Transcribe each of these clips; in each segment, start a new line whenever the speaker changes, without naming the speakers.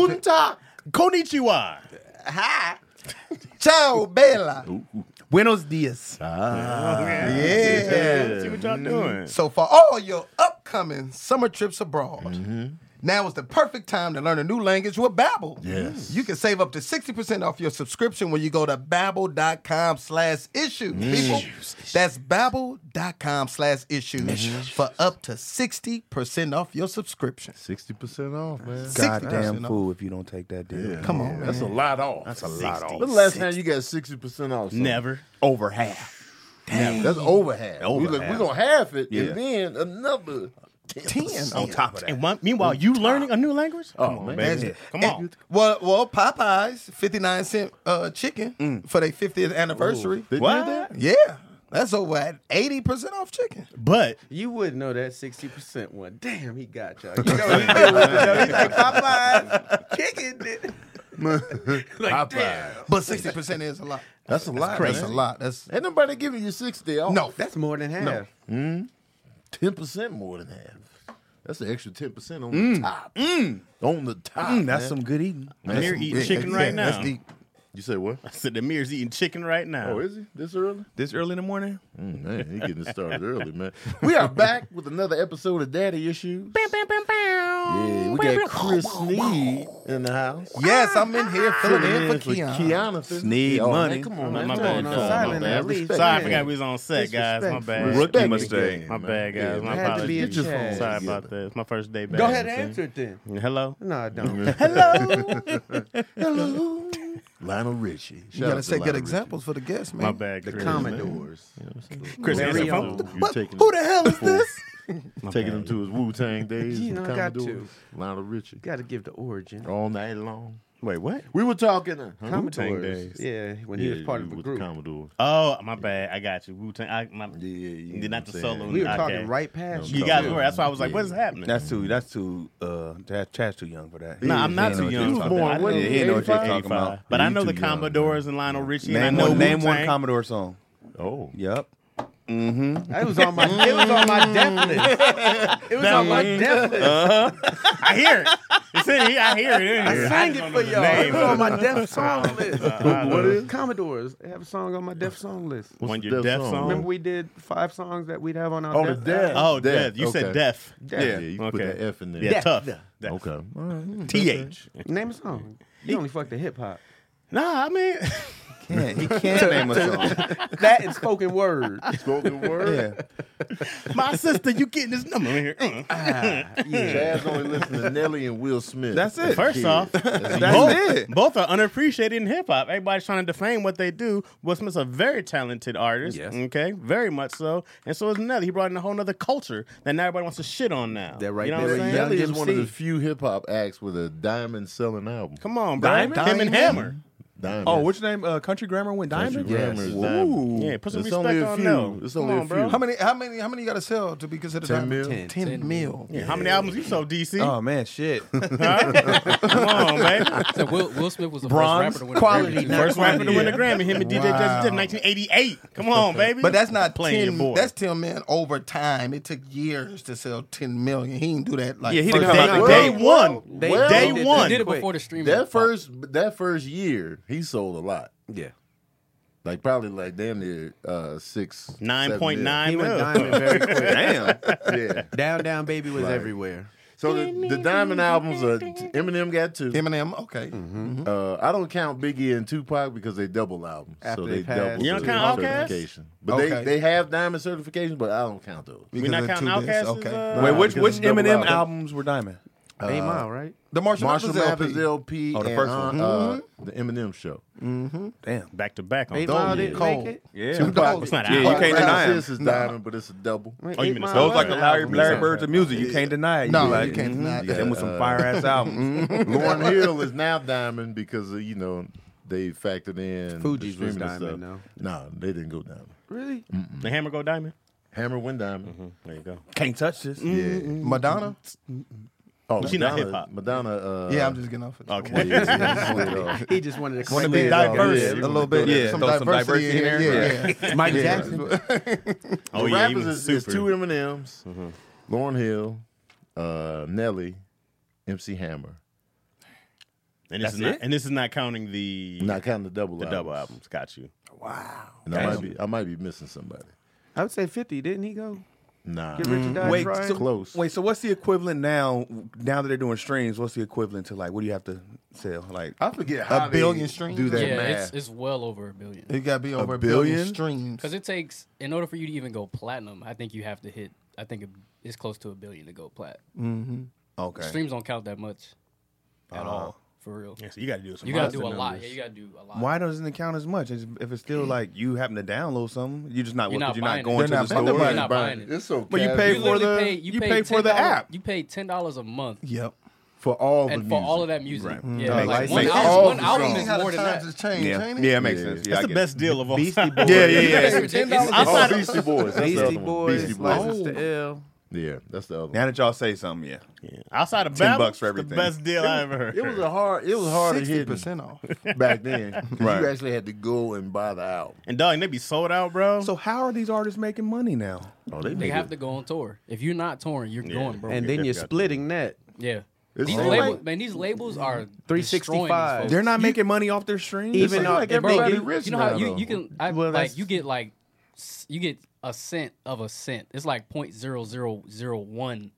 Gunta Konichiwa.
Hi. Ciao, Bella. Buenos dias. Yeah.
See what y'all doing.
So for all your upcoming summer trips abroad,
Mm-hmm.
now is the perfect time to learn a new language with Babbel.
Yes.
You can save up to 60% off your subscription when you go to babbel.com slash issues. People, that's babbel.com slash issues for up to 60% off your subscription.
Sixty percent off, man.
percent
Goddamn
off.
fool if you don't take that deal.
Come on,
that's a lot off.
That's a lot off.
When the last time you got sixty percent off? something?
Never.
Over half.
That's over half.
Over
we look,
half.
We're gonna half it,
Yeah.
and then another
10
on top of
And one, meanwhile, you learning a new language?
Oh man,
Come on.
Well, well, Popeyes fifty nine cent uh, chicken
Mm.
for their fiftieth anniversary.
They did
What?
that?
Yeah, that's over at eighty percent off chicken.
But
You wouldn't know that 60% one. Damn, he got y'all. You know what he did with it, though. He's like, Popeyes, chicken. did-
Popeye.
But sixty percent is a lot.
That's a lot.
That's a
man.
lot. That's
Ain't nobody giving you sixty off.
no.
That's more than half.
ten percent more than half. That's an extra ten percent on the top. On the top.
Mm,
That's
man.
some good eating.
Amir eating
yeah,
chicken
yeah,
right
that's
now.
deep.
You say what?
I said Amir's eating chicken right now.
Oh, is he this early?
this early in the morning?
Mm, man, he getting it started early, man. We are back with another episode of Daddy Issues. Yeah, we got Chris Sneed in the house.
Yes, I'm in here filling
Filling
in for Keon.
Keonathan.
Sneed
Oh, man,
money.
Come on, man.
My
Come
bad,
on,
no,
man.
my
Silent
bad.
at least.
Sorry,
Sorry, I
Yeah.
forgot we was on set, guys. My bad.
Disrespectful.
My
Rookie
mistake. man.
bad, guys. My
It had to be
apologies.
in chat.
Sorry about that. It's my first day back.
Go ahead
You
and
see?
answer it then.
Hello.
No, I don't.
Hello. Lionel Richie.
You gotta set good examples for the guests, man.
My bad, Chris.
Commodores.
Chris, answer the
Very
phone.
old.
You're taking,
Who the hell is this?
taking him to his Wu Tang days.
You
with
know, I got
Commodores, Lionel Richie.
Got to give the origin.
All night long.
Wait, what?
We were talking. uh, huh?
Wu-Tang
Commodores.
days.
Yeah, when he was part of a
with
group.
The Commodores.
Oh, my bad. I got you. Wu Tang. I my,
Yeah, yeah.
Did not the solo.
we were
Okay.
talking right past
You guys were. That's why I was like, "What is happening?"
That's too. That's too. Uh, that Chad's too young for that.
no, I'm not too young.
was
for
born
that. I
when?
know-
Yeah, he know what you're
85?
talking about.
But I know
You
the
too young,
Commodores and Lionel Richie.
man.
and
Name
I know
one. Name
Wu-Tang.
one Commodore song.
Oh.
Yep.
It was on my. It was on my death list. It was on my death list.
I hear it. It's in here. I hear it. in
I
here.
sang it for y'all. It
Name.
was on my death song list.
What is?
Commodores They have a song on my death song list.
What's
When
the
your death song?
Remember, we did five songs that we'd have on our
Oh, the
death.
death.
Oh, death. You
Okay.
said death.
death.
Yeah, you put
Okay.
that F in there.
Yeah, tough. Death.
Okay. All right.
Th.
Name a song. You only fucked the hip hop.
Nah, I mean,
Yeah, he can't name a song.
That and spoken word.
Spoken word.
Yeah.
my sister, you getting this number in here? Mm.
Ah.
Jazz only listen to Nelly and Will Smith.
That's it.
First off,
That's it.
both are unappreciated in hip hop. Everybody's trying to defame what they do. Will Smith's a very talented artist.
Yes.
Okay, very much so. And so is Nelly. He brought in a whole nother culture that now everybody wants to shit on now.
That right
You know
there.
what I'm saying?
Young
Nelly is
MC.
one of the few hip hop acts with a diamond selling album.
Come on, bro. Him and Hammer.
Diamond.
Oh, which name? Uh, Country Grammar went
Country
diamond.
Grammar is
Ooh.
Diamond.
Yeah, put some
It's
respect
only a
on
few.
them.
It's
Come
only a
on, bro.
few.
How many? How many? How many you gotta sell to be considered?
10
diamond?
mil.
Ten, 10 mil.
Yeah, How many albums you sold, DC?
Oh man, shit.
Huh? Come on, baby.
So Will, Will Smith was the
Bronze
first rapper to win a
quality,
Grammy, too.
not
First rapper to win a
Yeah.
Grammy. Him and DJ Jazzy did in 1988. Come on, baby.
But that's not
playing your
ten.
boy.
That's ten million over time. It took years to sell ten million. He didn't do that like
Yeah, he
first
didn't
time.
come out-
day
Well,
one.
they- Well,
day
they-
one.
He did it
Quick.
before the streaming.
That first that first year, he sold a lot.
Yeah.
Like probably like damn near uh six.
Nine point nine.
He went
mil.
diamond very quick.
Damn.
seven mil. Yeah.
Down Down Baby was everywhere.
So the, the diamond albums are Eminem got two.
Eminem, okay. Mm-hmm.
Uh, I don't count Biggie and Tupac because they double albums.
After
so
they
they,
pass.
double
You don't count Outkast?
certification. But
Okay.
they, they have diamond certification, but I don't count those.
We not
Because
counting
of two
Outkast.
discs, okay.
Uh,
Wait, which
because
which
it's double
Eminem
album.
albums were diamond?
Eight Mile, right?
The Marshall,
Marshall
Mathers
Mathers
LP.
LP
Oh, the
and,
first one. Mm-hmm.
uh, the Eminem show.
Damn.
back to back on
Eight
those.
Mile
yeah.
didn't
Cold.
make it.
Yeah.
Dogs.
It's not
Yeah, you
out.
can't
Brown
deny
Sis
it.
is diamond, but it's a double.
Wait,
Oh, you
Eight
mean
Mile
it's
Those like the
wasn't
Larry
album.
Larry Birds of music. You can't deny it.
No,
you
you
like,
can't deny
mhm.
that.
Them with some fire ass
Mm-hmm.
albums.
Lauren Hill is now diamond because uh, you know they factored in
Fugees was
the streaming and
diamond,
stuff. No, they didn't go diamond.
Really?
The Hammer Go Diamond.
Hammer went diamond.
Mm-hmm. There you go.
Can't touch this.
Mm-hmm.
Yeah.
Madonna.
Oh,
She not
Madonna,
hip-hop.
Madonna. Uh,
yeah, I'm just getting off it.
Okay.
yeah, yeah, slid off.
He just wanted to
Wanna
clean
be
it up.
diverse.
Yeah,
a little bit.
Yeah,
some,
throw some diversity
diversity in
in
here.
there.
Yeah, yeah.
Mike Jackson.
Oh
the
yeah, he
rappers
was
is, is
super. Mm-hmm.
two Eminems, Lauren Hill, uh, Nelly, MC Hammer,
And this
That's
is not,
it?
and this is not counting the
Not counting the double
the
albums.
double albums. Got you.
Wow.
And I might be I might be missing somebody.
I would say 50. Didn't he go?
Nah.
Get
Mm.
Richard Dodge
Wait,
Ryan?
so-
Close.
Wait, so what's the equivalent now? Now that they're doing streams, what's the equivalent to like? What do you have to sell? Like,
I forget
A billion streams.
do that.
yeah,
math.
it's, it's well over a billion.
It got to be over a
billion?
billion, streams.
Because it takes, in order for you to even go platinum, I think you have to hit, I think it- it's close to a billion to go plat.
okay.
Streams don't count that much at
Uh-huh.
all, for real.
Yeah, so you got to do some.
You got to
other
do a lot.
numbers.
Yeah, you got to do a lot.
Why doesn't it count as much? It's- If it's still like you happen to download something, you're just not
Mm. You're
you're not,
not
you're not
buying
going
it.
to the
They're not buying-
store.
Nobody
Nobody
not
buying
buying
it.
it.
It's so
But you
casual.
pay
You
for
literally
the-
pay, you
you
pay
pay for the
$10
app.
You pay ten dollars a month
Yep.
for all
and
the
for
music.
all of that music.
Like,
Yeah, like,
Mm. like,
one,
like,
album,
all
one
the
album
songs.
is more than that.
Change,
Yeah, yeah, it makes
Yeah.
sense. Yeah, I
That's the
get it.
best deal of all
Beastie
time.
Boys.
Yeah, yeah, yeah.
It's
Yeah.
ridiculous.
Oh,
Outside of-
Beastie Boys. That's the
Beastie
other one.
Boys,
Beastie Boys.
License to L.
Yeah, that's the other one.
Now that y'all say something, yeah.
Yeah. Outside of
10
Babel,
bucks for
it's the
everything.
best deal I ever heard.
It was a hard. It was hard to
Sixty
hit
percent off.
back then. 'Cause
Right.
You actually had to go and buy the album.
and dog, and they be sold out, bro.
So how are these artists making money now?
Oh, they,
They
make
have
it-
to go on tour. If you're not touring, you're going, bro.
And
Okay,
then you're
got that.
splitting that.
yeah.
It's
These
all
labels,
like-
man, these labels are
365.
destroying these folks.
They're not making money off their streams.
Even
It's
though-
like
and bro,
everybody
you-
rich
you know how
now,
you,
though.
you can I,
Well,
like
that's-
you get like s- you get a cent of a cent. It's like point zero zero zero one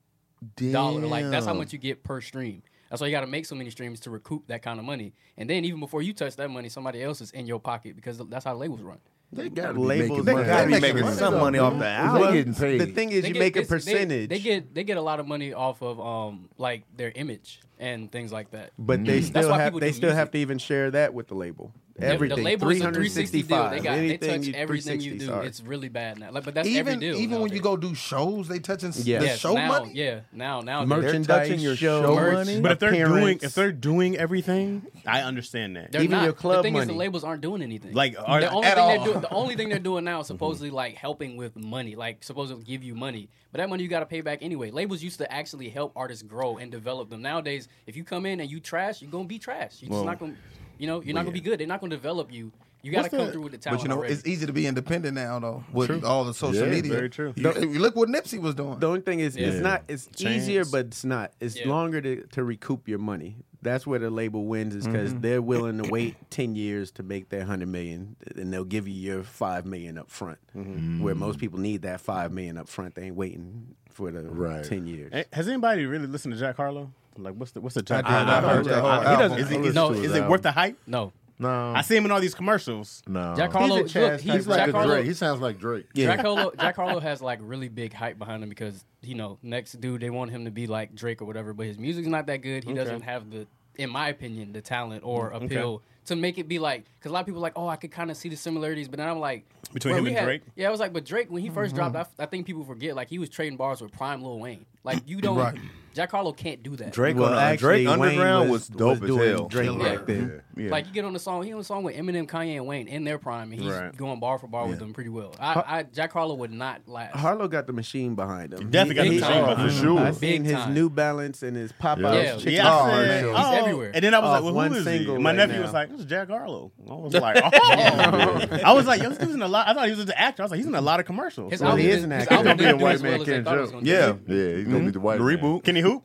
dollar. Like that's how much you get per stream. That's why you got to make so many streams to recoup that kind of money. And then even before you touch that money, somebody else is in your pocket because that's how labels run.
They got
labels.
They
They
gotta be making
money,
some
though,
money off the
They
album.
getting paid.
The thing is, you
get-
make a
it's- they-
percentage,
They, get they get a lot of money off of um like their image and things like that.
but they still
why
have
people
they
do
still
music.
have to even share that with the label.
The-
Everything.
the label is a 360 deal. They
365.
got
Anything
they touch
you-
everything you
360,
do.
sorry.
It's really bad now. Like, but that's every
Even
deal.
even when you
nowadays.
go do shows, they touching s-
Yes.
the
yes,
show
now,
money.
yeah, now now
Merch-
they're,
They're touching your show money.
But if they're doing
Appearance.
if they're doing everything, I understand that.
they're
even
not,
your club
the thing is the
money.
labels aren't doing anything.
Like, are-
the only
at
thing
all.
they're doing the only thing they're doing now is supposedly like helping with money, like supposedly give you money. But that money you got to pay back anyway. Labels used to actually help artists grow and develop them. Nowadays, if you come in and you trash, you're gonna be trash. You're just not gonna, you know, you're not gonna be good. They're not gonna develop you. You got to
What's
come
the-
through with the talent.
But you know,
already.
it's easy to be independent now though with all the social
Yeah,
media.
very true.
You know, if you look what Nipsey was doing.
The only thing is,
Yeah.
it's not. It's easier, but it's not. It's
Yeah.
longer to, to recoup your money. That's where the label wins, is because they're willing to wait ten years to make their hundred million, and they'll give you your five million up front. Where most people need that five million up front, they ain't waiting for the
Right.
ten years.
Hey, eh, Has anybody really listened to Jack Harlow? Like, what's the what's the
I
Jack?
did. I heard
Jack
the whole
Harlow. He
album.
doesn't. Is,
I
he, is,
listened
no,
to his
is it
album.
worth the hype?
no.
no,
I see him in all these commercials.
no.
Jack Harlow,
He's a Chaz
look, he's
type
He's like
Jack
a
Harlow.
Drake. He sounds like Drake.
Jack Harlow, Jack Harlow has like really big hype behind him because you know next dude they want him to be like Drake or whatever, but his music's not that good. He doesn't have the, in my opinion, the talent
Mm,
or appeal to make it be like. Because a lot of people are like, oh, I could kind of see the similarities, but then I'm like,
Between
bro,
him
we
and
had-
Drake? Mm-hmm.
Yeah, I was like, but Drake when he 1st dropped, I, f- I think people forget like he was trading bars with Prime Lil Wayne. Like you don't,
Right.
Jack Harlow can't do that.
Drake
Well,
on
actually,
Drake
Wayne
Underground was,
was-
dope
was
as
doing
hell.
Drake
Yeah. back
then.
Yeah.
Like you get on the song, he on the song with Eminem, Kanye, and Wayne in their prime, and he's
Right.
going bar for bar with them pretty well. I, I Jack Harlow would not last.
Harlow got the machine behind him.
definitely got the
he-
machine
oh,
behind
him. sure.
I seen
Big
his
time.
New Balance and his Popeyes.
Yeah.
chicken
Yeah, I
Oh,
said,
man.
oh.
He's everywhere.
And then I was
Off
like, well,
one
who is he?
single
And My
right
nephew
now.
was like, this is Jack Harlow. I was like, oh. I was like, yo, this dude's in a lot. I thought he was an actor. I was like, he's in a lot of commercials.
His
Well,
album
he is
didn't-
an
his
actor.
album
He's gonna
didn't
be
do
a
as
white
well as they
man
thought it was
can't
gonna do.
jump.
Yeah, he's gonna be the white man.
Reboot.
Can he hoop?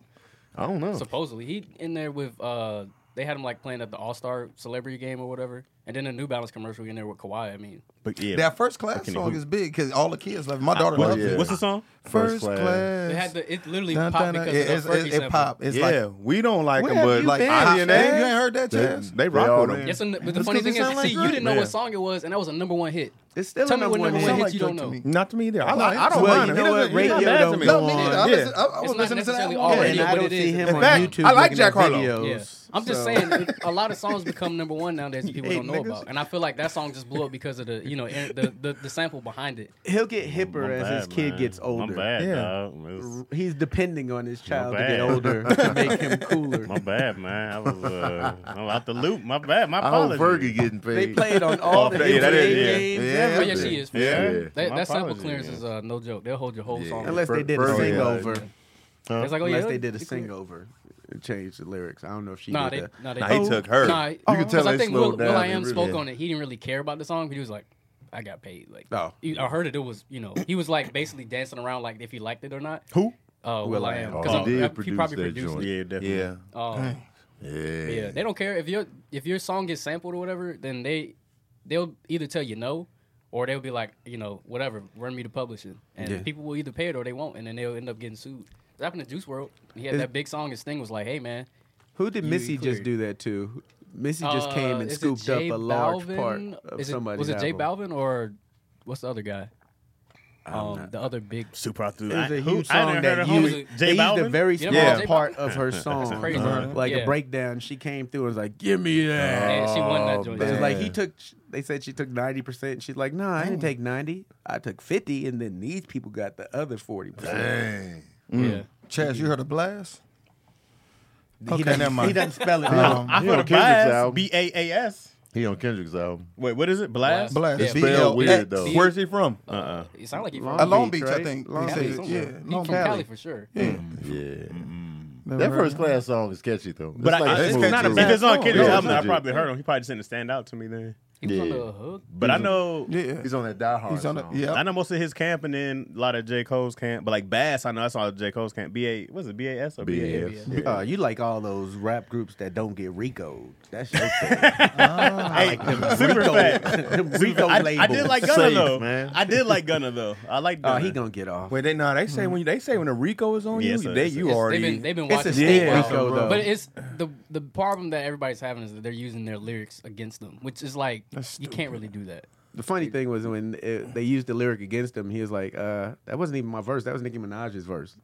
I don't know.
Supposedly, he in there with uh, they had him like playing at the All Star Celebrity Game or whatever, and then a New Balance commercial in there with Kawhi. I mean,
But yeah.
That first class
Fucking
song
who-
is big because all the kids love it. My daughter
What-
loves it.
What's the song?
First
First
class.
Class.
they had the it literally
Dun,
popped
dun, dun.
because
It-
of
it's-
the Fergie
it, it,
sample.
pop. It's
yeah, we don't like
Where
him, but
have you
like
been?
I,
like,
Ian
man,
Ass?
you ain't heard that,
They-
Chaz?
they
They
rock
all
with him.
in.
Yes, and the, but the
That's
funny
'cause it
thing is,
sound like
see, you
Drake,
didn't know
man.
what song it was, and that was a number one hit.
It's still
Tell
a
me what
number one
number
hit.
one
Sound
hit
like
you don't
Drake to
know.
me.
Not to me either. I,
Well,
like, I don't
well,
mind
you
him.
know
He
what?
doesn't- he's
Radio
not bad
don't
to me.
go
No, me neither. I,
on.
listen- I, I
It's
was
not
listening to that
necessarily
one.
all
Yeah.
right.
and I
what
don't
it
see
is.
him
In
on
fact,
YouTube.
I like
looking
Jack
at
Harlow.
videos.
Yeah. I'm just
So-
saying, it- a lot of songs become number one nowadays that people
Hey,
don't know
niggas.
about, and I feel like that song just blew up because of the you know in- the the, the sample behind it.
he'll get hipper
I'm
as
bad,
his kid
man.
gets older.
I'm bad,
Yeah.
dog. It's-
He's depending on his child to
bad.
get older to make him cooler.
My bad, man. I was uh, I'm out the loop. My bad. My
I hope
apologies.
Fergie getting paid.
They played on all the
that- yeah,
NBA
that is- yeah.
games.
Yeah.
ever.
Oh yeah, she is. For
Yeah.
sure. That,
My
that sample
apologies,
clearance
yeah.
is uh, no joke. They'll hold your whole
Yeah.
song.
Unless they did a
Fergie,
sing
yeah.
over.
It's like, oh, yeah,
Unless they did a
it's
sing
cool.
over. Change the lyrics. I don't know if she
Nah,
did
they,
that.
nah, they
Nah, he
oh.
took her.
Nah, you
can tell
I
they
think
slowed
Will, Will
down.
I Am
They
spoke
really-
on it. He didn't really care about the song, but he was like, "I got paid." Like,
Oh.
he- I heard it. It was you know he was like basically dancing around like if he liked it or not.
Who?
Uh, Will, I Am?
Oh,
Because
he did
he
produce
probably
that
produced
joint.
it.
Yeah, definitely.
Yeah.
Um, Yeah, they don't care if your if your song gets sampled or whatever. Then they they'll either tell you no, or they'll be like, you know, whatever, run me to publishing, and
Yeah.
people will either pay it or they won't, and then they'll end up getting sued. It happened to Juice World. He had that big song. His thing was like, "Hey man,
Who did
You
Missy just
cleared.
do that to? Missy just came
uh,
and
is it
scooped up
J
a large
Balvin?
part of
Is it-
somebody's
Was it J
album.
Balvin or what's the other guy? Um, the other big.
Super out
It was a
I-
huge
who- I
song
done
that
heard
used,
of
they
who-
J
used a
Balvin?
very
You
small
know about J
part of her song,
crazy.
like a
Yeah.
breakdown. She came through and was like, "Give me that."
Yeah, she won that joint.
It was
Yeah.
Oh, like he took. They said she took ninety percent. She's like, "No, nah, I didn't take ninety. I took 50 and then these people got the other forty percent."
Dang.
Yeah.
Chaz, you heard of blast?
He
Okay,
doesn't
never mind.
He doesn't spell it.
Um,
out.
I
He
put
on
a
Kendrick's
bias.
album.
B A A S.
He on Kendrick's album.
Wait, what is it? Blast.
Blast.
Blast.
Yeah,
Spelled
B-L-
weird, though.
B-
Where's he from?
Uh-uh.
It sounded like he
Long
Uh,
from
Long
Beach,
Beach,
right?
I think.
Long
He
Cali.
said,
somewhere.
Yeah,
He
Long
from Cali for sure.
Yeah.
Never
That
heard of
first class song is catchy though.
But I, it's
it's catchy.
not a, if
bad
it's on
song.
Kendrick's
Yeah,
album,
it's
I
legit.
probably heard him. He probably just didn't stand out to me then.
He was on
Yeah.
the hook.
But I know,
Yeah,
He's on that Die Hard.
he's on it.
song.
Yeah,
I know most of his camp and then a lot of J Cole's camp. But like Bass, I know I saw J Cole's camp. B A, was it B A S or B A?
BS.
Yeah.
Uh, you like all those rap groups that don't get Rico'd. That's your thing. Ah.
Hey, super fat.
Them Rico
I,
labels.
I did like Gunna
Safe,
though.
man.
I did like Gunna though. I like
Oh,
Gunna.
he gonna get off.
Wait, they no, they say when they say when a Rico is on
Yeah,
you,
so
they
it's-
you
It's-
already.
They've been, they've been
It's a
watching
state
for a while.
Rico, though.
But it's the the problem that everybody's having is that they're using their lyrics against them, which is like you can't really do that.
The funny thing was when it, they used the lyric against him, he was like, uh, "That wasn't even my verse. That was Nicki Minaj's verse."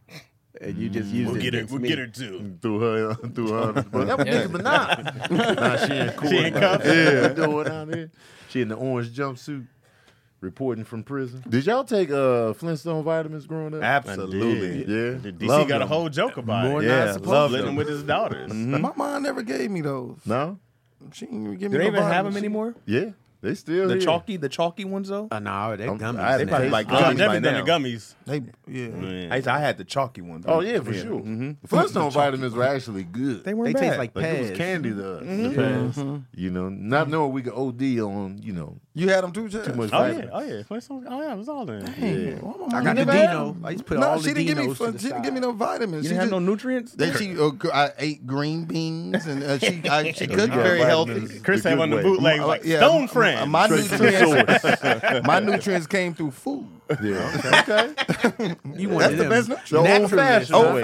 And you just used
we'll
it
get her.
against
We'll
me.
get her too.
Through her, through her. But that was
Yeah.
Nicki Minaj. nah, she in court.
She in cuffs?
Yeah, doing out there. She in the orange jumpsuit, reporting from prison. Did y'all take uh, Flintstone vitamins growing up?
Absolutely.
I did. Yeah.
DC
Loved
got a
them.
whole joke about
More
it.
than I
yeah,
supposed
love
to.
living with his daughters.
my mom never gave me those.
No.
She didn't even give
Do
me.
they
no
even have
vitamins.
them anymore?
Yeah. They still
The
here.
chalky, the chalky ones though.
Uh, no, they
I'm-
dummies.
I
They
didn't
probably
taste
like
it.
I've
Gummies
never
by
done the
now.
gummies.
They, yeah.
I, used to- I had the chalky ones.
Oh yeah, for sure. Flintstone vitamins were actually good.
they weren't
they
bad.
taste like
Like it was
Pez.
candy to us. The
Oh,
past. You know, not knowing we could OD on, you know,
You had them too, Chaz?
too much
Oh
vitamin.
yeah, oh yeah, Flintstone. Oh yeah, it was all in.
Yeah.
Why my mom
I got the
never had
Dino.
them?
I used to put
no,
all
she
the
didn't give me.
Dinos to
fun-
the
She didn't give me
side.
no vitamins.
You
she
didn't have
just-
no nutrients.
Then she, uh, gr- I ate green beans, and uh, she, I, she cooked
got
very
vitamins.
healthy.
Chris
The
had
good
one of
way.
the bootlegs
Uh,
like
yeah,
Stone
my-
Friend.
My
Straight from the
nutrients,
source.
my nutrients came through food.
Yeah. Okay.
You
That's the
wanted them.
best.
The old fashioned
Oh,
way.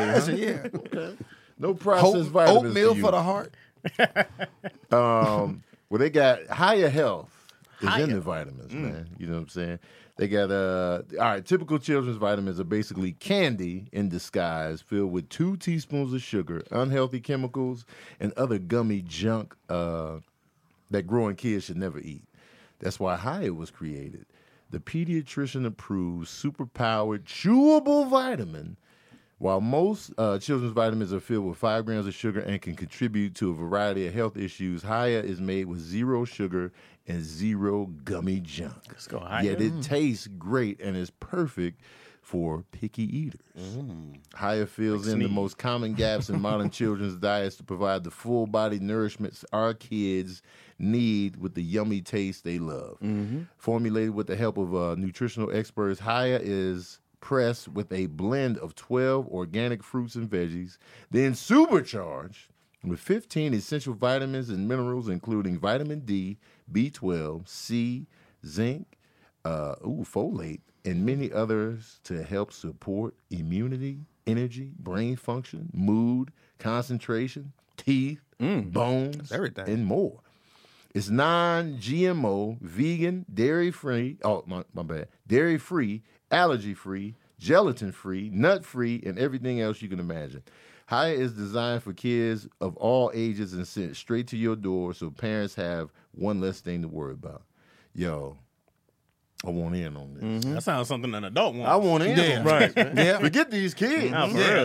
huh?
yeah.
No processed
Oat,
vitamins.
oatmeal
for,
for,
you.
the heart.
Um, well, they got higher health is in the vitamins,
Mm.
man. You know what I'm saying? They got uh, all right. Typical children's vitamins are basically candy in disguise, filled with two teaspoons of sugar, unhealthy chemicals, and other gummy junk uh, that growing kids should never eat. That's why Haya was created. The pediatrician approved superpowered chewable vitamin while most uh, children's vitamins are filled with five grams of sugar and can contribute to a variety of health issues, Haya is made with zero sugar and zero gummy junk. Let's
go, Hiya.
Yet it tastes great and is perfect for picky eaters. Haya fills in the most common gaps in modern children's diets to provide the full body nourishments our kids need with the yummy taste they love. Formulated with the help of uh, nutritional experts, Haya is pressed with a blend of 12 organic fruits and veggies, then supercharged with 15 essential vitamins and minerals, including vitamin D, B12, C, zinc, uh, ooh, folate, and many others to help support immunity, energy, brain function, mood, concentration, teeth, bones,
everything.
and more. It's non-GMO, vegan, dairy-free. Oh, my, my bad. Dairy-free, allergy-free, gelatin-free, nut-free, and everything else you can imagine. Haya is designed for kids of all ages and sent straight to your door, so parents have one less thing to worry about. Yo, I want in on this.
That sounds something an adult wants.
Mm-hmm. I want in, on
right.
this, man.
Yeah.
Forget these kids.
Nah, for
Yeah.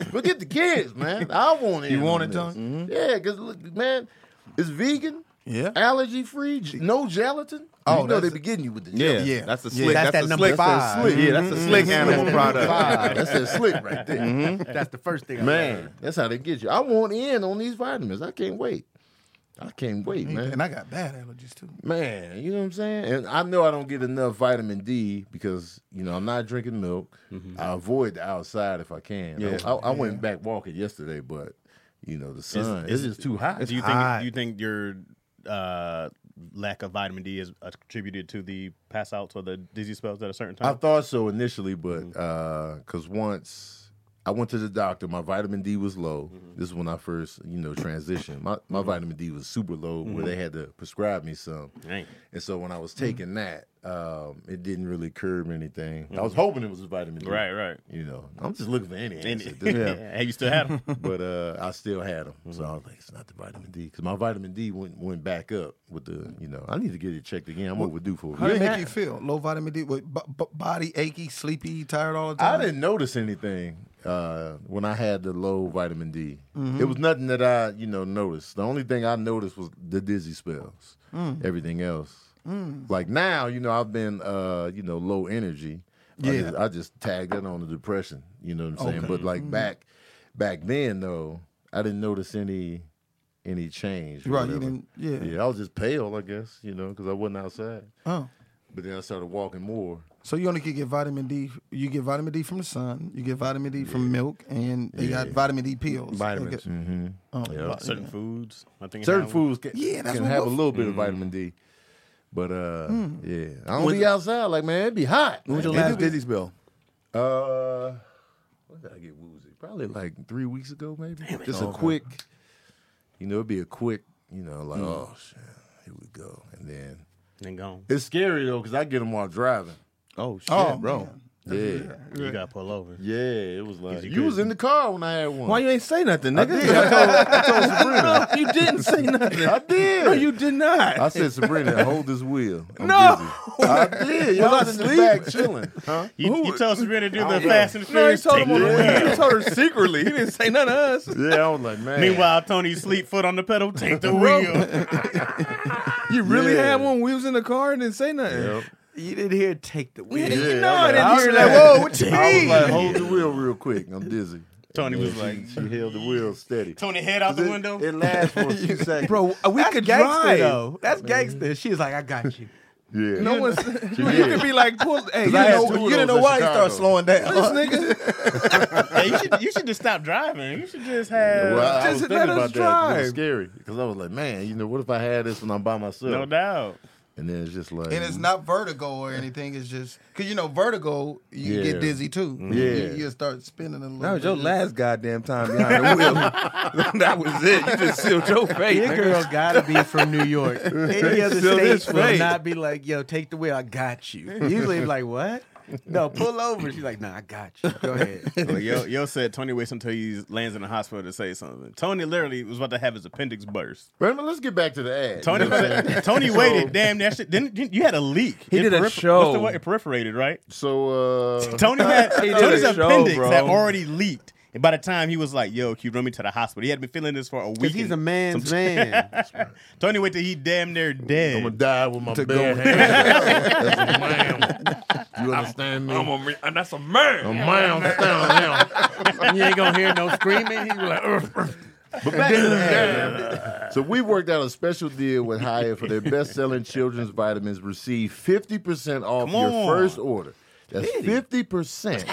real.
Forget the kids, man. I want it.
You want it, Mm-hmm.
John? Mm-hmm. Yeah, because look, man, it's vegan.
Yeah.
Allergy free, no gelatin.
Oh,
Oh, you know they
that's-
be getting you with the
yeah,
gelatin.
Yeah.
that's a
Yeah.
slick. That's,
That's that
a
number
slick, that's a
five.
slick- Mm-hmm. Yeah, that's
Mm-hmm.
a slick animal product.
Five. That's that slick right there.
Mm-hmm.
That's the first thing. I
Man, that's how they get you. I want in on these vitamins. I can't wait. I can't wait, man.
And I got bad allergies too.
Man, you know what I'm saying? And I know I don't get enough vitamin D because, you know, I'm not drinking milk. I avoid the outside if I can. I-
Mm-hmm. Yeah.
I, I, went back walking yesterday, but you know the
It's,
sun.
it's just too hot. Do you think
hot.
do you think your uh, lack of vitamin D is attributed to the pass outs or the dizzy spells at a certain
I
time?
thought so initially, but because once I went to the doctor, my vitamin D was low. This is when I first, you know, transitioned. My my vitamin D was super low, where they had to prescribe me some.
Dang.
And so when I was taking that, um, it didn't really curb anything. I was hoping it was vitamin D.
Right, right.
You know, I'm just looking for any
And,
answer. at this point.
yeah. Hey, you still had them.
but uh, I still had them, so I was like, "It's not the vitamin D," because my vitamin D went went back up with the, you know, I need to get it checked again. I'm overdue for it.
How did it make you feel? Low vitamin D, with b- b- body achy, sleepy, tired all the
I
time.
didn't notice anything uh, when I had the low vitamin D.
Mm-hmm.
It was nothing that I, you know, noticed. The only thing I noticed was the dizzy spells.
Mm.
Everything else, like now, you know, I've been, uh, you know, low energy. I
Yeah.
just, I just tagged that on the depression. You know what I'm saying? But
Mm-hmm.
like back, back then though, I didn't notice any, any change. or
Right, you
whatever.
didn't- yeah.
Yeah, I was just pale, I guess. You know, because I wasn't outside.
Oh,
But then I started walking more.
so you only could get vitamin D. You get vitamin D from the sun. You get vitamin D from milk, and they got vitamin D pills.
Vitamins.
Okay. Oh,
Yeah.
vi-
Certain foods. I think
certain
how-
foods can,
Yeah, that's
can
what
have a
we're-
little bit of vitamin D. But uh, yeah, I don't be outside like man, it'd be hot.
When was your
man.
last dizzy spell?
Uh, when did I get woozy? Probably like three weeks ago, maybe. Just a quick, you know, it'd be a quick, you know, like oh shit, here we go, and then
And gone.
it's scary though because I get them while driving.
Oh shit,
Oh,
bro.
man.
Yeah,
You got to pull over.
yeah, it was like
you
you was
could-
in the car when I had one.
Why you ain't say nothing, nigga? no, you didn't say nothing.
I did.
No, you did not.
I said, Sabrina, hold this wheel. I'm
No.
busy. I did. Y'all was in the back chilling, huh?
You, you told Sabrina to do the
don't know.
fast and
no, he
furious.
told
take
him.
the wheel.
He told her secretly. He didn't say nothing to us.
Yeah, I was like, man.
Meanwhile, Tony sleep foot on the pedal, take the wheel.
You really
Yeah.
had one. We was in the car and didn't say nothing.
Yep.
You didn't hear take the wheel.
You
Yeah,
know
I
I didn't
was
hear
like-
that. Whoa, what you
I was
mean?
like, hold the wheel real quick. I'm dizzy.
Tony
And
was
she-
like-
she held the wheel steady.
Tony head out the
It-
window.
It, lasts for a few seconds.
Bro, we
That's
could
gangster,
drive.
though.
That's gangster. She's like, I got you.
yeah.
No one's.
She
You
did.
could be like, pull. Hey, you
I had
know,
two of
you
those
didn't know
in
why he
Chicago.
started slowing down.
this nigga.
Hey, you, should, you should just stop driving. You should just have
Well, I- I was
Just
thinking
let
about
us
that. 'cause It was
drive.
scary because I was like, man, you know, what if I had this when I'm by myself?
no doubt.
And then it's just like,
and it's not vertigo or anything. It's just because you know vertigo, you
Yeah.
get dizzy too.
Yeah.
you, you start spinning a little.
That was
bit.
your last goddamn time behind the wheel. that was it. You just sealed your fate.
Your
nigga.
girl gotta be from New York. Any other
Still this
state will
fake.
not be like, yo, take the wheel. I got you. Usually it's like, what? No, pull over. She's like, nah, I got you. Go ahead.
Well, yo, yo said Tony waits until he lands in the hospital to say something. Tony literally was about to have his appendix burst.
Wait a minute, let's get back to the ad.
Tony,
You know what I'm saying?
Tony
So-
waited. Damn, that shit. Didn't, didn't- you had a leak?
He did a show.
What's the word? It perforated, right?
So, uh,
Tony had
He did
Tony's
a show,
appendix
bro.
had already leaked. And by the time he was like, "Yo, can you run me to the hospital?" He had been feeling this for a week.
Because he's
and
a man's
some-
man.
Tony waited till he damn near dead.
I'm gonna die with my bare hands. That's a man. You understand me? I'm a, and that's a man. A man standing there. You ain't gonna hear no screaming. He was like, "Urgh, urgh." But back to the ad. so we worked out a special deal with Hyatt for their best-selling children's vitamins. Receive fifty percent off
Come
your
on.
first order. That's fifty percent.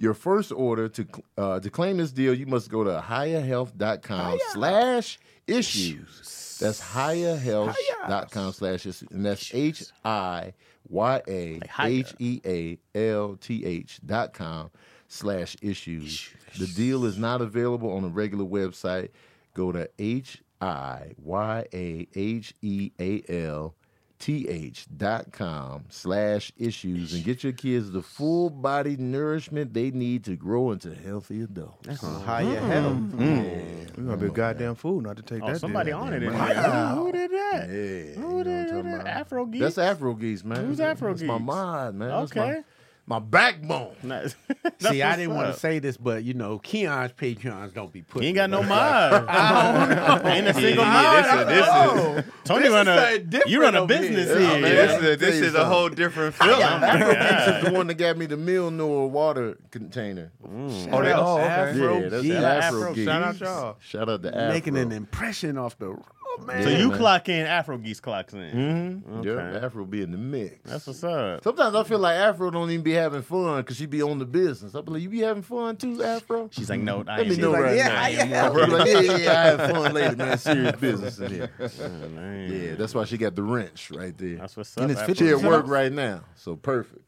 Your first order to cl- uh, to claim this deal, you must go to higherhealth.com slash issues. That's higherhealth.com slash issues. And that's H I Y A H E A L T H dot com slash issues. The deal is not available on the regular website. Go to H I Y A H E A L th.com slash issues and get your kids the full body nourishment they need to grow into healthy adults.
Higher hell.
We're gonna be a goddamn fool not to take
Oh,
that.
somebody
deal.
on it. in
Wow.
there. Who did that?
Yeah, you know
Who
what I'm
did
talking
that?
about.
Afro geek.
That's Afro Geese, man.
Who's
That's-
Afro
that's my
Geeks?
mind, man. That's
Okay.
my, my backbone.
See, I didn't want to say this, but you know, Keon's Patreons don't be put.
He ain't got no mind. Ain't a single
Yeah,
mind.
this is this is
Tony run
something
a you run a business here.
Yeah, Oh, man.
this is this is a whole different film.
Afro Geeks is the one that got me the meal Nor water container.
Oh, they, oh okay.
Mm. yeah, that's
Geeks.
Afro,
Afro-
Geeks.
shout out y'all.
Shout out to Afro.
making an impression off the. oh,
man.
So you
man.
clock in, Afro Geese clocks in.
Mhm. Yeah, Afro be in the mix.
That's what's up.
Sometimes I feel like Afro don't even be having fun because she be on the business. I be like, you be having fun too, Afro?
She's like, no, I
Let
ain't
me know
doing
right
that.
now.
I am
Afro be like, yeah, yeah, yeah, I have fun later, man. Serious business in here.
Man.
Yeah, that's why she got the wrench right there.
That's what's
And
up,
it's
Afro.
she at work right now, so perfect.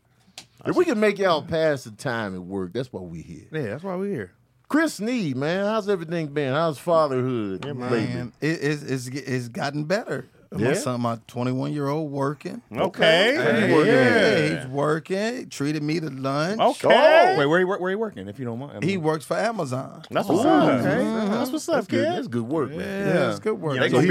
If we can make y'all pass the time at work, that's why we here.
Yeah, that's why we're here.
Chris Need, man, how's everything been? How's fatherhood lately?
Man, it, it's, it's, it's gotten better.
Yeah?
My son, my 21 year old, working.
Okay.
Hey, working
Yeah, he's working. Treated me to lunch.
Okay.
Oh, Wait, where he, wor- where he working? If you don't mind,
He works for Amazon. Mm-hmm.
That's
Ooh,
what's up.
okay.
That's what's up,
Good.
kid.
That's good work, man.
Yeah, it's good work.
Yeah, they
Yeah, they're
gonna
gonna,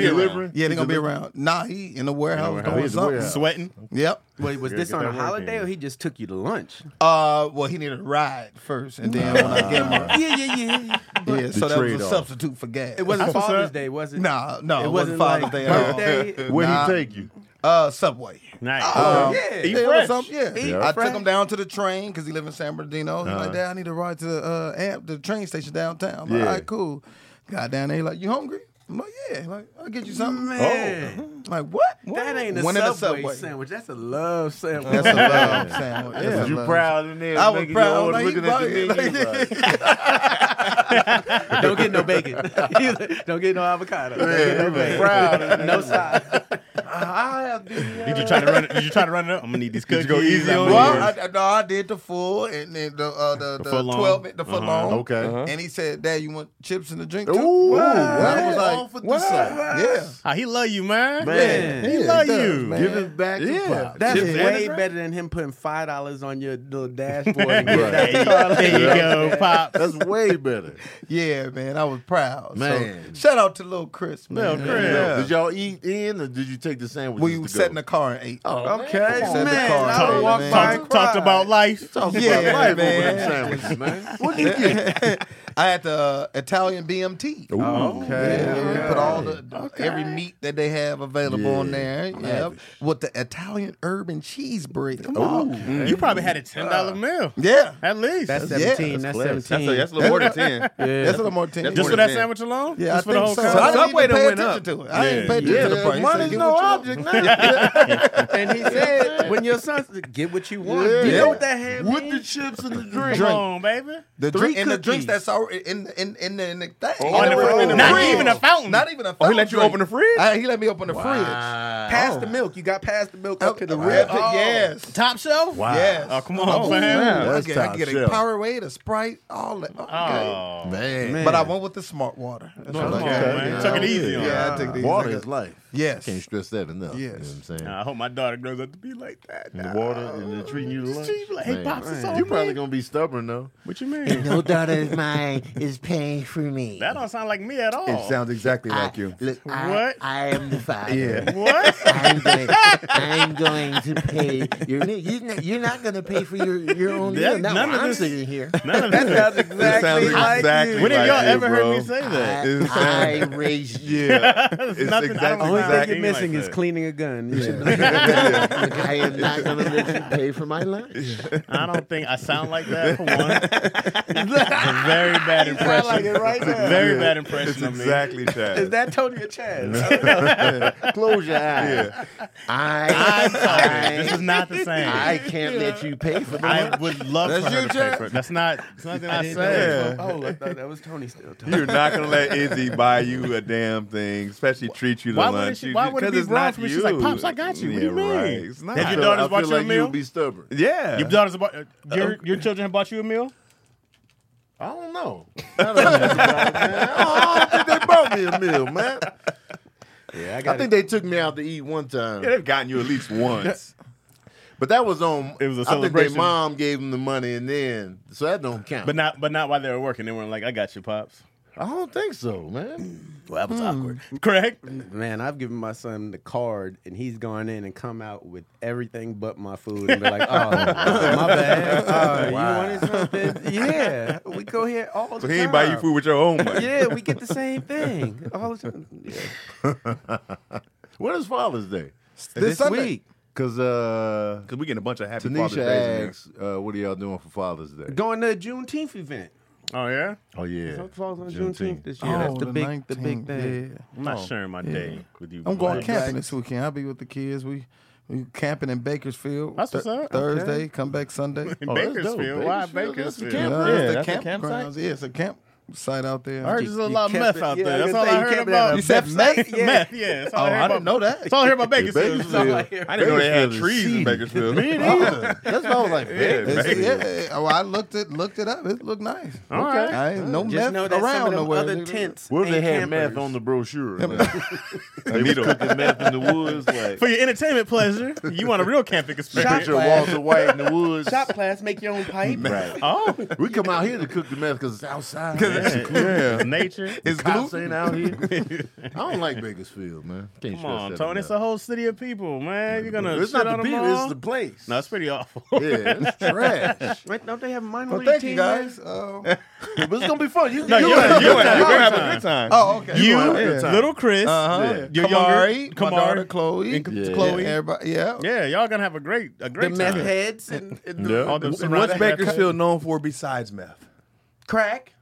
he
be around.
be around. Nah, he in the warehouse
warehouse.
doing
He's in the
something.
warehouse.
Sweating.
Yep.
Wait, was this
get
on
that
a
work
holiday
in.
or he just took you to lunch?
Uh, well, he needed a ride first, and then when I gave him a
yeah, yeah, yeah.
yeah, so that was
trade-off.
a substitute for gas.
It wasn't
That's what's
Father's
up.
Day, was it?
Nah, no,
it,
it, wasn't
wasn't
Father's
like
Day at all.
birthday.
Where'd
Nah.
he take you? Oh,
Uh, Subway.
Nice.
Um,
yeah.
Eat
it was
fresh.
some- yeah.
Eat
I
fresh.
took him down to the train because he live in San Bernardino. He's like, Dad, I need to ride to the uh, amp, the train station downtown. I'm like,
Uh-huh. Yeah.
all right, cool. Got down there, he like, you hungry? I'm like, yeah. Like, I'll get you something.
Man.
Oh. Like, what?
That ain't a
Went in the
Subway,
Subway.
sandwich. That's a love sandwich.
That's a love sandwich. That's a
Was you
love
proud in there?
I was
making
proud.
your order,
Like, he
looking at the menu,
bought it.
like,
Don't get no bacon. Don't get no avocado. Don't get no bacon. No side.
Did you try to run it? Did you try to run it up? I'm gonna need these cookies.
go easy
I'm
on
gonna
yours?
need-
Well, I, I- no, I did the full and then the uh, the, the,
foot long?
twelve the foot long. Uh-huh.
Okay.
And he said, "Dad, you want chips and a drink?" Too?
Ooh,
And I was
what?
like,
All for this side.
"Yeah."
Ah, he love you, man.
Man.
He
Yeah,
love
he does,
you.
man. Give it back to Pop.
That's
Chips and
way
a drink?
better than him putting five dollars on your little dashboard. And get
Right.
that
There you- there you go, pop.
That's way better.
Yeah, man, I was proud.
Man.
so, shout out to little Chris, man.
Yeah. Did y'all eat in or did you take the sandwich?
We sat in the car and ate.
Oh,
okay,
man.
sat in
Man,
the car.
I
and ate,
walked
man.
by
Talked, talked about life.
Talk about
Yeah,
life over
man.
them sandwiches, man. What did you get?
I had the uh, Italian BMT.
Oh, okay.
Yeah, we Put all the every meat that they have available
Yeah.
on there. Yep.
Lavish.
With the Italian urban cheese bread. Come on.
You probably had a ten dollar meal
Yeah.
at least.
That's
Yeah,
seventeen.
that's
that's
classic.
That's
seventeen.
a, that's a little more than 10.
yeah.
That's a little more ten.
just for that sandwich alone.
Yeah,
just
I
for the
think
whole
so.
car?
So I didn't
Subway
even
done
pay
went
attention
up.
to it. I didn't pay attention
Yeah,
to the price.
money's
He said,
no
"What you want?"
object now.
and he said, "When your son said, get what you want,
Yeah.
you know what that hand
With the
means?
chips and the
Come
drink.
on, baby.
The
Three
drink and the drinks
cookies.
that's already in the in in the, in the
On
thing. Oh, in
the-
the, in the
not
fridge.
even a fountain.
Not even a fountain.
Oh, he let you open the fridge?
I, he let me open the fridge.
Past the milk. You got past the milk up to the
Oh,
rib.
Yes.
Top shelf.
Wow.
Oh. Yes.
Oh, come on, man.
man.
I
That's
get, I
top
get a
shelf.
Powerade, a Sprite, all that. Okay.
Oh,
Man.
But I went with the smart water. That's
Come
what I
on,
got.
man.
Yeah.
Took it easy. on
Yeah, I took these.
Water is life.
Yes.
Can't stress that enough. You know
Yes.
what I'm saying?
Nah, I hope my daughter grows up to be like that.
And the water and they're treating you to lunch.
She be like, hey,
Man.
Pops, it's all
You
me.
probably gonna be stubborn though.
What you mean?
No daughter is mine is paying for me.
that don't sound like me at all.
It sounds exactly like you.
Look, I,
What?
I am the father.
Yeah.
what?
I'm going, I'm going to pay your meal. You're not, you're not going to pay for your, your own
That-
meal. Not
none
while
of
I'm
this-
sitting here.
None of that.
It sounds
like
exactly
When have
like
y'all
you,
ever
bro.
heard me say that?
I, I raised you.
It's
exactly-
Only
Exactly.
thing you're missing
like
is
that.
cleaning a gun. You should-
Look, I am not going to let you pay for my lunch.
I don't think I sound like that for one. A very bad impression.
like it right now.
Very
Yeah.
bad impression
It's
of me.
exactly that.
Is that Tony or Chaz?
Close your eyes.
I,
This is not the same.
I
I,
can't let you pay for the
would love for her to pay for it. That's not something I, said.
Yeah.
Oh, I thought that was Tony still. Tony.
You're not gonna let Izzy buy you a damn thing, especially treat you to
Why
lunch.
wouldn't she-
You-
why would it
'cause
be
it's not
brunch when she's like,
you.
"Pops, I got you." What do
yeah,
you mean?
Right. It's not.
Did
I
your
feel-
daughters
I feel
bought you a
like
meal?
You'll be stubborn.
yeah.
Your daughter's about uh, your your children have bought you a meal.
I don't know. I don't, know about that. I don't think they brought me a meal, man.
Yeah,
I think they took me out to eat one time.
yeah, they've gotten you at least once.
But that was on.
It was a
I think their
celebration.
mom gave them the money, and then so that don't count.
But not, but not while they were working. They weren't like, "I got you, pops."
I don't think so, man.
Well, that was awkward.
Correct.
Man, I've given my son the card, and he's gone in and come out with everything but my food, and be like, "Oh, my bad. Uh, You wanted something? Yeah, we go here all the
So
time.
he ain't buy you food with your own money.
Yeah, we get the same thing all the time. Yeah.
When is Father's Day?
This, Sunday.
week,
Cause uh,
Cause we getting a bunch of happy Father's Days
Tanisha
in here.
asks, uh, "What are y'all doing for Father's Day?"
going to a Juneteenth event.
Oh yeah,
Oh yeah,
It falls on Juneteenth this year.
Oh,
That's the,
the
big, the big
19th,
thing.
I'm not sharing my day with you.
I'm going
Like,
camping this weekend. I'll be with the kids. We we camping in Bakersfield.
That's what's up.
Thursday, come back Sunday.
In
Oh, that's dope.
Bakersfield, why
Bakersfield, that's the
Bakersfield?
camp.
Yeah,
yeah,
it's
that's
the
a campsite.
campgrounds. Yeah, it's a camp site out there.
I heard there's a lot of
kept
meth
it-
out
yeah,
there.
I was
That's all I
gonna say, you
heard
kept it at
about.
a
you said meth?
Meth, yeah. That's
Oh,
all I heard
I
about.
didn't know that.
That's all I heard about Bakersfield. It's all I
Bakersfield.
hear.
I didn't know they had
Bakersfield is
trees in
seedy.
Bakersfield.
That's why I was like,
Yeah,
man,
It's-
Bakersfield.
yeah, oh, I looked it looked it up. It looked nice.
All right.
I ain't no
Just
meth
know that some of
around
them
nowhere.
other
nigga.
tents
What if they
ain't
had meth
campers.
on the brochure? they was cooking meth in the woods. Like,
For your entertainment pleasure, you want a real camping experience.
picture of Walter White in the woods.
Shop class, make your own pipe.
Right.
Oh,
We come out here to cook the meth because it's outside. man.
yeah. Nature.
It's cops ain't out here. I don't like Bakersfield, man. Can't
Come
stress
on,
that
Tony. It's a
enough.
whole city of people, man. You're gonna
It's
shit
not the
on them
people.
all?
It's the place.
No, it's pretty awful.
yeah, it's trash.
Wait, don't they have a minor
Well,
league
thank
team
you
there?
guys. Um,
but it's gonna be fun. You,
No,
you
you're,
have a
you're,
good time.
you're having a
Good time.
oh, okay.
You,
gonna have a good time.
little Chris,
Uh-huh.
your
Kamari,
younger
my daughter
Kamari,
Chloe,
and
Yeah.
Chloe,
Chloe.
everybody. Yeah.
Yeah, y'all gonna have a great, a
The
great
meth
time.
heads and, and
Yeah.
the
All the
What's
surrounding-
Bakersfield known for besides meth?
crack.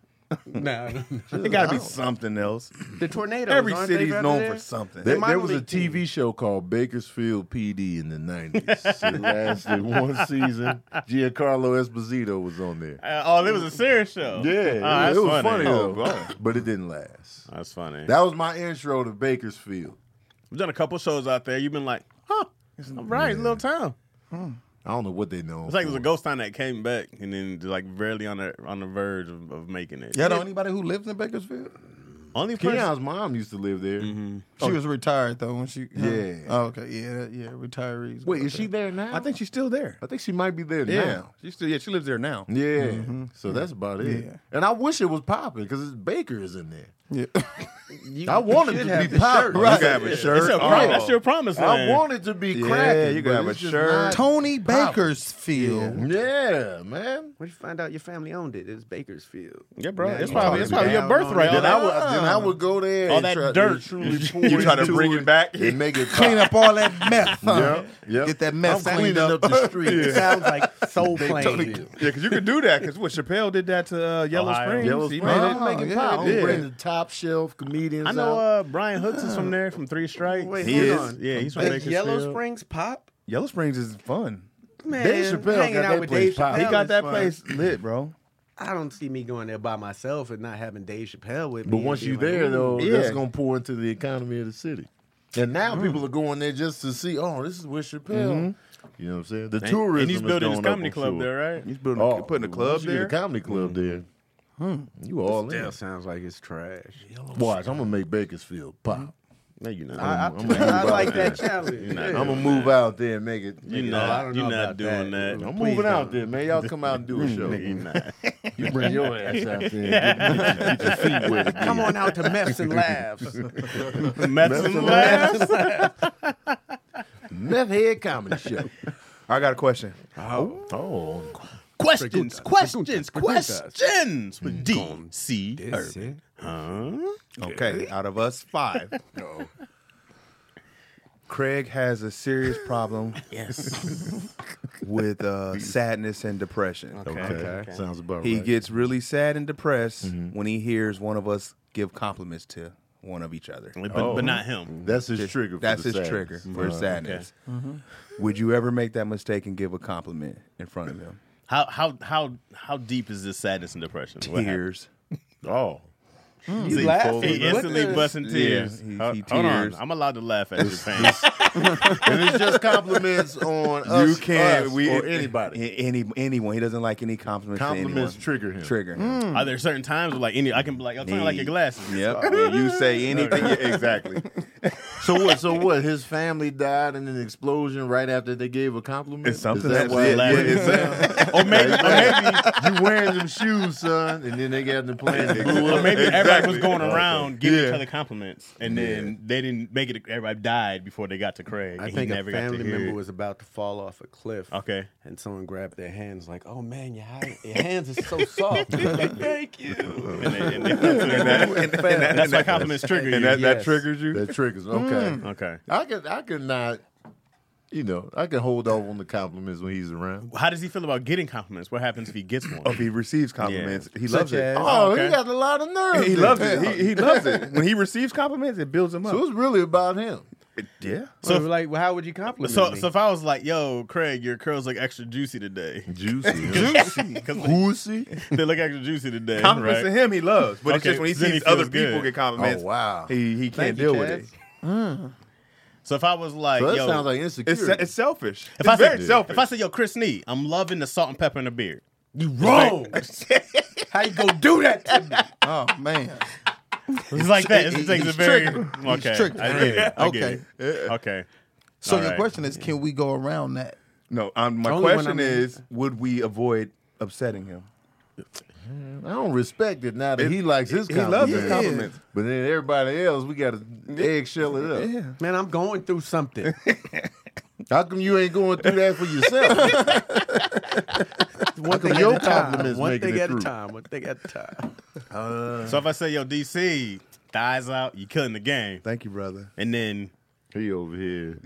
no,
It got to be something else.
the tornadoes.
Every
aren't
city's
they rather
known
there?
for something.
There,
might
there
not
was
be
a
teams.
TV show called Bakersfield PD in the nineties. it lasted one season. Giancarlo Esposito was on there.
Uh, oh, it was a serious show.
Yeah,
oh, that's
it was
funny.
funny,
Oh,
though, but it didn't last.
that's funny.
That was my intro to Bakersfield.
We've done a couple shows out there. You've been like, huh? All
Mm-hmm.
right, little town.
I don't know what they know.
It's like it was a ghost town that came back and then just, like barely on the on the verge of, of making it.
Y'all know anybody who lives in Bakersfield?
Only person.
Keon's mom used to live there.
Mm-hmm.
Oh.
She was retired though when she.
Yeah.
Oh, okay. Yeah. Yeah. Retirees.
Wait, is she there now?
I think she's still there.
I think she might be there now.
She's still, yeah, she lives there now.
Yeah. So that's about it.
Mm-hmm. Yeah.
And I wish it was popping because it's Baker is in there.
Yeah.
I wanted to be popping.
You can have a
It's
shirt.
your prom- That's your promise.
Oh. I
land.
wanted to be
Yeah,
cracking.
you can
but
have a
it's just
shirt.
not-
Tony Bakersfield.
Yeah, man.
When you find out your family owned it, it's Bakersfield.
Yeah, bro.
Now
It's
you
probably,
talking
it's probably your
down
birthright.
on
All
Then I,
that,
would, then I would go there
All
and
that
try,
dirt.
truly pour
You try
to
into
bring it back?
and make it
Clean up all that meth. Huh?
Yep, yep.
Get that meth
I'm
cleaned
cleaning
up.
up the streets.
Sounds like soul plane.
Yeah, because you could do that. Because what Chappelle did that to uh, Yellow
Ohio.
Springs.
Yellow
He
Springs.
made it.
Oh,
making
yeah,
pop.
yeah.
Bring the top shelf comedians.
I know
out.
uh, Brian Hooks is from there, from Three Strikes.
Wait,
he
hold
is.
on.
Yeah, he's from
Does
Bakersfield.
Yellow Springs pop?
Yellow Springs is fun.
Man,
Dave Chappelle
hanging
got
out
that
with
place
Dave
popped.
Chappelle.
He got
is
that
fun.
place lit, bro.
I don't see me going there by myself and not having Dave Chappelle with me.
But
and
once
being
you're
like,
there,
"Ooh."
though,
yeah.
that's gonna pour into the economy of the city. And now people are going there just to see. Oh, this is where Chappelle. You know what I'm saying? The
And-
tourism
And he's
is
building his
going up,
comedy
I'm
club
sure.
there, right?
He's building,
Oh,
putting a club
once you get
there.
a comedy club there. You all in?
That sounds like it's trash.
Watch, I'm gonna make Bakersfield pop.
No, you're not.
I, I,
I'm gonna move
I
out
like
there.
that challenge.
not-
Yeah.
I'm gonna move out there and make it.
you're
no, I
not.
don't
You're
know
not
about
doing
that.
that.
I'm
Please
moving out
don't.
there, man. Y'all come out and do a show.
You're not.
you bring your ass out there. and Get, get your feet wet. again.
Come on out to Meths and Laughs.
Meth and laughs.
meth head comedy show.
I got a question.
Oh,
Questions, questions, questions with DC Urban. Huh?
Okay, out of us five, Craig has a serious problem. with uh, sadness and depression.
okay. Sounds about
He
right. Mm-hmm.
gets really sad and depressed when he hears one of us give compliments to one of each other.
But, but not him.
That's his trigger. For
That's
the
his
sadness. Uh-huh.
trigger for sadness.
Mm-hmm.
Would you ever make that mistake and give a compliment in front of him?
How how how how deep is this sadness and depression? What happened?
Tears.
Oh,
you laughing?
He
What
instantly
the-
busting tears.
Yeah, he- he
Hold- Hold on,
tears.
I'm allowed to laugh at your pain.
and it's just compliments on us,
you can't.
us,
we,
or anybody.
a- Any anyone. He doesn't like any compliments.
Compliments
to
trigger him.
anyone. trigger. him.
Hmm. Are there certain times where like any I can be like I'm trying to like your glasses?
Yep. When you say anything, yeah, exactly.
So what? So what? His family died in an explosion right after they gave a compliment.
It's something
Is that
that's
why
it.
laugh?
Yeah, it's-
Or maybe or maybe
you wearing them shoes, son, and then they got in the plane and blew
or
up.
maybe everybody was
Exactly.
going around giving each
Yeah.
other compliments, and then they didn't make it. Everybody died before they got to Craig.
I
and he
think a
never got to
family
hear
member
it.
was about to fall off a cliff.
Okay.
And someone grabbed their hands, like, oh man, your, hi- your hands are so soft. Like, Thank you.
And they, and they, that's why compliments trigger you.
And that, that
Yes.
Mm.
triggers you.
That triggers. Okay,
okay.
I could I could not you know, I can hold off on the compliments when he's around.
How does he feel about getting compliments? What happens if he gets one?
If he receives compliments, he
Such
loves it.
as-
Oh,
okay.
he got a lot of nerve.
He loves it. He, he loves it. When he receives compliments, it builds him up.
So it's really about him.
yeah.
So like, well, how would you compliment
So,
me?
so if I was like, "Yo, Craig, your curls look extra juicy today,"
Juicy. Juicy. Juicy.
they look extra juicy today.
Compliments
right?
to him, he loves. But it's
Okay,
just when he
then he
sees other
feels good.
people get
Oh,
compliments,
wow.
he, he can't
Thank you,
deal with it.
Chaz.
So if I was like,
So that
"Yo,"
sounds like
It's,
insecurity.
se- it's selfish.
if
it's
I
very
said,
selfish.
if I said, "Yo, Chris Nee, I'm loving the salt and pepper in the beard."
You wrong. How you gonna do that to me? Oh man.
It's like that. It's,
He's
it's, a very
triggered. He's
okay.
triggered.
I get it. I get
Okay.
it. Okay.
So
All
your
right.
question is, can we go around that?
no, um, my
Only when
question
I'm in-
is, would we avoid upsetting him?
I don't respect it now that he likes his
He
compliments.
loves his compliments.
But then everybody else, we got to eggshell it up.
man, I'm going through something.
How come you ain't going through that for yourself?
One thing
your
at a time.
compliments
One
making
thing
it
at a
through?
time. One thing at a time.
So if I say, "Yo, DC, thighs out, you killing the game,"
Thank you, brother.
and then
he over here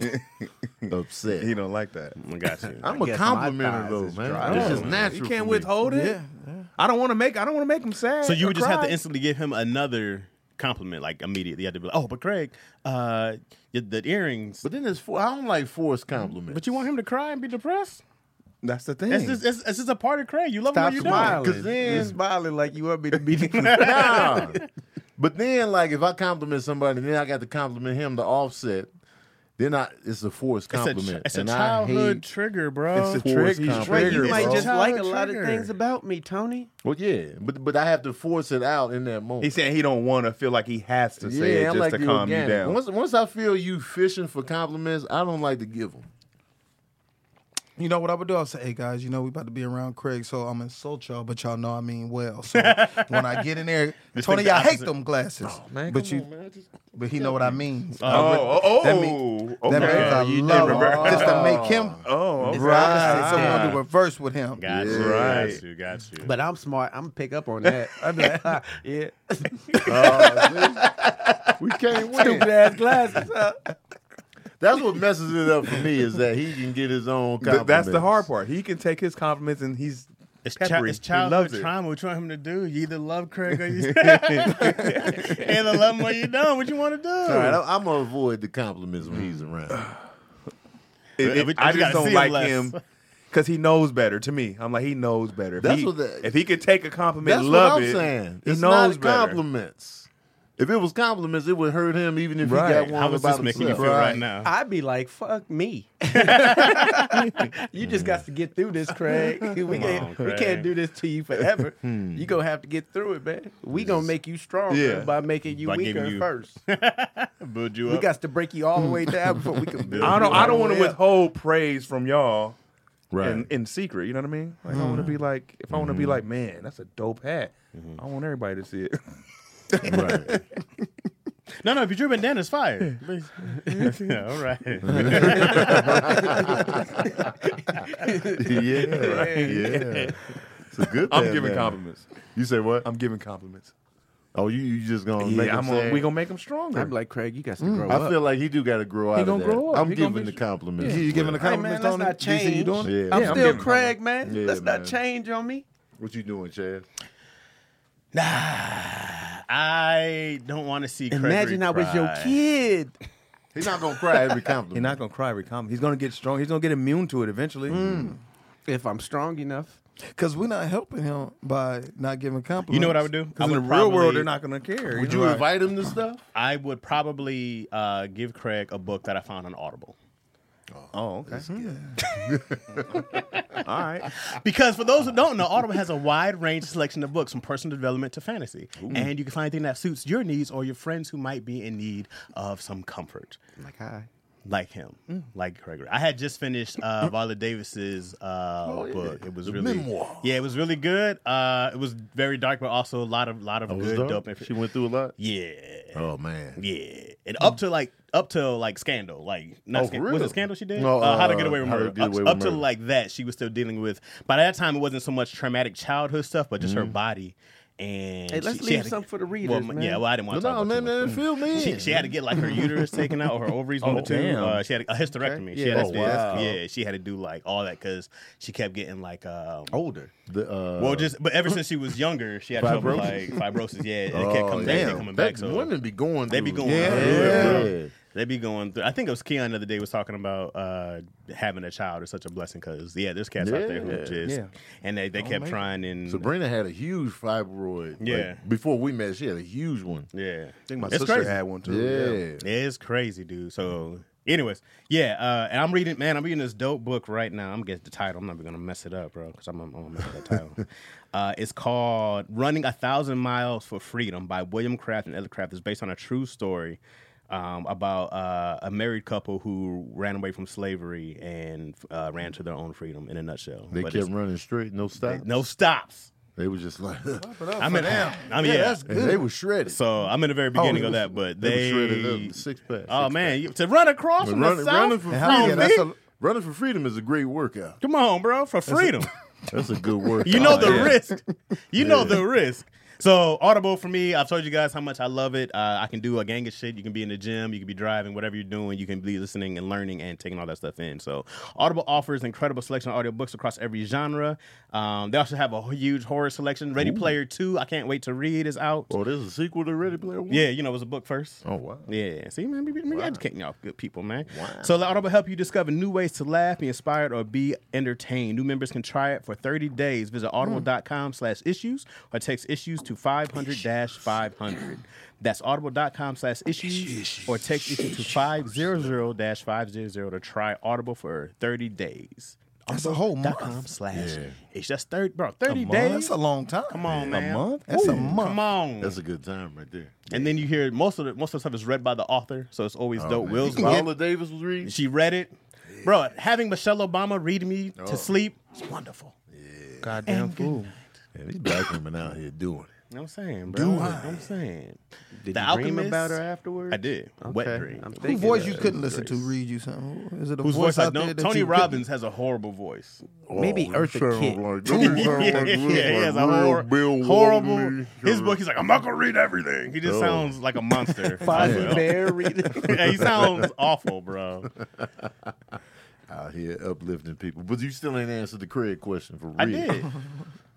upset.
He don't like that.
I got you.
I'm a
guess my
complimenter
thighs
though,
is
man.
dry.
This is
Oh,
natural.
You can't
for me.
withhold it. I don't want to make. I don't want to make him sad.
So you
or
would just have
cry.
to instantly give him another compliment, like immediately. You had to be like, "Oh, but Craig, uh, y- the earrings."
But then it's for, I don't like forced compliments.
But you want him to cry and be depressed?
That's the thing.
It's just, it's, it's just a part of Craig. You love
Stop
him when you
smiling.
Because then-
You're smiling like you want me to be.
nah. But then, like, if I compliment somebody, then I got to compliment him to offset. Then I, it's a forced
don't. It's
compliment.
a, it's a
and I
childhood
hate-
trigger, bro.
It's a forced
trick. He's
compliment.
Wait, you
Trigger,
might
bro.
just like a lot of
Trigger.
things about me, Tony.
Well, yeah, but but I have to force it out in that moment.
He's saying he don't want to feel like he has to say it just to
the
calm you
organic.
down.
Once once I feel you fishing for compliments, I don't like to give them.
You know what I would do? I'll say, hey guys, you know we about to be around Craig, so I'm gonna insult y'all, but y'all know I mean well. So when I get in there, Tony,
think the
I hate
opposite.
them glasses. but you but he know what I mean.
oh, oh,
that
oh,
mean-
okay.
that means I love him.
reverse-
Just to make him
oh, okay.
right. someone to reverse with him.
Got
Yeah.
you,
Right.
got you, got you.
But I'm smart. I'm gonna pick up on that. I'm like, "Ha, yeah,
We can't win.
stupid ass glasses. huh?"
That's what messes it up for me is that he can get his own
Th-
compliments.
that's the hard part. He can take his compliments and he's
it's, chi-
peppery.
it's
he loves
childhood
it.
trauma. What you want him to do? You either love Craig or you either love him or you don't. What you want to do?
All right, I, I'm gonna avoid the compliments when he's around.
It- it-
We- we
I
gotta
just
see
don't
him
like
less.
him because he knows better. To me, I'm like he knows better. If
That's
he,
what the-
if he could take a compliment,
That's
love
what I'm
it.
saying.
He
it's
knows
not
better.
compliments. If it was compliments, it would hurt him even if
Right.
he got one
How is
about
this making you
himself.
feel right, now?
I'd be like, fuck me. you just got to get through this, Craig. We can't,
on,
we
Craig.
can't do this to you forever. you gonna have to get through it, man. We gonna make you stronger
Yeah.
by making you
By giving
weaker
you-
first.
Build you
We
up.
got to break you all the way down before we can build.
I don't.
you all
I don't
the
want to
way up.
withhold praise from y'all.
Right.
In, in secret, you know what I mean? Like I want to be like, if I want to be like, man, that's a dope hat. I want everybody to see it.
right.
no, no. If you drew a bandana, it's fire. yeah, all right.
yeah, right. yeah. It's a good.
I'm
thing,
giving
man.
compliments.
You say what?
I'm giving compliments.
oh, you you just gonna make
Yeah,
him
I'm on,
sad?
we gonna make them stronger.
I'm like, Craig, you got
Mm.
to grow
I
up.
feel like he do got to grow out of
gonna
that.
grow up.
I'm
He gonna
giving
be-
the compliments.
You giving the
Hey man,
compliments
let's not
Tony? DC, you
change.
doing? it?
Yeah,
I'm
yeah,
still
giving
Craig, man.
Yeah,
let's
man.
not change on me.
What you doing, Chad?
I don't want to see. Gregory
Imagine I was your
cry.
kid.
He's not gonna cry every
He's
compliment.
not gonna cry every compliment. He's gonna get strong. He's gonna get immune to it eventually.
If I'm strong enough,
Because Mm. we're not helping him by not giving compliments.
You know what I would do? I
Because in
would
the real world, they're not gonna care.
Would
know?
you invite him to stuff?
I would probably uh, give Craig a book that I found on Audible.
Oh, okay. All right.
Because for those who don't know, Audible has a wide range of selection of books from personal development to fantasy. And you can find anything that suits your needs or your friends who might be in need of some comfort.
I'm like, hi.
Like him,
Mm.
like Gregory. I had just finished uh, Viola Davis's uh, book. It was really,
Oh, memoir.
yeah, it was really good. Uh, it was very dark, but also a lot of lot of
Oh,
good dope. inf-
She went through a lot.
yeah,
Oh man.
Yeah, and up to like up to like scandal, like not
Oh,
Scan-
for
was
real?
it scandal she did?
No,
uh, how to
uh,
get away with
How to
murder.
Get
Up,
Away with
up to
Murder. Mm-hmm.
like that, she was still dealing with. By that time, it wasn't so much traumatic childhood stuff, but just her body and
Hey, let's
she, she
leave
had to-
some for the readers,
Well,
man.
yeah, well, I didn't want to
No,
talk about too
man,
much.
man, Oh, feel me.
She, she had to get like her uterus taken out or her ovaries one or two.
damn.
Uh, she had a hysterectomy. She
Yeah,
had
Oh,
that's-
to,
wow.
yeah, she had to do like all that because she kept getting like um,
Older.
The, Oh, uh,
well, just but ever since she was younger, she had trouble like fibrosis. Yeah, it kept coming back, it kept coming
Oh, That
back. So
women be going.
they be
through.
going
Yeah.
through it,
Yeah.
bro. They be going through. I think it was Keon the other day was talking about uh, having a child is such a blessing because yeah, there's cats out there who
Yeah.
just
Yeah.
and they, they kept trying and
Sabrina had a huge fibroid. like,
Yeah.
before we met, she had a huge one.
yeah.
I think my
It's
sister
crazy.
had one too.
Yeah.
It's crazy, dude. So, anyways, yeah, uh, and I'm reading, man, I'm reading this dope book right now. I'm getting the title. I'm not even gonna mess it up, bro, because I'm, I'm gonna mess up that title. uh, it's called "Running a Thousand Miles for Freedom" by William Craft and Ella Craft. It's based on a true story um, about uh, a married couple who ran away from slavery and uh, ran to their own freedom. In a nutshell,
They
But
kept
it's-
running straight, no stop.
no stops.
They was just like,
I mean, I mean, yeah.
And they were shredded.
So I'm in the very beginning
Oh,
of that, but
they
they,
were shredded up, six pack,
Oh
six
man, you, to run across
But
from
running,
the south.
running for
And how-
freedom,
yeah, that's a-
running for freedom is a great workout.
Come on, bro, for freedom.
That's a good workout.
You know the
Oh, Yeah.
risk. You know the risk. So Audible for me, I've told you guys how much I love it. Uh, I can do a gang of shit. You can be in the gym, you can be driving, whatever you're doing. You can be listening and learning and taking all that stuff in. So Audible offers incredible selection of audiobooks across every genre. Um, they also have a huge horror selection. Ready Player Two, I can't wait to read is out.
Oh, there's a sequel to Ready Player One.
Yeah, you know it was a book first.
Oh wow.
Yeah, see, man, we, we we educating y'all good people, man. So the Audible help you discover new ways to laugh, be inspired, or be entertained. New members can try it for 30 days. Visit audible.com slash issues or text issues to 500-500. That's audible.com slash issues or text issues to 500-500 to try Audible for 30 days.
That's a whole month.
Audible.com slash it's just 30, bro, 30
Man,
days.
that's a long time.
Come on, man.
A month? That's a month.
Come on.
That's a good time right there.
and then you hear most of the most of the stuff is read by the author, so it's always dope. Will's
can
Will-
Viola Davis was reading.
She read it. Bro, having Michelle Obama read me to sleep is wonderful.
Goddamn fool.
Man, these black women out here doing it.
You know what I'm saying, bro? Do I'm saying.
Did
The
you dream
Alchemist?
about her afterwards?
I did. Wet dream.
I'm
Who
thinking
voice
of
you
it.
couldn't listen to read you something? Is it a
Whose voice I
out there
don't.
that
Tony
you couldn't-
Robbins has a horrible voice.
Maybe
Oh,
Eartha Kitt.
yeah, he has a hor- horrible. His book, he's like, I'm not gonna read everything. He just
Oh.
sounds like a monster.
Fozzie Bear reading.
yeah, he sounds awful, bro.
out here uplifting people. But you still ain't answered the Craig question for real.
I did.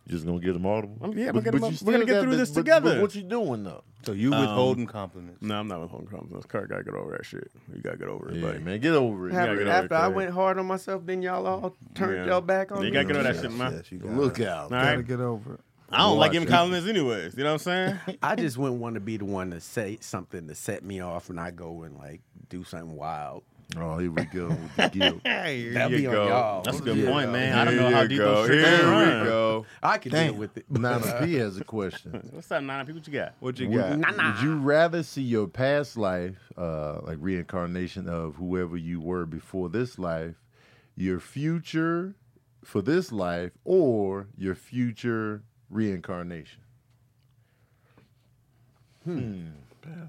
Just gonna get them audible.
Um, yeah, we'll get 'em
you
up- we're
still
gonna get
got
through
the-
this
but- But
together.
what you doing though?
So you withholding
Um,
compliments.
No, I'm not with Hong Kong. Kurt gotta get over that shit. You gotta get over it,
Yeah,
buddy.
man, get over it.
Have-
after
get over
after I
Craig.
went hard on myself, then y'all all turned
Yeah.
y'all back on
You
me.
gotta get over that shit, man.
Yes, you gotta,
Look out!
All
gotta
right.
get over it.
I don't like
Watch
giving
it.
compliments, anyways. You know what I'm saying?
I just wouldn't want to be the one to say something to set me off and I go and like do something wild.
Oh, here we go with the guilt.
That'd be on y'all.
That's a good
Yeah.
point, man. I don't know how
you
deep
go.
those streets
Here
can
we
run.
go.
I could deal with it.
Nana P has a question.
What's up, Nana? People, what you got?
What you
Would,
got?
would you rather see your past life, uh, like reincarnation of whoever you were before this life, your future for this life, or your future reincarnation? Hmm.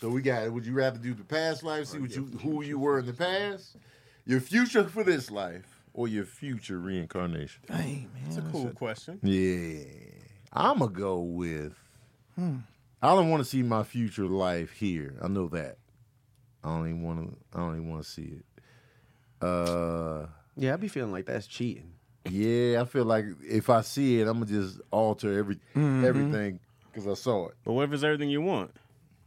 So we got. Would you rather do the past life, see what you who you were in the past, your future for this life, or your future reincarnation?
Dang, man.
That's a cool question.
Yeah. I'ma go with hmm. I don't want to see my future life here. I know that. I don't even want to I don't even want to see it. Uh
Yeah, I'd be feeling like that's cheating.
yeah, I feel like if I see it, I'm gonna just alter every everything because I saw it.
But what if it's everything you want?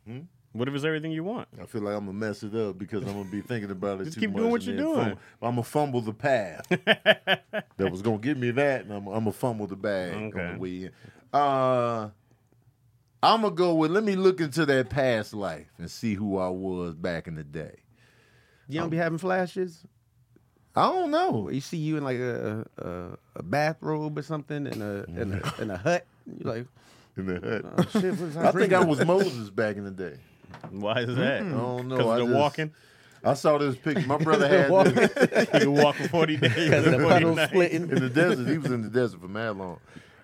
Hmm? What if it's everything you want?
I feel like I'm gonna mess it up because I'm gonna be thinking about it
Just
too
keep
much.
doing what you're doing.
I'm gonna fumble the path that was gonna give me that, and I'm, I'm gonna fumble the bag on
Okay.
the way in. Uh, I'm gonna go with. Let me look into that past life and see who I was back in the day.
You don't be having flashes?
I don't know.
Where you see you in like a a, a bathrobe or something in a in a, in a hut. You're like,
In the hut.
oh, shit, what is
I think I was Moses back in the day.
Why is that?
I don't know.
Because
I
they're
just-
walking.
I saw this picture. My brother had this
You can walk for 40 days.
Because the
and 40
puddle
nights.
splitting.
in the desert. He was in the desert for mad long.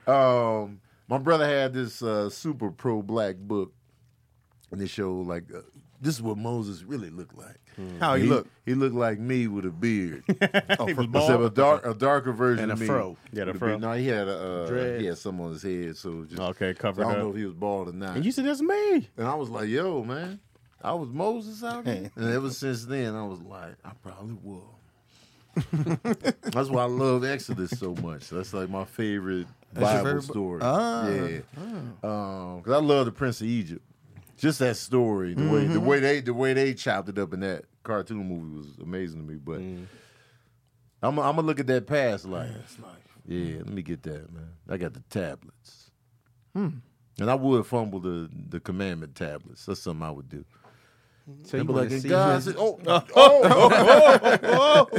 Um, my brother had this uh, super pro black book, and it showed like uh, this is what Moses really looked like.
How he look?
He looked like me with a beard.
He was
I said
bald.
a dark, a darker version
And a
of me.
fro.
Yeah, the
With a
fro.
beard. No, he had a uh,
Dread.
he had some on his head, so just
Okay, covered
I don't
up.
know if he was bald or not.
And you said that's me.
And I was like, yo, man, I was Moses out there. And ever since then, I was like, I probably will. That's why I love Exodus so much. That's like my favorite Bible
favorite bu-
story.
Ah.
yeah, because I love the Prince of Egypt. Just that story, the way the way they the way they chopped it up in that cartoon movie was amazing to me. But I'm I'm gonna look at that past life. Yeah, let me get that, man. I got the tablets. And I would fumble the, the commandment tablets. That's something I would do.
So
And
you
be
want
like,
to
and
see
God
him?
said, oh, oh, oh, oh, oh,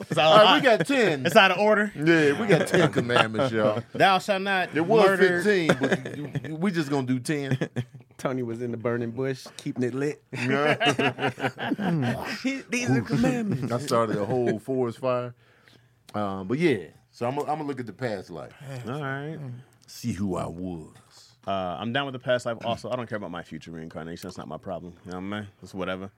It's
All
all,
right, we got 10.
Uh, It's out of order.
Yeah, we got 10 commandments, y'all.
Thou shalt not
There was
murder.
15, but you- you- we just going to do 10.
Tony was in the burning bush, keeping it lit. These are commandments.
I started a whole forest fire. Um, but yeah, so I'm going to look at the past life.
All right.
See who I was.
Uh, I'm down with the past life. Also, I don't care about my future reincarnation. That's not my problem. You know what I mean? It's whatever.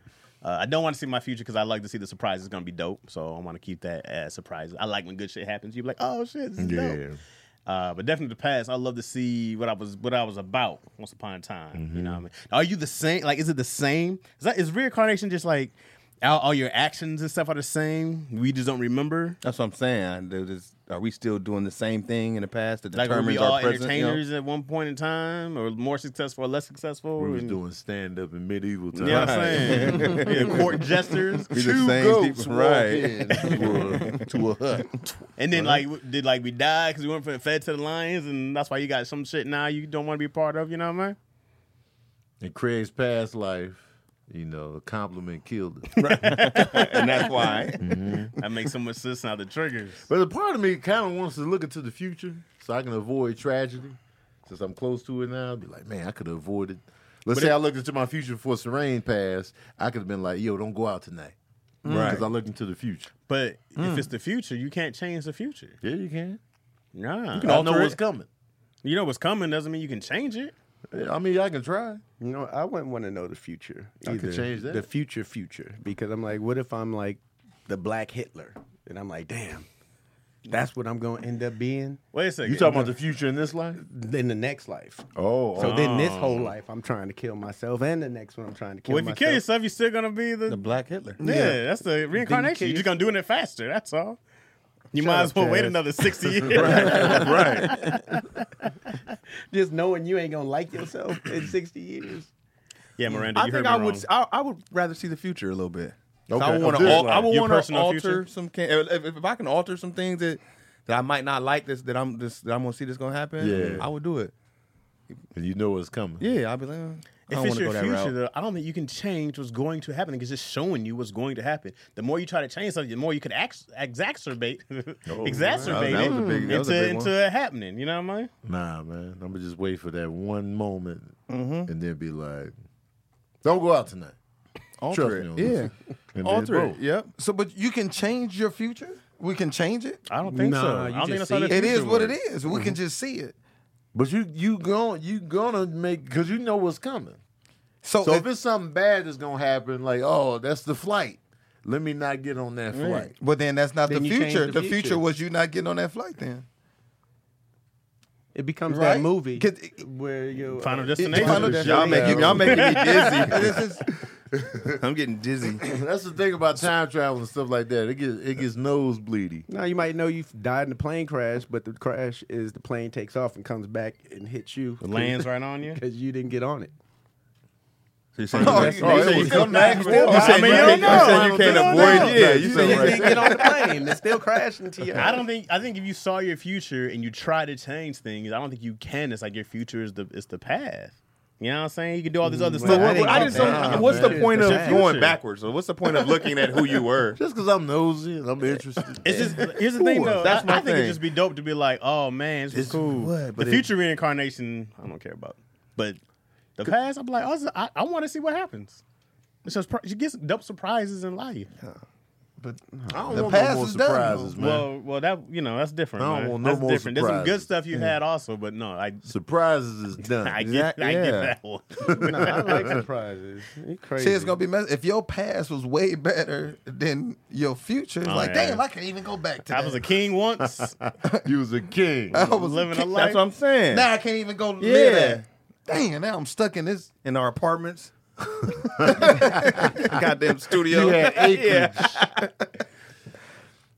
Uh, I don't want to see my future because I like to see the surprise. It's gonna be dope. So I want to keep that as surprises. I like when good shit happens. You be like, oh shit, this is dope. Uh, but definitely the past. I love to see what I was what I was about once upon a time. You know
Mm-hmm.
what I mean? Are you the same? Like, is it the same? Is that is reincarnation just like all, all your actions and stuff are the same? We just don't remember.
That's what I'm saying. Dude, is- Are we still doing the same thing in the past that
Like, were we
determines
all
our present? you know?
entertainers at one point in time, or more successful or less successful?
We was
And-
doing stand up in medieval
You
times.
know what I'm saying? yeah, court jesters.
We
Two
the same
goats
people,
walk
right?
in to a, to a hut.
And then, like, w- did like we die because we went from the Fed to the Lions, and that's why you got some shit now you don't want to be part of. You know what I mean?
In Craig's past life, you know, a compliment killed him.
and that's why.
That makes so much sense now. The triggers.
but a part of me kind of wants to look into the future so I can avoid tragedy. Since I'm close to it now, I'd be like, man, I could have avoided. Let's say I looked into my future before Serene passed. I could have been like, yo, don't go out tonight. Right. Because I looked into the future.
But if it's the future, you can't change the future.
Yeah, you can.
Nah,
I know what's coming.
you know what's coming doesn't mean you can change it.
Yeah, I mean, I can try.
You know, I wouldn't want to know the future.
I
Either.
could change that.
The future, future, because I'm like, what if I'm like the Black Hitler, and I'm like, damn, that's what I'm gonna end up being
Wait a second.
You talking about the future in this life?
in the next life.
Oh,
So then, this whole life, I'm trying to kill myself, and the next one, I'm trying to kill
Well, if you
myself.
kill yourself, you're still gonna be the.
The Black Hitler.
yeah, that's the reincarnation. You're just gonna doing it faster. That's all. You might
up,
as well wait
Chaz.
another sixty years.
Just knowing you ain't gonna like yourself in 60 years.
yeah, Miranda. You
I think
heard me
I
wrong.
would. I, I would rather see the future a little bit. So
Okay.
I
Of
want
this
to. I
life.
would
Your
want to
personal
alter
future?
some. ca- If, if, if I can alter some things that that I might not like, this that I'm this that I'm gonna see this gonna happen.
Yeah.
I would do it.
And you know what's coming.
Yeah, I'd be like, "Uh, I
If
don't want
it's
to go
your
that
future,
route.
though, I don't think you can change what's going to happen. It's just showing you what's going to happen. The more you try to change something, the more you could ex- exacerbate, exacerbate
Oh, That was a
it
big- that was a
into,
big one.
into it happening. You know what I mean?
Nah, man. I'm gonna just wait for that one moment
Mm-hmm.
and then be like, "Don't go out tonight." Trust
Alter
me on
it.
this.
Yeah.
And
Alter
then
it. Yep. So, but you can change your future. We can change it.
I don't think so.
Nah,
I
you
don't think that's
just
how
see
the
It
future
is what it
works.
is. We can just see it.
But you you going you gonna make because you know what's coming.
So,
So
if-
if it's something bad that's gonna happen, like oh that's the flight, let me not get on that flight.
but then that's not
Then
the
you change
future.
the
The future.
future.
was you not getting on that flight then.
It becomes
Right?
that movie
'Cause it-
where you uh,
Final
It-
destination.
Final
Y'all making y'all making me dizzy.
This is
I'm getting dizzy.
That's the thing about time travel and stuff like that. It gets it gets nosebleedy.
Now you might know you died in a plane crash, but the crash is the plane takes off and comes back and hits you.
Lands right on you.
because you didn't get on it.
So you saying
Oh,
you-
you- you
you
said you
saying-
come back
you
still
said
behind
you
me. I
can't-
don't
you said
know.
you can't
I don't know.
avoid. Yeah, you
You
said
didn't
right.
get on the plane. It's still crashing to you.
I don't think. I think if you saw your future and you try to change things, I don't think you can. It's like your future is the is the path. You know what I'm saying? You can do all this other
Well,
stuff.
I
Well,
didn't
I just
get
don't-
that.
what's the
Yeah.
point of
It's the
going
future.
backwards? So what's the point of looking at who you were?
Just because I'm nosy and
Eh,
I'm interested.
It's just here's the thing
Cool.
though.
That's
I,
my
I think it'd
thing.
just be dope to be like, oh man, this, is cool. the future reincarnation, I don't care about. But the past, I'm like, oh, this is- I, I want to see what happens. It's just pr- you get some dope surprises in life.
but
don't
the
want no
past
more
is done.
surprises,
man.
Well, well, that you know that's different.
I don't
man.
want no
that's
more
different. There's some good
surprises.
stuff you had also, but no, I
surprises is done.
I get
Exact-
I
yeah.
get that one.
I like surprises. You crazy.
See, it's gonna be mess- if your past was way better than your future. It's
Oh,
like,
yeah.
damn, I can't even go back to
I
that.
was a king once.
You was a king.
I was
living a
kid.
life.
That's what I'm saying.
Now I can't even go yeah.
Yeah.
live there. Damn, now I'm stuck in this.
In our apartments,
Goddamn studio.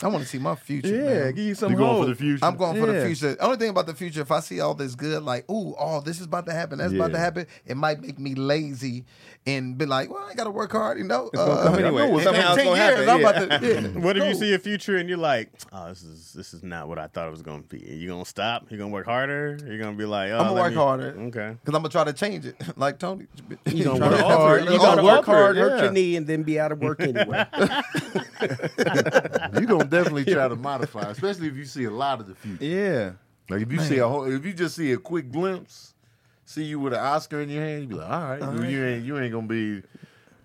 I want to see my future.
yeah,
man.
give you some
You going for the
hope.
future?
I'm going for the
Yeah.
future. Only thing about the future, if I see all this good, like, ooh, oh, this is about to happen, that's about to
Yeah.
happen, it might make me lazy and be like, well, I got to work hard, you know. Uh,
come anyway.
in
Somehow it's gonna
10 years,
happen,
I'm
yeah.
about to- yeah,
What if you
go.
see a future and you're like, oh, this is this is not what I thought it was gonna be? You gonna stop? You gonna work harder? You're gonna be like, oh,
I'ma
let
work
me-
harder.
Okay.
Because I'm going to try to change it, like Tony.
You gonna
Try to
work
alter
hard.
it.
You
Alter
gonna
it.
work hard,
yeah.
hurt your knee, and then be out of work anyway.
you gonna definitely try to modify, especially if you see a lot of the future.
Yeah.
Like if you see a whole, if you just see a quick glimpse, see you with an Oscar in your hand, you be like, all right, you ain't you ain't gonna be.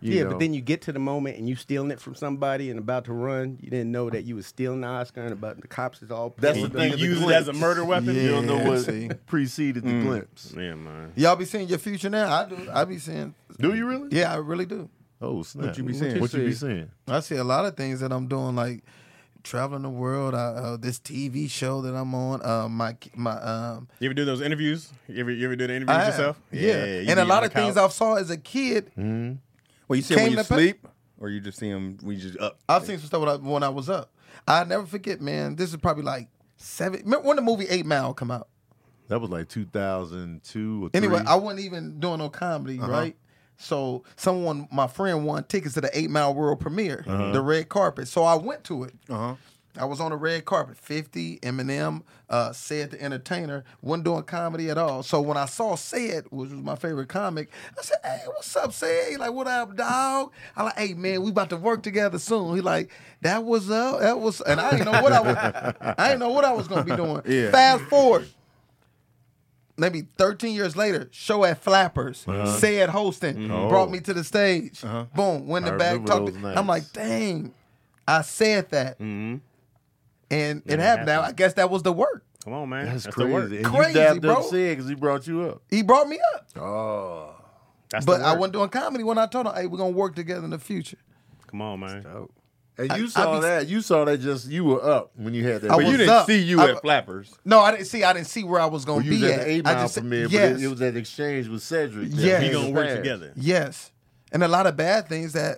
You
yeah, but then you get to the moment and you stealing it from somebody and about to run. You didn't know that you was stealing the Oscar and about the cops is all.
That's
pissed.
the
You
thing.
think
of
you
the
use it
glimpse.
as a murder weapon?
You don't know what
see.
preceded the glimpse.
Yeah, man.
Y'all be seeing your future now. I do. I be seeing.
Do you really?
Yeah, I really do.
Oh snap!
What you be saying?
What you be saying?
I see a lot of things that I'm doing, like traveling the world. I, uh, this TV show that I'm on. Uh, my my um.
You ever do those interviews? You ever you ever do the interviews
I have.
yourself?
Yeah,
you
and a
be
lot
on
of
the
things I
couch.
saw as a kid,
Well, you see him
Came
when you
to pa-
sleep, or you just see him when you just up.
I've seen some stuff when I, when I was up. I never forget, man. This is probably like seven. Remember when the movie Eight Mile come out?
That was like 2002 or
Anyway,
three.
I wasn't even doing no
Uh-huh.
comedy, right? So someone, my friend, won tickets to the Eight Mile World premiere, the red carpet. So I went to it.
Uh-huh.
I was on the red carpet. Fifty, Eminem, uh, said the entertainer, wasn't doing comedy at all. So when I saw said, which was my favorite comic, I said, "Hey, what's up, said? He like, what up, dog?" I like, "Hey, man, we about to work together soon." He like, "That was up, that was," and I didn't know what I was, I didn't know what I was gonna be doing.
Yeah.
Fast forward maybe 13 years later, show at Flappers,
Uh-huh.
said hosting, brought me to the stage. Boom, went in the
Mm-hmm. Oh. I
back,
remember
talked.
those
I'm like,
nights. Mm-hmm.
dang, I said that. And it
it
happened. Now, I
happened.
guess that was the work.
Come on, man.
That's,
the work.
crazy. And
Crazy,
you dabbed
bro.
up said because he brought you up.
He brought me up.
Oh,
That's the
but I
work.
wasn't doing comedy when I told him, hey, we're going to work together in the future.
Come on, man.
Oh. and you
I
saw
be-
that. You saw that. Just you were up when you had that.
I
But
But
was
you didn't
up.
see you
I-
at Flappers.
No, I didn't see. I didn't see where I was going to
you was
be at.
at the eight
I
mile
just said-
premiere,
yes,
but it, it was that exchange with Cedric. that
Yes.
he
We gonna
just
work
had.
together.
yes. And a lot of bad things that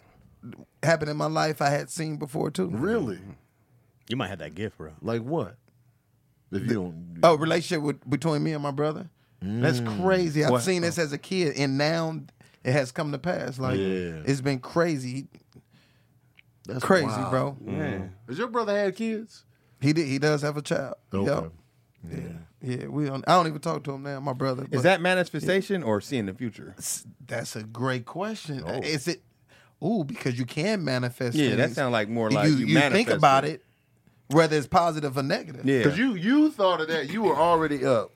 happened in my life I had seen before too.
Really?
You might have that gift, bro.
Like what? If you don't,
Oh, relationship with, between me and my brother. That's
Mm.
crazy. I've seen this as a kid, and now it has come to pass. Like
Yeah.
it's been crazy,
that's
crazy,
wild. Mm.
bro.
Has your brother had kids?
He did, he does have a child.
Okay.
Yeah, yeah. We don't, I don't even talk to him now. My brother.
Is
but
that manifestation or seeing the future?
that's, that's a great question?
Oh.
Is it? Ooh, because you can manifest.
Yeah, that
things.
sound like more
You-
like you
you, think
manifest
about
it.
it, whether it's positive or negative.
Because you you thought of that. You were already up.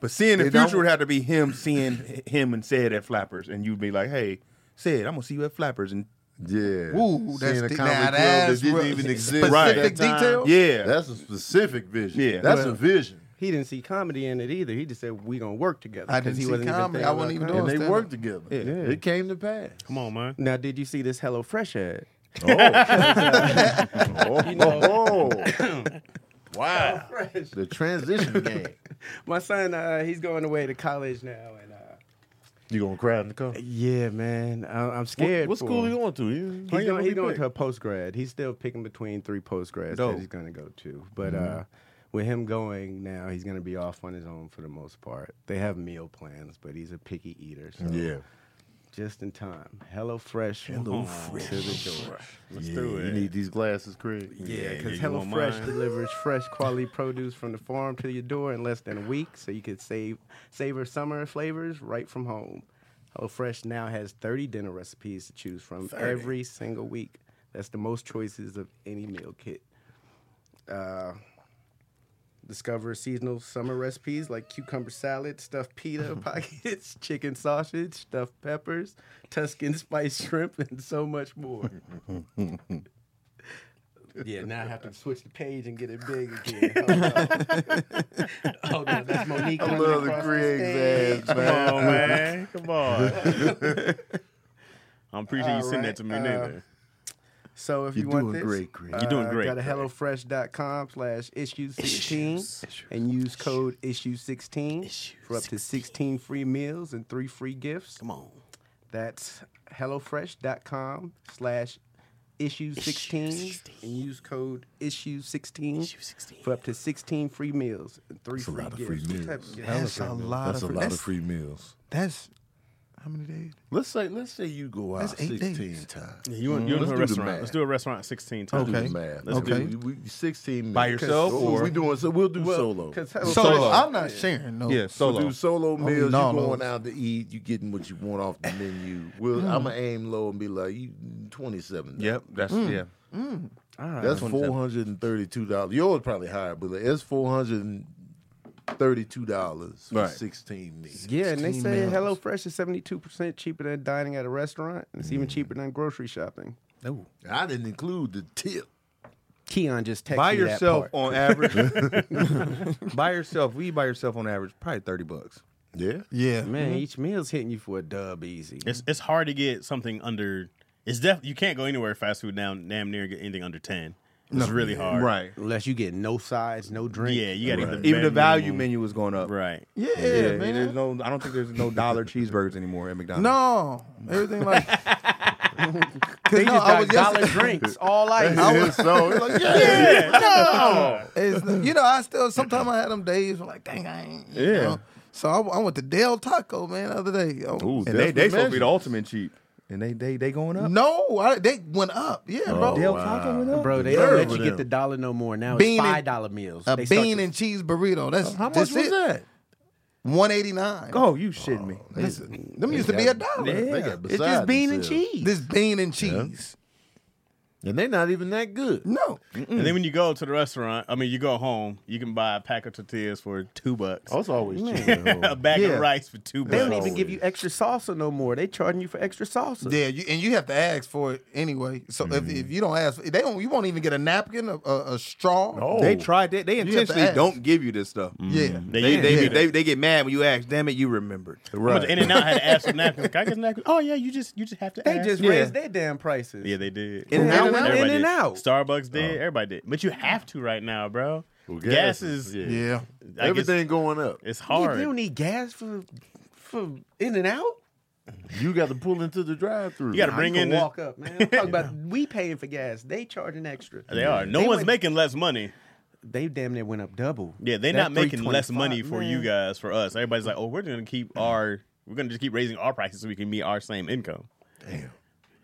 But seeing the
It
future
don't-
would have to be him seeing him and said at Flappers, and you'd be like, "Hey, said I'm gonna see you at Flappers," and
Yeah.
Ooh, that's
Seeing a
the-
comedy
now
club that
that's
didn't
real-
even exist.
specific
at
Right.
that time.
detail?
Yeah.
That's a specific vision.
Yeah.
That's
Well-
a vision.
He didn't see comedy in it either. He just said we gonna work together.
I didn't
'cause he
see
wasn't
comedy.
thinking
I wasn't even
about comedy.
And they
stand
worked
up.
together.
Yeah.
It came to pass.
Come on, man.
Now, did you see this Hello Fresh ad?
Oh, wow. The transition game. oh.
My son, uh, he's going away to college now, and uh,
You gonna cry in the car?
yeah, man, I, I'm scared.
What
for
school
him.
you going to? You- how
He's
you
going,
gonna
he's
be
going
picked?
to a post grad. He's still picking between three post grads
Dope.
that he's going to go to. But uh, with him going now, he's going to be off on his own for the most part. They have meal plans, but he's a picky eater. So
Yeah.
just in time. Hello Fresh. Hello Fresh. To the door.
Let's
yeah.
do it.
You need these glasses, Craig.
Yeah, because
you want
HelloFresh
mine?
delivers fresh quality produce from the farm to your door in less than a week, so you can save savor summer flavors right from home. HelloFresh now has 30 dinner recipes to choose from every single week. That's the most choices of any meal kit. Uh, discover seasonal summer recipes like cucumber salad, stuffed pita pockets, chicken sausage, stuffed peppers, Tuscan spiced shrimp, and so much more. Yeah, now I have to switch the page and get it big again. Hold on, Hold on, that's Monique.
I
coming
love the
across
Craig's ass,
Come
man.
on, man. Come on. I'm pretty sure you sent that to me,
All right,
nigga.
So if
You're
you want
doing
this, uh,
great, Craig.
You're doing great,
Go to
Craig.
HelloFresh.com slash issue sixteen and use code issue sixteen for up to sixteen free meals and three free gifts. Come on, that's HelloFresh.com slash issue sixteen and use code issue sixteen for up to sixteen free meals and three
That's a
free
lot of free
gifts.
meals.
That's a lot
That's a
of free-
lot of
that's-
free meals.
That's how many days?
Let's say let's say you go out
That's eight
sixteen
days.
times.
Yeah, you want, you want a
Mm-hmm. Let's do the
restaurant?
math.
Let's do a restaurant 16 times.
Let's do the
Okay.
math. Let's
Okay.
do- we- we- sixteen
By
meals.
yourself
Or
or-
we doing so? We'll do
Oh,
solo. Oh,
So I'm not sharing. No.
Yeah,
We'll
solo.
do solo meals.
no, no.
you going out to eat. You getting what you want off the menu. We'll, I'm gonna aim low and be like you twenty seven.
Yep, that's yeah.
That's four hundred and thirty-two dollars. Yours probably higher, but it's four hundred and thirty-two dollars for
Right.
sixteen meals.
Yeah, and they
16
say
meals.
HelloFresh is seventy two percent cheaper than dining at a restaurant, and it's even cheaper than grocery shopping.
I didn't include the tip.
Keon just texted
By
me that
yourself
part.
on average. by yourself, we by yourself on average, probably thirty bucks.
Yeah,
Yeah.
Man, each meal's hitting you for a dub easy.
It's it's hard to get something under. It's def you can't go anywhere fast food down damn near get anything under ten. It's really hard.
Right.
Unless you get no sides, no drink.
Yeah, you gotta get the
Even the
bare
value
minimum.
menu is going up.
Right.
Yeah,
There's
man.
no, I don't think there's no dollar cheeseburgers anymore at McDonald's.
No, everything like. 'Cause
They
no,
just
I
got
was
dollar
yesterday-
drinks, all ice.
so it's like, yeah.
It's, you know, I still sometimes I had them days where like, dang, I ain't. Yeah. So I, I went to Del Taco, man, the other day. Oh,
Ooh,
and they they supposed to be the ultimate cheap, and they they they going up.
No, I, they went up. Yeah,
Oh,
bro.
Del Taco went up.
Bro, they
Nerve
don't let you
with them.
get the dollar no more. Now
Bean
it's
and-
five dollar meals.
a
They start
bean
to-
and cheese burrito. That's
How much
that's
was
it.
that?
One eighty nine.
Oh, you shitting me?
Them used to be a dollar.
They got
it's
beside
just bean and
themselves.
cheese.
This bean and cheese.
and they're not even that good.
No,
And then when you go to the restaurant, I mean, you go home, you can buy a pack of tortillas for two bucks,
That's always cheap.
a bag
Yeah.
of rice for two
they don't
bucks.
even give you extra salsa no more. They charging you for extra salsa.
yeah, you, and you have to ask for it anyway. So if, if you don't ask, they don't. You won't even get a napkin, a, a, a straw.
Oh.
They tried that. They
to
intentionally
ask.
don't give you this stuff.
Yeah,
They,
Mm-hmm. They, they,
yeah.
be- they they get mad when you ask. Damn it, you remembered.
Right. In and out had to ask for napkins. Can I get some napkins? Oh yeah, you just you just have to.
They
ask.
just
Yeah.
raised their damn prices.
yeah, they did.
In-N-Out
Now
went
went
Everybody
in and
did.
out.
Starbucks did.
Oh.
Everybody did. But you have to right now, bro. gas,
gas
is
is-
yeah.
I guess,
Everything going up.
It's
You-
hard.
You don't need gas for for in and out.
You got to pull into the drive-through.
You gotta bring
you
in
can
the-
walk up, man. I'm talking about we paying for gas. They charging extra.
They are. No
They
one's
went-
making less money.
They damn near went up double.
Yeah, they're not
That
making less
325,
money for you
man.
guys, for us. Everybody's like, oh, we're gonna keep our, we're gonna just keep raising our prices so we can meet our same income.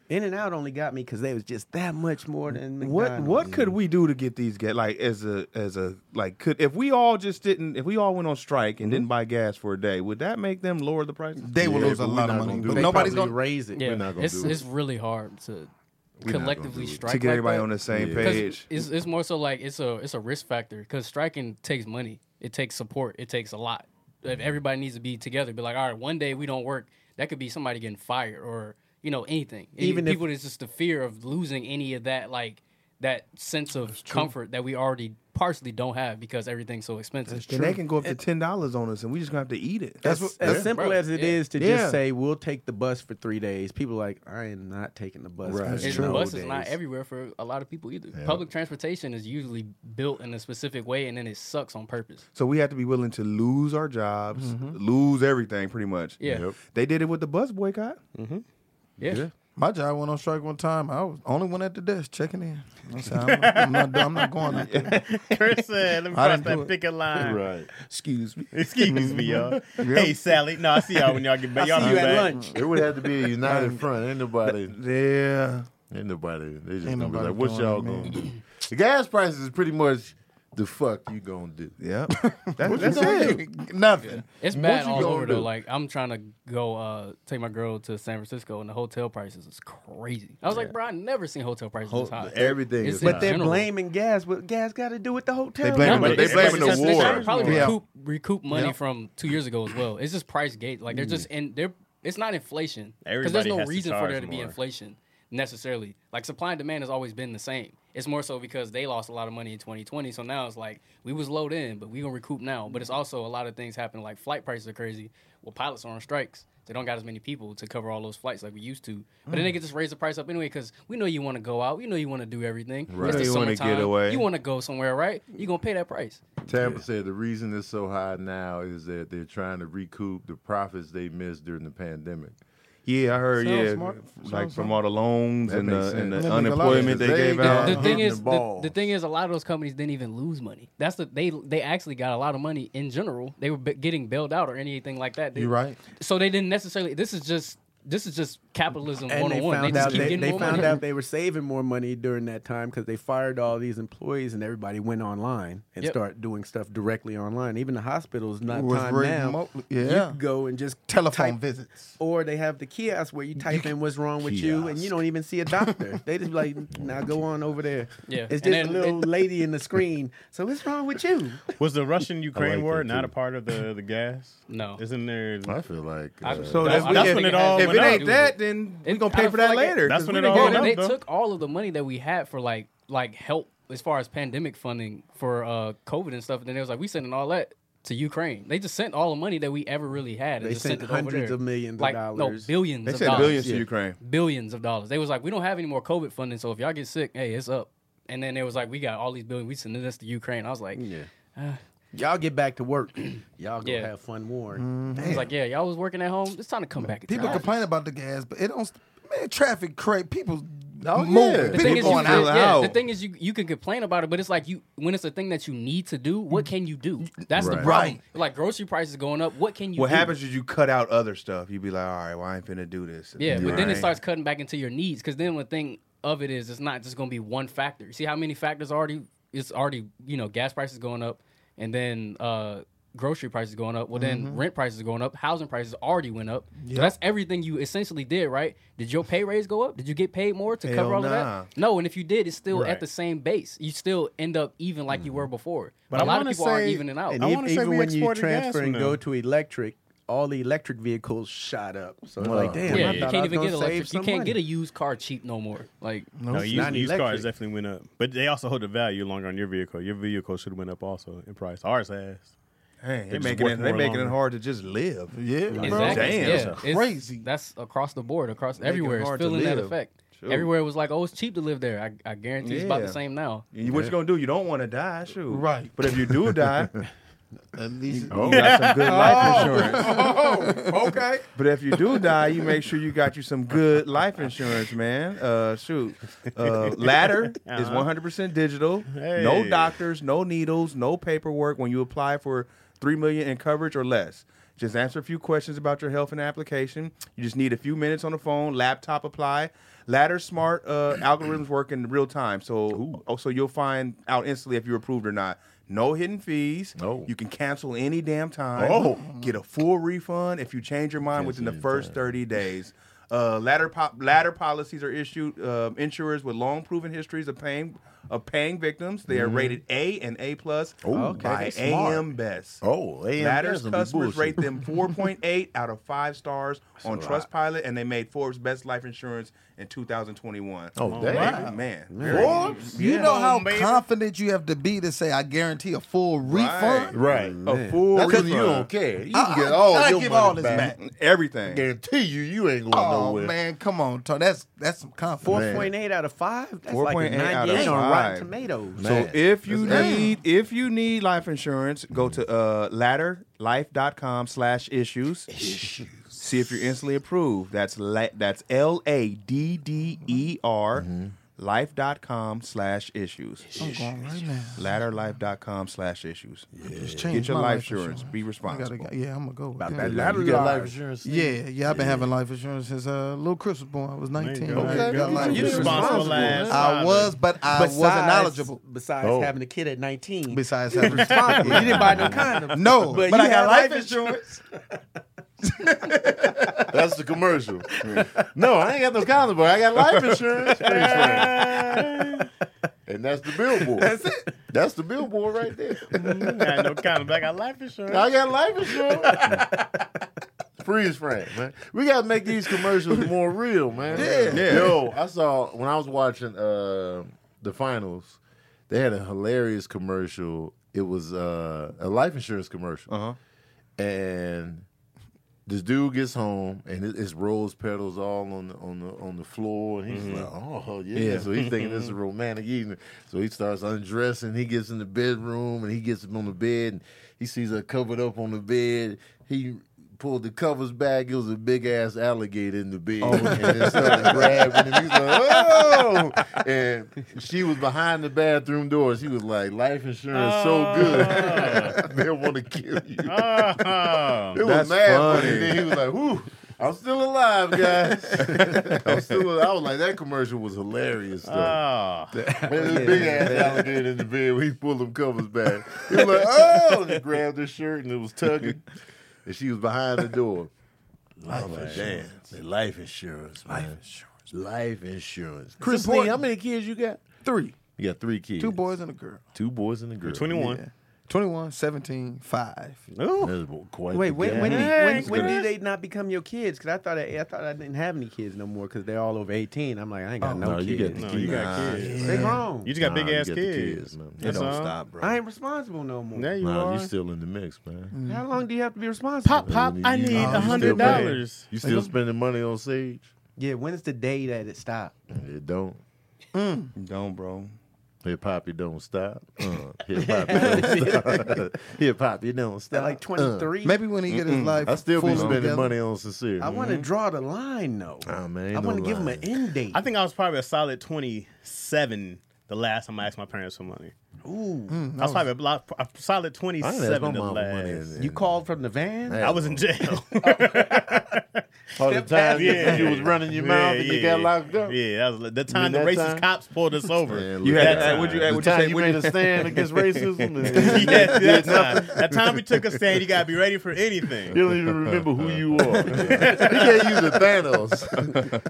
In and out only got me because they was just that much more than
What
McDonald's.
what could we do to get these gas? Like as a as a like could if we all just didn't if we all went on strike and didn't buy gas for a day, would that make them lower the prices?
They will
Yeah,
lose a
but we're
lot of
not
money,
gonna do
but
it.
They
nobody's
probably
gonna.
raise it.
Yeah,
not gonna
it's
do it.
it's really hard to
not gonna do
collectively
it.
strike
to get
like
everybody
that.
on the same
'Cause
page.
It's, it's more so like it's a it's a risk factor because striking takes money. It takes support. It takes a lot. If everybody needs to be together, be like, all right, one day we don't work. That could be somebody getting fired or you know anything.
Even
Even
if-
people, it's just the fear of losing any of that like that sense of comfort that we already partially don't have because everything's so expensive.
Then they can go up to ten dollars on us, and we just gonna have to eat it.
That's as, as simple
Bro,
as it is
yeah.
to
Yeah.
just say we'll take the bus for three days. People are like I am not taking the bus.
Right.
For
It's
And
three
the
no
bus
days.
is not everywhere for a lot of people either. Public transportation is usually built in a specific way, and then it sucks on purpose.
So we have to be willing to lose our jobs, lose everything, pretty much.
Yeah. Yep.
They did it with the bus boycott.
Yeah,
My job went on strike one time. I was only one at the desk checking in. I said, I'm, not- I'm not, I'm not going out there.
Chris said, let me cross
I didn't do
that
it.
picket line.
Right.
Excuse me.
Excuse me, y'all. Hey, Sally. No, I see y'all when y'all get back. Y'all
See
be
you at
back.
lunch.
It would have to be a united front. Ain't nobody.
Yeah.
Ain't nobody. They just
Ain't
gonna be
nobody
like, "What
doing
y'all
it,
gonna
man."
do?" The gas prices is pretty much the fuck you gonna do.
Yep. That,
What
that's
you gonna
it.
do?
Nothing.
It's
What
bad
you
all
gonna
over
do?
though. Like I'm trying to go uh, take my girl to San Francisco, and the hotel prices is crazy. I was like, bro, I never seen hotel prices this high.
Everything
It's
is
in
high.
But they're
general.
blaming gas. What gas got to do with the hotel?
blame
room?
But
they blaming the
Everybody's-
war.
They're trying to probably
Yeah.
recoup recoup money
Yeah. Mm.
from two years ago as well. It's just price gate. Like they're just in. They're it's not inflation because there's
Everybody
no
has to
reason for
charge
there to be
more.
inflation. necessarily. Like supply and demand has always been the same. It's more so because they lost a lot of money in 2020, so now it's like we was low then, but we gonna recoup now. But it's also a lot of things happen. Like flight prices are crazy. Well, pilots are on strikes. They don't got as many people to cover all those flights like we used to. But then they could just raise the price up anyway because we know you want to go out. We know you want to do everything. Right.
You
want
wanna
to
get away.
You want to go somewhere, right? You're going to pay that price.
Tampa said the reason it's so high now is that they're trying to recoup the profits they missed during the pandemic.
Yeah, I heard.
Sounds
yeah,
smart.
like
Sounds
from
smart.
all the loans
That
and
makes
the, and
sense.
the
That make a lot of
unemployment they
sense. They
gave
got-
out.
Uh,
the thing
hitting
is,
the
the,
balls.
the thing is, a lot of those companies didn't even lose money. That's the they they actually got a lot of money in general. They were b- getting bailed out or anything like that. They-
You right?
So they didn't necessarily. This is just this is just capitalism
And
one
they
on one. They
found
just
out
keep
they,
getting
they
more
found
money.
out they were saving more money during that time because they fired all these employees and everybody went online and
Yep.
start doing stuff directly online. Even the hospitals not
With
time now.
remote- yeah.
You go and just
Telephone
type-
visits.
Or they have the kiosk where you type in what's wrong with you, and you don't even see a doctor. they just be like, now go on over there.
Yeah.
it's just
And
a
then-
little lady in the screen. So what's wrong with you?
Was the Russian Ukraine
like
war
that,
not a
too.
part of the, the gas?
No.
Isn't there.
I feel like uh,
so
that's when-
that's when it all
If
went
it
up.
ain't that, then we
It-
gonna
I
pay
don't
for
feel
that
like it-
later.
That's
'cause
when
we
it
didn't
all
get
Bro,
went
enough,
they
though.
took all of the money that we had for like like help as far as pandemic funding for uh COVID and stuff, and then it was like we sending all that to Ukraine. They just sent all the money that we ever really had. And
They
just
sent
it over
hundreds
there.
of millions of
like,
dollars.
No, billions.
They
of
sent
dollars.
billions to Ukraine.
billions of dollars. They was like, we don't have any more COVID funding, so if y'all get sick, hey, it's up. And then it was like, we got all these billions. We sending this to Ukraine. I was like, yeah.
Y'all get back to work. Y'all go
Yeah.
have fun more.
I was like, yeah, y'all was working at home. It's time to come back. and
People
try.
complain about the gas, but it don't. Man, traffic crazy. People
Oh,
moving.
yeah. The
The
People
thing, is, you,
going
can-
out.
yeah, the thing is, you you can complain about it, but it's like you when it's a thing that you need to do. What can you do? That's the
Right.
problem.
Right.
Like grocery prices going up. What can you?
What
do?
happens is you cut out other stuff. You be like, all right, well, I ain't finna do this.
Yeah, but then it
Right.
starts cutting back into your needs because then the thing of it is it's not just going to be one factor. See how many factors already it's already you know gas prices going up and then uh grocery prices going up. Well, then
Mm-hmm.
rent prices going up, housing prices already went up. So that's everything you essentially did, right? Did your pay raise go up? Did you get paid more to cover all
nah.
of that? No, and if you did, it's still
Right.
at the same base. You still end up even like
Mm-hmm.
you were before.
But
a
I
lot of
wanna
people aren't
say-
evening out.
And
I
ev-
wanna say
even
we
when you
exported gas
transfer
from
and go
them.
to electric, all the electric vehicles shot up. So it's like, damn,
yeah,
I
you
thought
can't
I was
even get
gonna save
electric. You
some
can't
money.
get a used car cheap no more. Like
No, used,
not
used
electric.
cars definitely went up, but they also hold the value longer on your vehicle. Your vehicle should have went up also in price. Ours has.
Hey, they
just
making it,
worth
they
more
making it
longer.
hard to just live.
Yeah, bro.
Exactly.
Damn.
yeah.
That's
It's-
crazy.
That's across the board, across everywhere. It's
hard to
feeling that
live.
effect. Everywhere was like, oh, it's cheap to live there. I, I guarantee it's about the
Yeah.
same now.
You- What you gonna do? You don't want to die, shoot.
Right.
But if you do die,
At least
you got some good life insurance. okay. But if you do die, you make sure you got you some good life insurance, man. Uh, shoot, uh, ladder is
Uh-huh.
100 percent digital. No
Hey.
doctors, no needles, no paperwork when you apply for three million in coverage or less. Just answer a few questions about your health and application. You just need a few minutes on the phone. Laptop apply. Ladder smart uh, algorithms work in real time, so oh, so you'll find out instantly if you're approved or not. No hidden fees.
No.
You can cancel any damn time.
Oh.
Get a full refund if you change your mind within the
Cancel
first 30 days. Uh, ladder, po- ladder policies are issued um, insurers with long proven histories of paying of paying victims. They are rated A and A plus by
that's smart.
AM Best.
Oh, AM Best
Ladder's
would be
customers
bullshit.
rate them 4.8 out of five stars on Trustpilot, and they made Forbes Best Life Insurance in 2021.
Oh, damn.
Wow. man,
Forbes, you know how confident you have to be to say, "I guarantee a full refund."
right.
a full
That's 'cause
refund.
you don't care. You
I-
can get all
I
your
give
money
all this
back.
back.
I
everything.
guarantee you, you ain't going
Oh
nowhere.
man, come on, Tony. That's that's some confidence.
Four point eight out of five. That's like
4.8
a
out of
ninety-eight on Rotten
five.
Tomatoes.
Man.
So if you
That's it.
need if you need life insurance, go to uh, ladderlife.com slash issues. Issues. See if you're instantly approved. That's la- that's L A D D E R
Mm-hmm.
life.com slash issues.
I'm going right now.
Ladderlife.com slash issues.
Just
Get
change
your
my
life insurance. Be
I gotta
responsible.
go- yeah, I'm gonna go. About
that
you got life insurance.
Yeah, yeah, I've been having life insurance since uh, little Chris was born. I was 19.
go.
I,
Okay.
got life
You
insurance.
responsible ass.
I was, but I wasn't knowledgeable.
Besides
Oh.
having a kid at nineteen,
Besides having responsible,
you didn't buy no condoms.
No, but,
you
I got
had
life
life
insurance.
That's the commercial. no, I ain't got those condoms, but I got life insurance. and that's the billboard. That's it. That's the billboard right there.
I had no kind of. I got life insurance.
I got life insurance. freeze frame, man. We gotta make these commercials more real, man. Yeah. Yo, I saw when I was watching uh the finals, they had a hilarious commercial. It was uh, a life insurance commercial. Uh-huh. And this dude gets home and it- it's rose petals all on the on the on the floor and he's like, oh yeah. So he's thinking this is a romantic evening. So he starts undressing. He gets in the bedroom and he gets him on the bed and he sees her covered up on the bed. He pulled the covers back. It was a big ass alligator in the bed and then started grabbing him. He's like, oh. And she was behind the bathroom door. She was like, life insurance is so good. they want to kill you.
Oh.
It was mad funny. Then he was like, "Whoo, I'm still alive, guys. I'm still." al-" I was like, "That commercial was hilarious." Though.
Oh.
Man, this big ass alligator in the bed. We pulled them covers back. He was like, "Oh!" And he grabbed his shirt and it was tugging, and she was behind the door. Life insurance. Life insurance. Man. Life insurance. Life insurance. Chris Lee,
important.
how many kids you got?
Three.
You got three kids.
Two boys and a girl.
Two boys and a girl.
21.
Yeah. 21, 17, 5.
Ooh.
That's quite
Wait,
the
when, when,
gap.
did- when,
Thanks,
when
Chris.
did they not become your kids? Because I thought I, I thought I didn't have any kids no more because they're all over eighteen. I'm like, I ain't got no,
no,
kids.
you got the
Oh, No,
kids.
you got kids.
They grown.
You just got
Nah,
big
you
ass
got the
kids.
kids, man.
That's
It don't
all.
stop, bro.
I ain't responsible no more.
There you
Nah,
are.
you still in the mix, man.
How long do you have to be responsible?
Pop,
mean,
I
you-
need
you still
hundred dollars.
paying- You still spending money on Sage?
Yeah, when's the day that it stopped?
It don't.
Don't, bro.
Hip hop, it don't stop. Uh, hip hop, it don't stop. Hip hop, it don't
At
stop. Uh,
like twenty three.
Maybe when he get his life.
I still be
full
spending
together.
money on Mm-hmm. sincere.
I want to draw the line though.
Nah, man, ain't
I want to
no
give them
line.
an end date.
I think I was probably a solid twenty seven the last time I asked my parents for money.
Ooh,
I was probably a, block, a solid twenty
Mm, I didn't ask my
seven the
mom for money.
last.
in-
you
in-
called from the van.
Hey,
I was in jail.
all the time
Yeah,
that you was running your mouth and you got locked up.
Yeah, that was like- the time
that
the racist
time?
cops pulled us over.
Man,
You
look
had
at
that
that.
would you
The
would you
time
say
you
would
made
you-
a stand against racism. and-
yes, that time. That time we took a stand, you gotta be ready for anything.
You don't even remember who you are. he gave you the Thanos.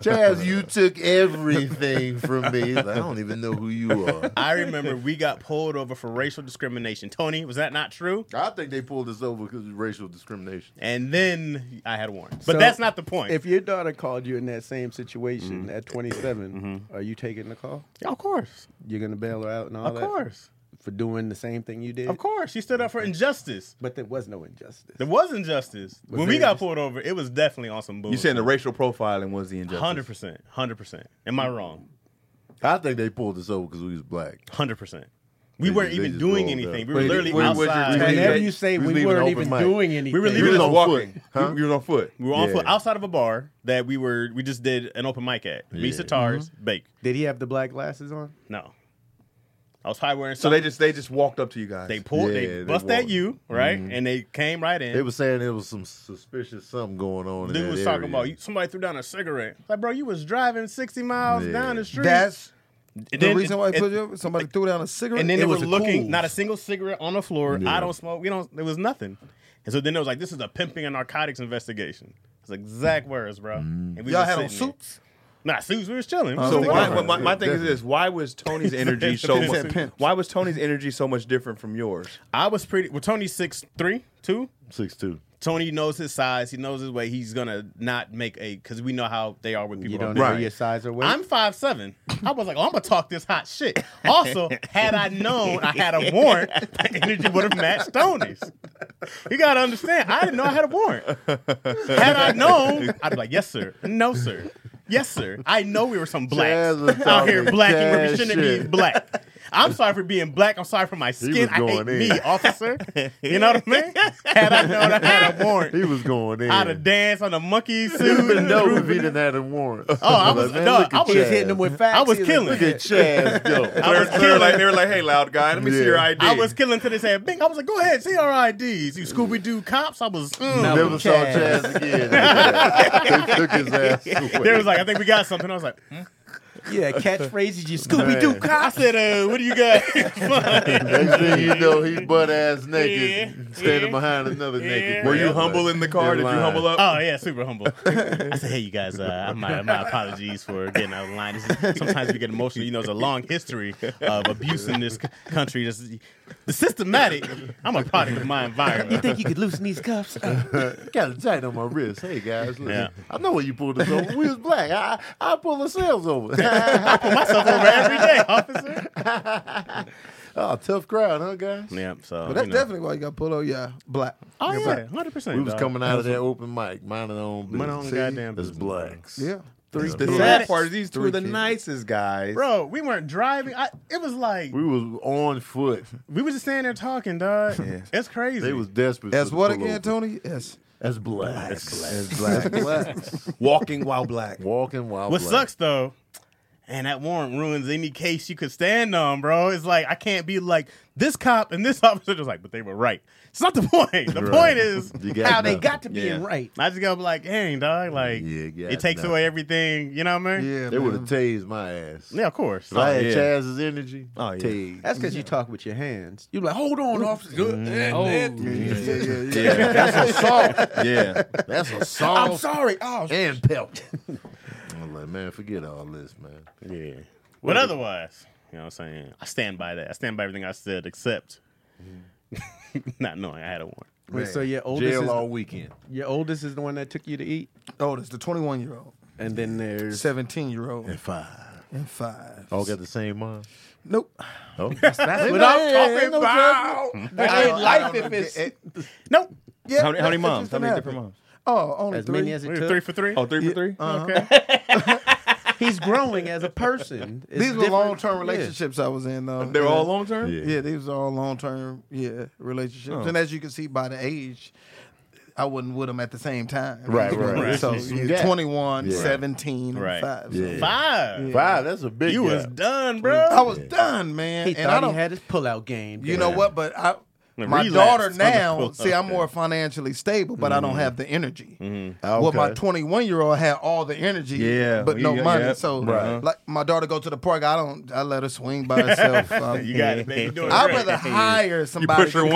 Chaz, you took everything from me. He's like, I don't even know who you are.
I remember we got pulled over for racial discrimination. Tony, was that not true?
I think they pulled us over because of racial discrimination.
And then I had a warrant. But
So,
that's not the point.
If your daughter called you in that same situation
Mm-hmm.
at 27,
Mm-hmm.
are you taking the call?
Yeah, of course.
You're gonna bail her out and all
Of
that
course.
for doing the same thing you did.
Of course. She stood up for injustice.
but there was no injustice.
There was injustice. when we
there
got
injustice?
pulled over, it was definitely on some bullshit.
You saying the racial profiling was the injustice?
100%. 100%. Am I wrong?
I think they pulled us over because we was black.
100%. We
They-
weren't
they
even
just
doing
rolled up.
anything. We were
Wait,
literally
wait, was your
outside.
tag-
Whenever
Yeah,
you say
we was
we
leaving
weren't
open
even
mic.
doing anything,
We were
You
leaving
was
on
on walking.
foot, huh?
You was on foot.
We were on
Yeah.
foot outside of a bar that we were we just did an open mic at. Misa Tars, Bake.
did he have the black glasses on?
No. I was probably wearing
So they
something.
just they just walked up to you guys.
they pulled
Yeah,
they
they
bust at
walked. Mm-hmm.
you, right? And they came right in.
They were saying there was some suspicious something going on. in
Dude
that
was talking
area.
about you- somebody threw down a cigarette. Like, bro, you was driving sixty miles
Yeah.
down the street.
That's
And
the
then-
reason why
and-
he put you over. Somebody threw down a cigarette.
And then
it
they were
was the
looking,
cool.
not a single cigarette on the floor.
Yeah.
I don't smoke. We don't. There was nothing. And so then it was like, this is a pimping and narcotics investigation. It's exact words, bro. And we
Y'all
was
had on
sitting there.
suits. Oh,
Nah, suits. We was chilling.
So
We was
why,
chilling.
my, my, my thing is this: Why was Tony's energy so
Pimps
much?
and
Why was Tony's energy so much different from yours?
I was pretty. Well, Tony's six three two.
six two.
Tony knows his size. He knows his way. He's gonna not make a because we know how they are with people.
You
on
don't
the
know
right.
your size or weight.
I'm five seven. I was like, oh, I'm gonna talk this hot shit. Also, had I known I had a warrant, my energy would have matched Tony's. You gotta understand, I didn't know I had a warrant. Had I known, I'd be like, yes, sir. No, sir. Yes, sir. I know we were some blacks
Jazz was
out here
talking
blacking where we
jazz
shouldn't be
shit.
black. I'm sorry for being black. I'm sorry for my skin.
was
I hate
going in.
me, officer. You know what I mean? Had I known I had a warrant,
He was going in.
I'd have danced on a monkey
You
suit.
wouldn't know if he didn't have a warrant. Oh,
I was- no, I was hitting
him with facts.
I was
He
killing.
like,
Look at Chaz go.
I was
They were
killing.
like, they were like, "Hey, loud guy, let me see your
Yeah.
ID."
I was killing till they said Bing. I was like, go ahead, see our IDs. You Scooby Doo cops. I was. Mm.
Never saw Chaz again. they took his ass away.
They was like, I think we got something. I was like, hmm?
Yeah, catchphrases. You Scooby Doo
I
cops.
said, uh, what do you got?
Next thing you know, he's butt ass naked,
Yeah,
standing
yeah,
behind another naked.
Were you
guy,
humble
but
in the car? Did you
lying.
humble up?
Oh yeah, super humble. I said, hey, you guys, uh, my my apologies for getting out of line. This is, sometimes we get emotional. You know, there's a long history of abuse in this c- country. This is- the systematic. I'm a product of my
You
environment.
think you could loosen these cuffs?
Got it tight on my wrist. Hey guys, listen,
Yeah.
I know where you pulled us over. We was black. I I pull ourselves over.
Put myself over every day, officer.
oh, tough crowd, huh, guys?
Yeah, so
But that's
you know.
definitely why you got pulled over. Yeah, black.
Oh yeah, hundred percent.
We was coming out of that open mic, minding our own business.
Minding our own goddamn
It's
business,
blacks.
Yeah.
Three
The sad part is these two are the nicest guys.
bro. We weren't driving. I, it was like
We was on foot.
we were just standing there talking, dog. It's crazy.
They was desperate.
That's
for
what
the pullover.
again, Tony? Yes.
That's blacks.
It's black.
blacks.
Walking while black.
Walking while
What
black.
sucks though, and that warrant ruins any case you could stand on, bro. It's like I can't be like this cop and this officer just like, but they were right. It's not the point. The point is
You got
How they
nothing.
got to being
Yeah.
right.
I just gotta be like, dang dog, like
Yeah, you got
it takes
nothing.
away everything. You know what I mean?
Yeah.
They would have
man.
tased my ass.
Yeah, of course.
If I had
yeah.
Chaz's energy,
Oh, yeah.
tased.
That's because you talk with your hands. You're like, hold on, officer.
Oh,
Yeah, that's assault. Yeah.
That's a song.
I'm sorry. Oh,
and pelt. I'm like, man, forget all this, man.
Yeah. But otherwise, you know what I'm saying? I stand by that. I stand by everything I said except not knowing I had a warrant.
Wait, so your
Oh,
oldest,
Jail
is,
all weekend.
your oldest is the one that took you to eat,
Oh, there's the 21 year old,
and then there's
17 year old,
Five.
and five.
All got the same mom.
Nope.
Oh, that's
what I'm talking about.
ain't life if it's
Nope.
Yeah,
How many, how many
that's
moms?
just
How
what
many
happened.
different moms?
Oh, only
as
three.
many as it
We were
took.
three for three.
Oh, three for three?
He's growing as a person. It's
These were
different-
long term
yeah.
relationships I was in though.
They're
Yeah.
all long term?
Yeah.
Yeah, these are all long term yeah relationships, and as you can see by the age, I wasn't with them at the some time.
Right,
You know,
right, right.
So
Some
you're
gap.
21,
Yeah.
17,
Right.
and five. So
Yeah.
Five.
Five. Ah, That's a big.
You
gap.
was done, bro.
I was done, man.
He
and I
thought
don't,
he had his pullout game.
you know what? But I,
The
my
relapse
daughter
on the
now.
pull-up,
See, I'm
yeah.
more financially stable, but I don't have the energy.
Okay.
Well, my 21 year old had all the energy,
Yeah,
but no
yeah,
money.
yeah.
So, uh-huh.
Right.
like, my daughter go to the park. I don't. I let her swing by herself. Um,
You got it, baby. Doing
I'd
great.
rather hire somebody
Push her
to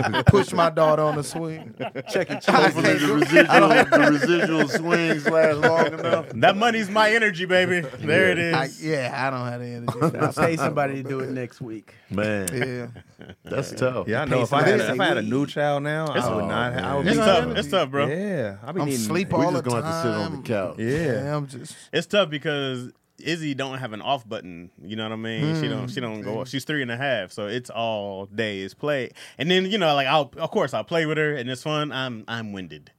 once.
push my daughter on the swing.
Check it.
I
Hopefully
can't
the
do-
residual, the residual swings last long enough.
That money's my energy, baby. There it
I,
is.
yeah, I don't have the energy.
I'll pay somebody to do it next week.
Man,
yeah.
that's tough.
Yeah, I
Pay
know. If I, had,
somebody
a-
to
if I had a
leave.
new child now, I would
oh,
not. I would
It's
be-
tough. It's tough, bro.
Yeah, I be
I'm
needing-
sleep
we
all
just
the
gonna
time.
have to sit on the couch.
Yeah.
I'm just.
It's tough because Izzy don't have an off button. You know what I mean? She don't. She don't
Hmm.
go. She's three and a half, so it's all day is play. And then you know, like I'll of course I'll play with her, and it's fun. I'm I'm winded.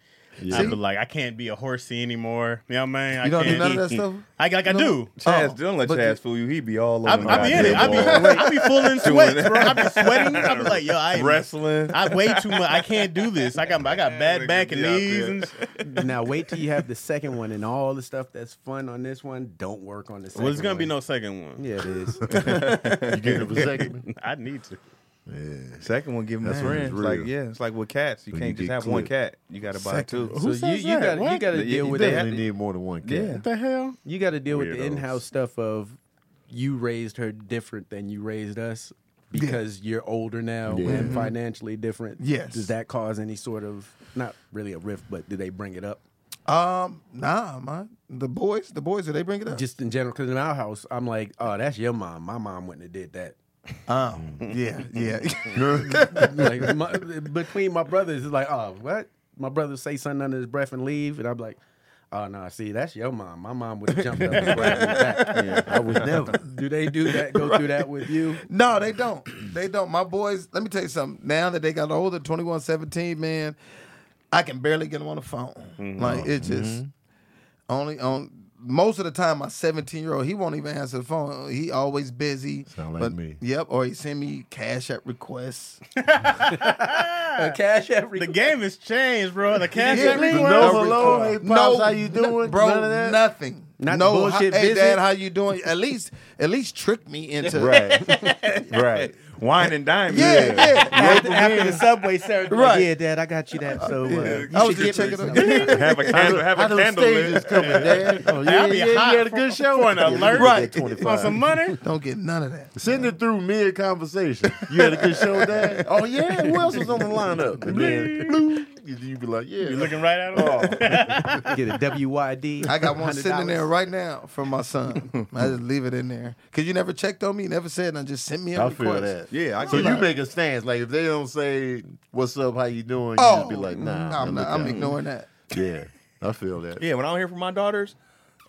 I'm like I can't be a horsey anymore. You know what I mean? I
You don't do
can't-
none of that stuff?
I like I do.
Chaz,
Oh,
don't let
but
Chaz fool you. He be all over.
I, I be in it. I be, I be full in sweats, bro. I be sweating. I be like, yo, I
wrestling.
I way too much. I can't do this. I got I got bad back and knees and
Now wait till you have the second one, and all the stuff that's fun on this one don't work on this.
Well, there's gonna be no second one.
Yeah, it is.
You getting a vasectomy?
I need to.
Yeah.
Second one, give him that's
when
friends.
it's
Like
real.
yeah, it's like with cats. You
When
can't
you
just
get
have one
clipped.
cat. You got to buy two.
so you,
says
you
that?
got you
What?
got to deal
You
with
definitely
that.
need more than one cat.
Yeah.
What the hell?
You got to deal with the
Weirdos.
in-house stuff of you raised her different than you raised us because you're older now
Yeah.
and financially different.
Yes.
Does that cause any sort of not really a rift, but do they bring it up?
Um, nah, man. The boys, the boys, do they bring it up?
Just in general, because in our house, I'm like, oh, that's your mom. My mom wouldn't have did that.
um, yeah, yeah.
like my, between my brothers, it's like, oh, what? My brother say something under his breath and leave, and I'm like, oh no, see, that's your mom. My mom would have jumped up and grabbed me back. I would never. Do they do that? Go through that with you?
No, they don't. They don't. My boys, let me tell you something. Now that they got older, 21, 17, man, I can barely get them on the phone.
Mm-hmm.
Like, it just only on most of the time, my 17 year old, he won't even answer the phone. He always busy.
Sound like me.
Yep. Or he send me cash app requests.
Uh, cash every
The game has changed, bro. The cash
Yeah,
app
man.
request-
No
No
hello, hey
record.
pops,
No,
how you doing?
Bro,
None of that.
nothing.
Not
no,
bullshit
hi- hey
visit.
dad, how you doing? At least, at least trick me into
Right. right. Wine and dime.
Yeah, yeah.
after, after the subway service, like,
Right.
yeah, Dad, I got you that. So uh, you
I was
should
just
get
checking
me some.
it out.
Have a candle. Have
How
a
those
candle
stages
lit.
coming, Dad? Oh, yeah,
I'll be
yeah,
hot
you had a good show.
for an alert.
Right.
Want some money?
Don't get none of that.
Send it through mid conversation. You had a good show, Dad. Oh yeah, who else was on the lineup? And then, bloop, you be like, yeah,
You looking right at him?
Get a WYD.
I got one
$100.
sitting in there right now from my son. I just leave it in there because you never checked on me, never said, and just sent me a
I
request.
feel that.
Yeah, I
so
get
you
it.
make a stance. Like if they don't say what's up, how you doing, you
Oh,
just be like, nah,
I'm,
man,
not,
look
I'm
out.
ignoring that.
Yeah, I feel that.
Yeah, when I don't hear from my daughters,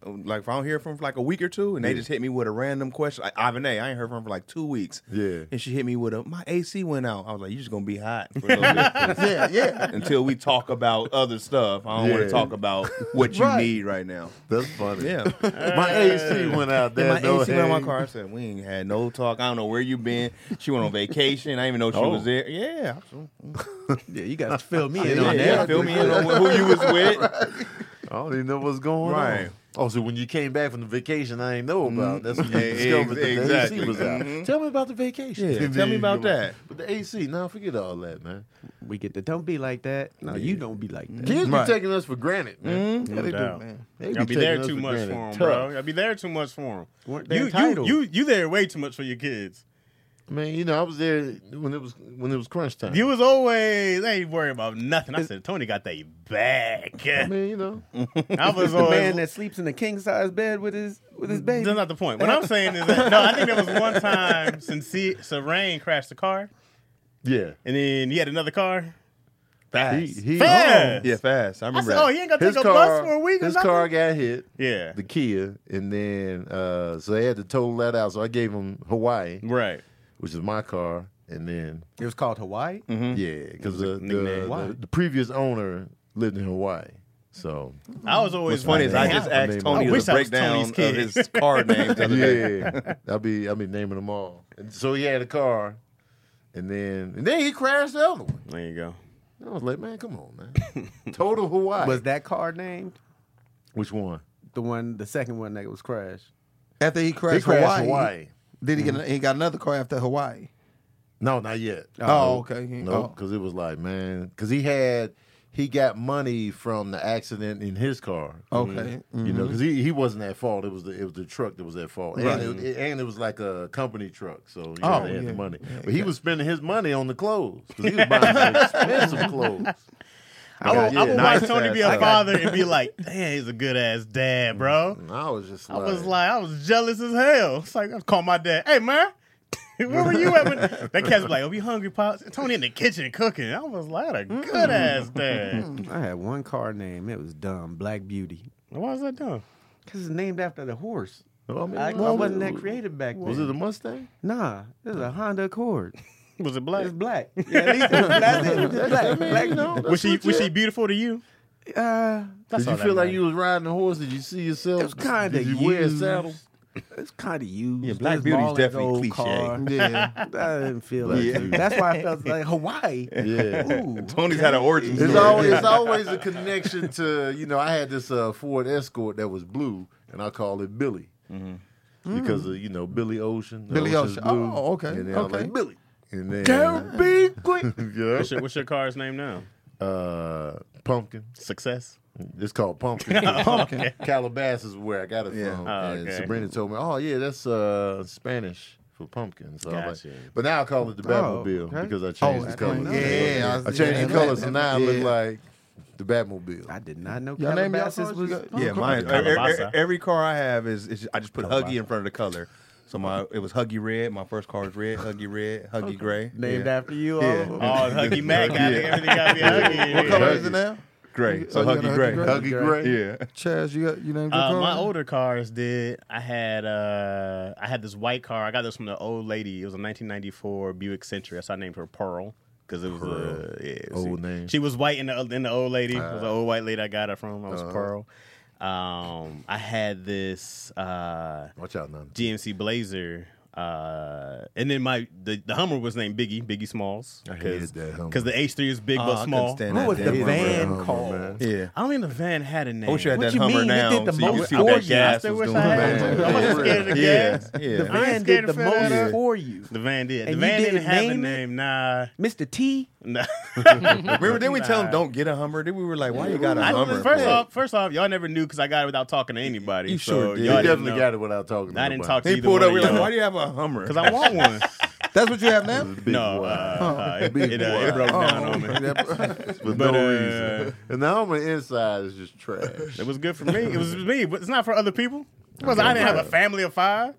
like if I don't hear from them for like a week or two, and they just hit me with a random question, like Ivan A, I ain't heard from her for like two weeks.
Yeah.
and she hit me with a my AC went out. I was like, you just gonna be hot. For a little bit.
Yeah, yeah.
Until we talk about other stuff, I don't want
Yeah.
to talk about what you
Right.
need right now.
That's funny.
Yeah,
my AC went out there.
my
no
AC went in my
hang.
car. I said we ain't had no talk. I don't know where you been. She went on vacation. I didn't even know she was there. Yeah,
Yeah, you got to fill me in
yeah,
on that.
fill me in on who you was with.
I don't even know what's going
Right.
on. Oh, so when you came back from the vacation, I ain't know about. That's when you
Ex-
discovered that
exactly.
the AC was out.
Mhm.
Tell me about the vacation.
Yeah, tell me about that.
But the AC, now forget all that, man.
We get the don't be like that. No, you don't be like that.
Kids be taking us for granted, man.
No doubt.
They
Y'all be
taking
there
us
too
for
much for
granted.
them,
Tough.
bro. Y'all be there too much for them.
Weren't they
You, you,
entitled?
you, you there way too much for your kids.
Man, you know, I was there when it was when it was crunch time.
You was always I ain't worried about nothing. I said Tony got that back.
I mean, you know,
I was
the man
always.
that sleeps in a king size bed with his with his baby.
That's not the point. What I'm saying is that no, I think there was one time since Serene crashed the car,
yeah.
and then he had another car.
He,
Fast,
he,
Fast.
yeah, fast. I
I
remember.
said, oh,
that.
he ain't got to
his
take a
car,
bus for a week or
his
something.
car got hit,
yeah,
the Kia, and then uh, so they had to total that out. So I gave him Hawaii,
right.
which is my car, and then
It was called Hawaii.
Mm-hmm.
yeah, because the, the,
nickname.
the, the previous owner lived in Hawaii, so
I was always
What's funny is I
like,
just
"Damn."
I
asked Tony
wish
to
I
break
was
down
Tony's
of
kid.
his car name. the other day.
yeah, I'll be I'll be naming them all. And so he had a car, and then and then he crashed the other one.
There you go.
I was like, man, come on, man, total Hawaii.
Was that car named
Which one?
the one? The second one that was crashed.
After he crashed,
he
Hawaii,
crashed Hawaii. Mm-hmm.
Did he get? He got another car after Hawaii.
No, not yet.
Oh, okay. He-
No,
oh.
because it was like, man, because he had he got money from the accident in his car.
Okay.
You know, because he, he wasn't at fault. It was the it was the truck that was at fault, and, it, and it was like a company truck, so you know,
Oh,
they had
yeah.
the money. But he was spending his money on the clothes because he was buying some expensive clothes.
I would, I
Yeah,
would
nice
watch Tony
ass
be a
dad.
father and be like, "Damn, he's a good ass dad, bro."
And I was just,
I was like, I was jealous as hell. It's like I called my dad, "Hey, man, where were you at?" When... That cat's like, "Oh, we hungry, pops." Tony in the kitchen cooking. I was like, "That a good ass dad."
I had one car name. It was dumb. Black Beauty.
Why is that done?
Cause it's named after the horse.
Well, I mean,
I, I
well,
wasn't that creative back then.
Was it a Mustang?
nah, it was a Honda Accord.
Was it black?
It's black. Yeah, at least it was black. It was just black. black.
Was she was she beautiful to you?
Uh,
That's
Did you
all that
feel like
matters.
you was riding a horse? Did you see yourself?
it was kind of
Did you
used.
wear a saddle?
It's kind of used.
Yeah, Black
It was
Beauty's
Marlon
definitely
Gold
cliche.
car.
Yeah.
I didn't feel
Black
like
Beauty.
that's why I felt like Hawaii.
Yeah.
Ooh,
Tony's had an origin
It's
story.
always, it's always a connection to you know. I had this uh, Ford Escort that was blue, and I called it Billy because of you know Billy Ocean. the
Billy
Ocean's
Ocean.
Blue.
Oh, okay,
And then I was
okay.
like Billy. And then
be quick.
yeah,
What's your, what's your car's name now?
uh, pumpkin.
Success.
It's called pumpkin. pumpkin. Calabasas is where I got it from.
Oh,
And
okay.
Sabrina told me, "Oh yeah, that's uh, Spanish." For pumpkin, so I was like,
Gotcha.
but now I call it the
Oh,
Batmobile
okay.
because I changed the color.
Yeah, yeah.
I changed the colors, and now I look like the Batmobile.
I did not know
Y'all name y'all
Calabasas
cars?
was.
Yeah, uh, mine.
yeah.
Every,
Calabasa.
e, every car I have is, is I just put Huggy in front of the color. So my it was Huggy Red. My first car was red, Huggy Red, Huggy Gray.
Named
yeah.
after you, all
Yeah.
of them?
Oh, Huggy Mac. Got it. Everything got me Huggy.
What color is it now?
Gray. So
Oh, you got a
Huggy
Huggy
Gray.
Gray?
Huggy Gray.
Yeah.
Chaz, you got you named your
Uh,
car?
my older cars did. I had uh, I had this white car. I got this from the old lady. It was a 1994 Buick Century. So I named her Pearl because it was a yeah, it was-
Old name.
She was white in the in the old lady. it was
Uh-huh.
an old white lady I got her from. I was Pearl. Um, I had this uh,
Watch out now.
GMC Blazer. Uh, and then my the, the Hummer was named Biggie Biggie Smalls
hated that Hummer.
because the H three is big
Oh, I
but
couldn't
small.
stand
What
that
was
damn
the
Hummer.
van
Hummer,
called?
man.
Yeah.
I don't even the van had a name.
I wish you had
What
that
you
Hummer
mean? It
now.
did the
so you could
most
see what that
orgies.
gas
I
was
wish
doing.
I had
Man.
one. I wasn't scared of the
Yeah,
gas.
yeah.
The
I
ain't
van
scared
did
to
the
fill that up.
most for you.
The van did. The
And you
van didn't
didn't
have a
name it?
name. Nah,
Mr. T.
nah.
Remember, then we tell him don't get a Hummer. Then we were like, why you got a
I,
Hummer?
first
for?
off, first off, y'all never knew because I got it without talking to anybody.
You
so
sure did.
You
Y'all didn't
definitely
know.
got it without talking. To
I didn't talk
nobody.
to
he
either
pulled
one
up.
of
We like,
y'all.
why do you have a Hummer?
Cause I want one.
That's what you have now.
Big
no, uh,
boy.
uh, it, it, uh, it broke down
Oh,
on me.
for
but,
no
uh,
reason. And now my inside is just trash.
It was good for me. It was me, but it's not for other people. It wasn't- I didn't have a family of five. It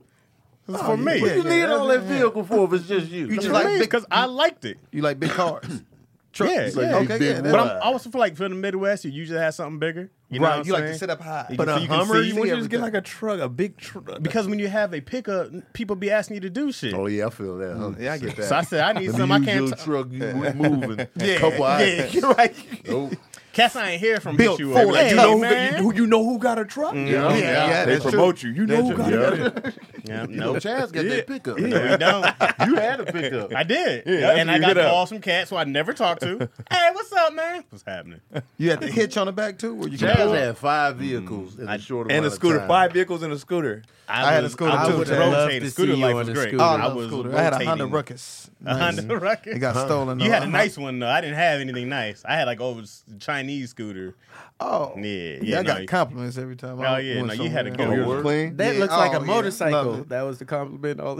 Oh,
was for me.
What you need all that vehicle for if it's just you?
You just
for
like
me
big-
because I liked it.
You like big cars.
Yeah,
Trucks.
yeah.
Okay, yeah.
But I'm I also feel like for the Midwest, you usually have something bigger. You know
right.
what I'm
you like to
saying?
sit up high.
You
But
can
uh,
see- you can
Hummer,
see
you want to just
everything.
get like a truck, a big truck.
because when you have a pickup, people be asking you to do shit.
oh yeah, I feel that. Huh?
Yeah, I get that.
So I said I need
Let me
some. I
use
can't.
your
T-
truck. You quit moving. yeah, couple
yeah,
hours.
you're right.
Nope.
Cass, I ain't hear from
Built
hit you.
for
up.
it.
Hey,
You
know who
man.
got- you, you know who got a truck?
Yeah,
yeah, yeah,
They
that's true.
promote you. You know who got a
Yeah.
truck.
Yeah,
No,
no,
Chaz got that pickup.
we don't.
You had a pickup.
I did.
Yeah,
and I
you
got
hit up.
calls from cats who I never talked to. hey, what's up, man? What's happening?
you had the hitch on the back too, where you can pull
Chaz had five vehicles in
I-
a short amount
And a
of
scooter.
time.
Five vehicles and a scooter.
I had a
was-
scooter,
I
too,
was
Chaz.
Love to
rotating. Scooter
see you
life
on
was
a
great.
scooter.
I,
I
love
was
scooter.
rotating.
I had a Honda Ruckus.
A Honda Ruckus.
It got stolen.
you
though.
had a nice one though. I didn't have anything nice. I had like old Chinese scooter.
Oh,
Yeah, yeah.
I got
no,
compliments every time.
Oh
I
yeah,
went
no, you had a
somewhere.
good
Oh,
one.
it was clean.
That
Yeah.
looks like
Oh, yeah.
a motorcycle.
Loved it.
That was the compliment. All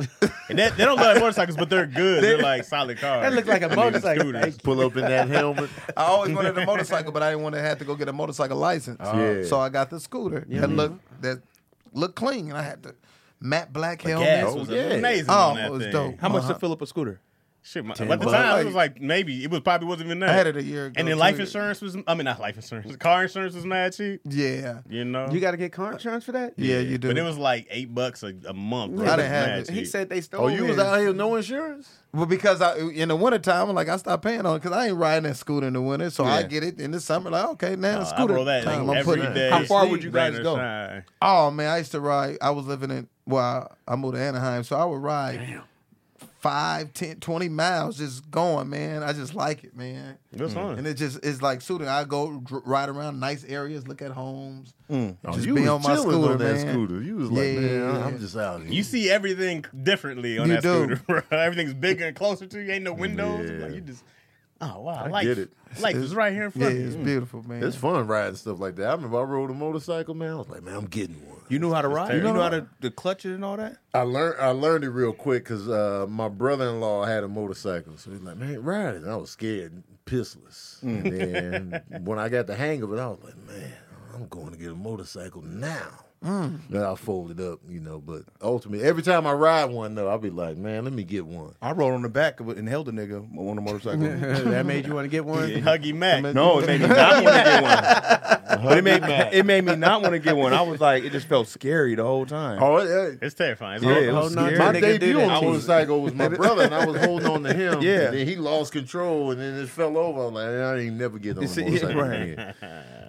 And that- they don't love motorcycles, but they're good. They're like solid cars.
that looked like a
I mean,
motorcycle.
scooters.
Pull up in that helmet.
I always wanted a motorcycle, but I didn't want to have to go get a motorcycle license.
Oh.
Yeah.
So I got the scooter
Mm-hmm.
that looked that looked clean, and I had the matte black helmet.
Gas was
Oh, yeah.
amazing
Oh,
on that
it was
thing.
dope.
How much
Uh-huh.
to fill up a scooter?
Shit, my, at the
bucks.
time it was like maybe it was probably wasn't even that.
I had it a year ago.
and then life
too.
insurance was I mean not life insurance, car insurance was mad cheap.
Yeah.
You know,
you got to get car insurance for that?
Yeah, you do.
But it was like eight bucks a, a month. Bro.
I didn't
was
have
mad
it.
cheap.
He said they stole
Oh, you was
his.
out here no insurance.
Well, because I in the wintertime, like I stopped paying on because I ain't riding that scooter in the winter, so I get it in the summer. Like okay, now
Uh,
it's
I
scooter
roll that
time.
thing
I'm
every
putting-
day.
How far would you guys
Rain or
go?
shine.
Oh man, I used to ride. I was living in well, I moved to Anaheim, so I would ride five, 10, 20 miles just going. Man, I just like it, man.
Mm.
That's fun.
And it just it's like suiting. I go dr- ride around nice areas, look at homes,
Oh,
just
you
be
was
on my
chilling
scooter,
on that
man.
scooter. You was like,
Yeah.
man, I'm just out here.
You see everything differently on
You
that
do.
scooter, bro. Everything's bigger and closer to you. Ain't no windows.
Yeah.
Like, you just, oh wow, life,
get it.
life is right here in
Yeah,
front of
it's
you.
beautiful, man.
Mm. It's fun riding stuff like that. I remember I rode a motorcycle, man. I was like, man, I'm getting one.
You knew how to ride? You
terrible.
knew how to the clutch it and all that?
I learned I learned it real quick because uh, my brother in law had a motorcycle, so he's like, "Man, ride it." And I was scared, and pissless. And then when I got the hang of it, I was like, "Man, I'm going to get a motorcycle now." Then I folded up, you know. But ultimately, every time I ride one, though, I'll be like, "Man, let me get one."
I rolled on the back of it and held a nigga on a motorcycle.
that made you want to get one?
Huggy Mac.
no, it made me not want to get one. But it made, it made me not want to get one. I was like, it just felt scary the whole time.
Oh, it- it-
It's terrifying. It's
Yeah,
all-
it was
Oh, no,
scary.
my
nigga do
debut
that
on a
to you.
motorcycle was my brother, and I was holding on to him.
Yeah.
and then he lost control, and then it fell over. I'm like, "I ain't never getting on a
You see,
motorcycle
right.
again."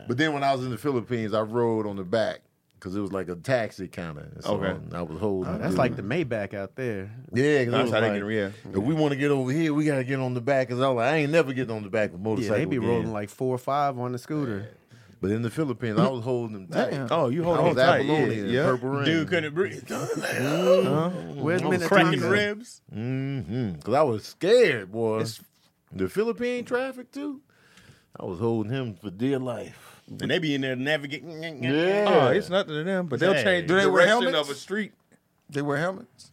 But then when I was in the Philippines, I rode on the back because it was like a taxi kind of. So
Okay.
I was holding.
That's like the Maybach out there.
yeah. Cause I
That's
was
how they
like,
get- yeah.
If we want to get over here, we gotta get on the back. Cause I was like, I ain't never getting on the back of
Yeah,
motorcycle.
they be
again.
rolling like four or five on the scooter.
But in the Philippines, I was holding them tight.
Oh, you hold
I
on
was
tight.
Apollonia in
Yeah, yeah.
Purple Rain.
Dude couldn't breathe.
Where's
Cracking
Minnetonka?
ribs.
Mm-hmm. Cause I was scared, boy.
It's-
the Philippine traffic too. I was holding him for dear life.
And they be in there navigating.
Yeah.
Oh, it's nothing to them, but they'll
Hey.
change
Do
they wear
direction
helmets?
of a street.
they wear helmets.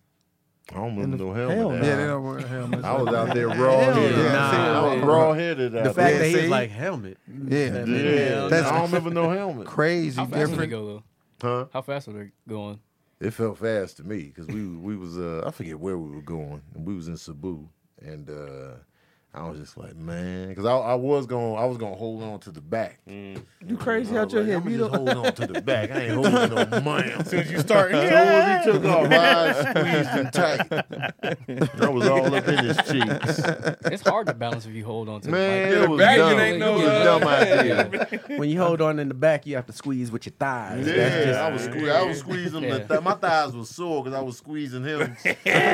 I don't remember no helmet.
Hell
now.
no.
Yeah, they don't wear helmets.
I was out there raw headed.
nah.
I was raw headed.
The fact
Yeah,
that
see?
he's like helmet.
yeah,
yeah,
That's-
I don't remember no helmet.
crazy
How fast would they
different.
go though?
Huh?
How fast are they going?
It felt fast to me because we we was uh, I forget where we were going and we was in Cebu and uh, I was just like, man, because I, I was going, to I was gonna hold on to the back.
You crazy
I was
out your
like,
head?
I'ma
You
just
don't.
hold on to the back. I ain't holding no money. As soon as you start,
Yeah.
took off, my eyes squeezed and tight. I was all up in his cheeks.
It's hard to balance if you hold on to
Man,
the
it
mic.
was
back, it
dumb.
ain't no
it was a
love.
dumb idea.
when you hold on in the back, you have to squeeze with your thighs.
Yeah,
That's just-
I was sque- I was squeezing the
Yeah.
th- my thighs were sore because I was squeezing him so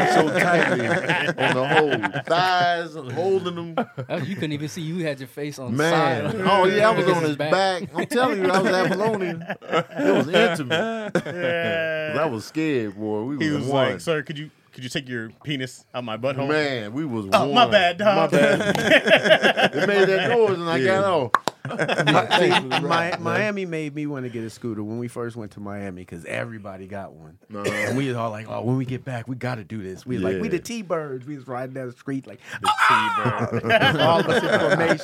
tightly on the hold thighs and holding him.
Oh, You couldn't even see. You had your face on the
Man,
side.
oh yeah, I was on his back. I'm telling you, I was Apollonia. It was intimate. 'Cause I was scared, boy. We
He was
one.
like, "Sir, could you could you take your penis out my butthole?"
Man, we was
Oh,
one.
my bad, dog.
My bad. it made that noise and I got off.
Mi- Miami made me want to get a scooter when we first went to Miami because everybody got one. And we was all like, oh, when we get back, we got to do this. We like, we the
Yeah.
T-Birds. We was riding down the street like, all of us in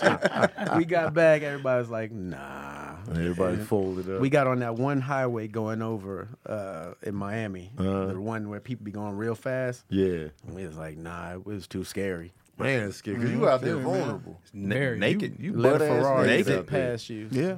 formation. We got back. Everybody was like, nah.
Everybody folded up.
We got on that one highway going over uh, in Miami,
Uh-huh.
the one where people be going real fast.
yeah,
And we was like, nah, it was too scary.
man, it's scary because you out there vulnerable.
Very.
naked. You
Let a
Butt-ass
Ferrari
naked
zip
out there.
past you.
Yeah.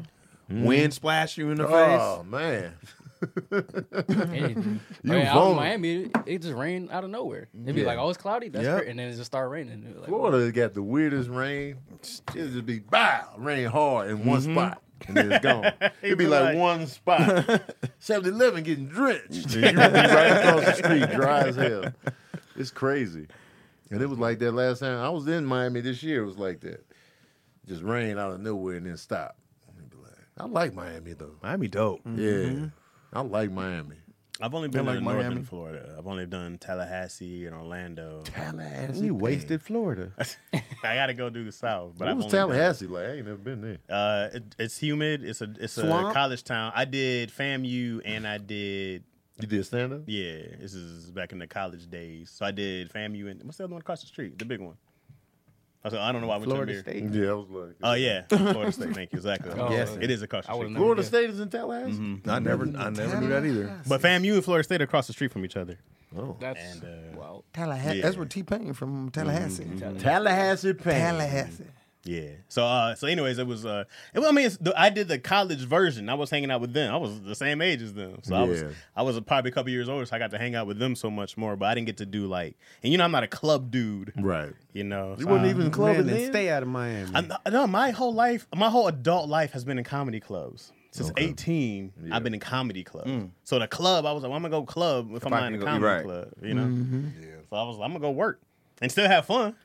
Wind splash you in the
Oh man,
you
You
out
vulnerable.
in Miami, it, it just rained out of nowhere. It'd be like, oh, it's cloudy. That's great. And then it just started raining. It was like,
Florida got the weirdest rain. It just be bow, rain hard in one spot. And then it's gone. It'd Mm-hmm. be
be
like,
like-
one spot. 7 Eleven getting drenched. And you would be right across the street, dry as hell. It's crazy. And it was like that last time. I was in Miami this year. It was like that. Just rain out of nowhere and then stop. It'd be like- I like Miami, though.
Miami dope.
Yeah. I like Miami.
I've only been
like
in northern
Miami.
Florida. I've only done Tallahassee and Orlando.
Tallahassee.
We wasted Florida.
I gotta go do the South, but
What
I've
was
only done-
Tallahassee like? I ain't never been there.
Uh, it, it's humid. It's a it's a
Swamp?
college town. I did FAMU and I did
You did stand up?
yeah. This is back in the college days. So I did FAMU and what's the other one across the street? The big one. I was like, I don't know why I went
Florida
to Amir.
State.
Yeah, I was like.
Oh yeah, Florida State. Thank you. Exactly.
Oh,
yes,
okay.
it is across the
I
street.
would've never
Florida
guessed.
State is in Tallahassee?
I never, I never knew that either.
But FAMU and Florida State are across the street from each other.
That's
And, uh,
wow.
Tallahassee.
Yeah.
That's where T Pain from Tallahassee.
Mm-hmm. Tallahassee Pain.
Tallahassee.
Yeah. So uh so anyways, it was uh it, well, I mean it's the, I did the college version. I was hanging out with them. I was the same age as them. So I was
Yeah.
I was probably a couple years older, so I got to hang out with them so much more, but I didn't get to do like and you know I'm not a club dude,
Right.
you know.
You
so
wasn't
I-
even
Man,
clubbing
then
then?
stay out of Miami.
I'm not- no, my whole life, my whole adult life has been in comedy clubs. Since 18, I've been in comedy clubs. So the club, I was like, well, I'm gonna go club if, I'm
I
not in
can
a
go-
comedy
right.
club, you know. So I was like, I'm gonna go work and still have fun.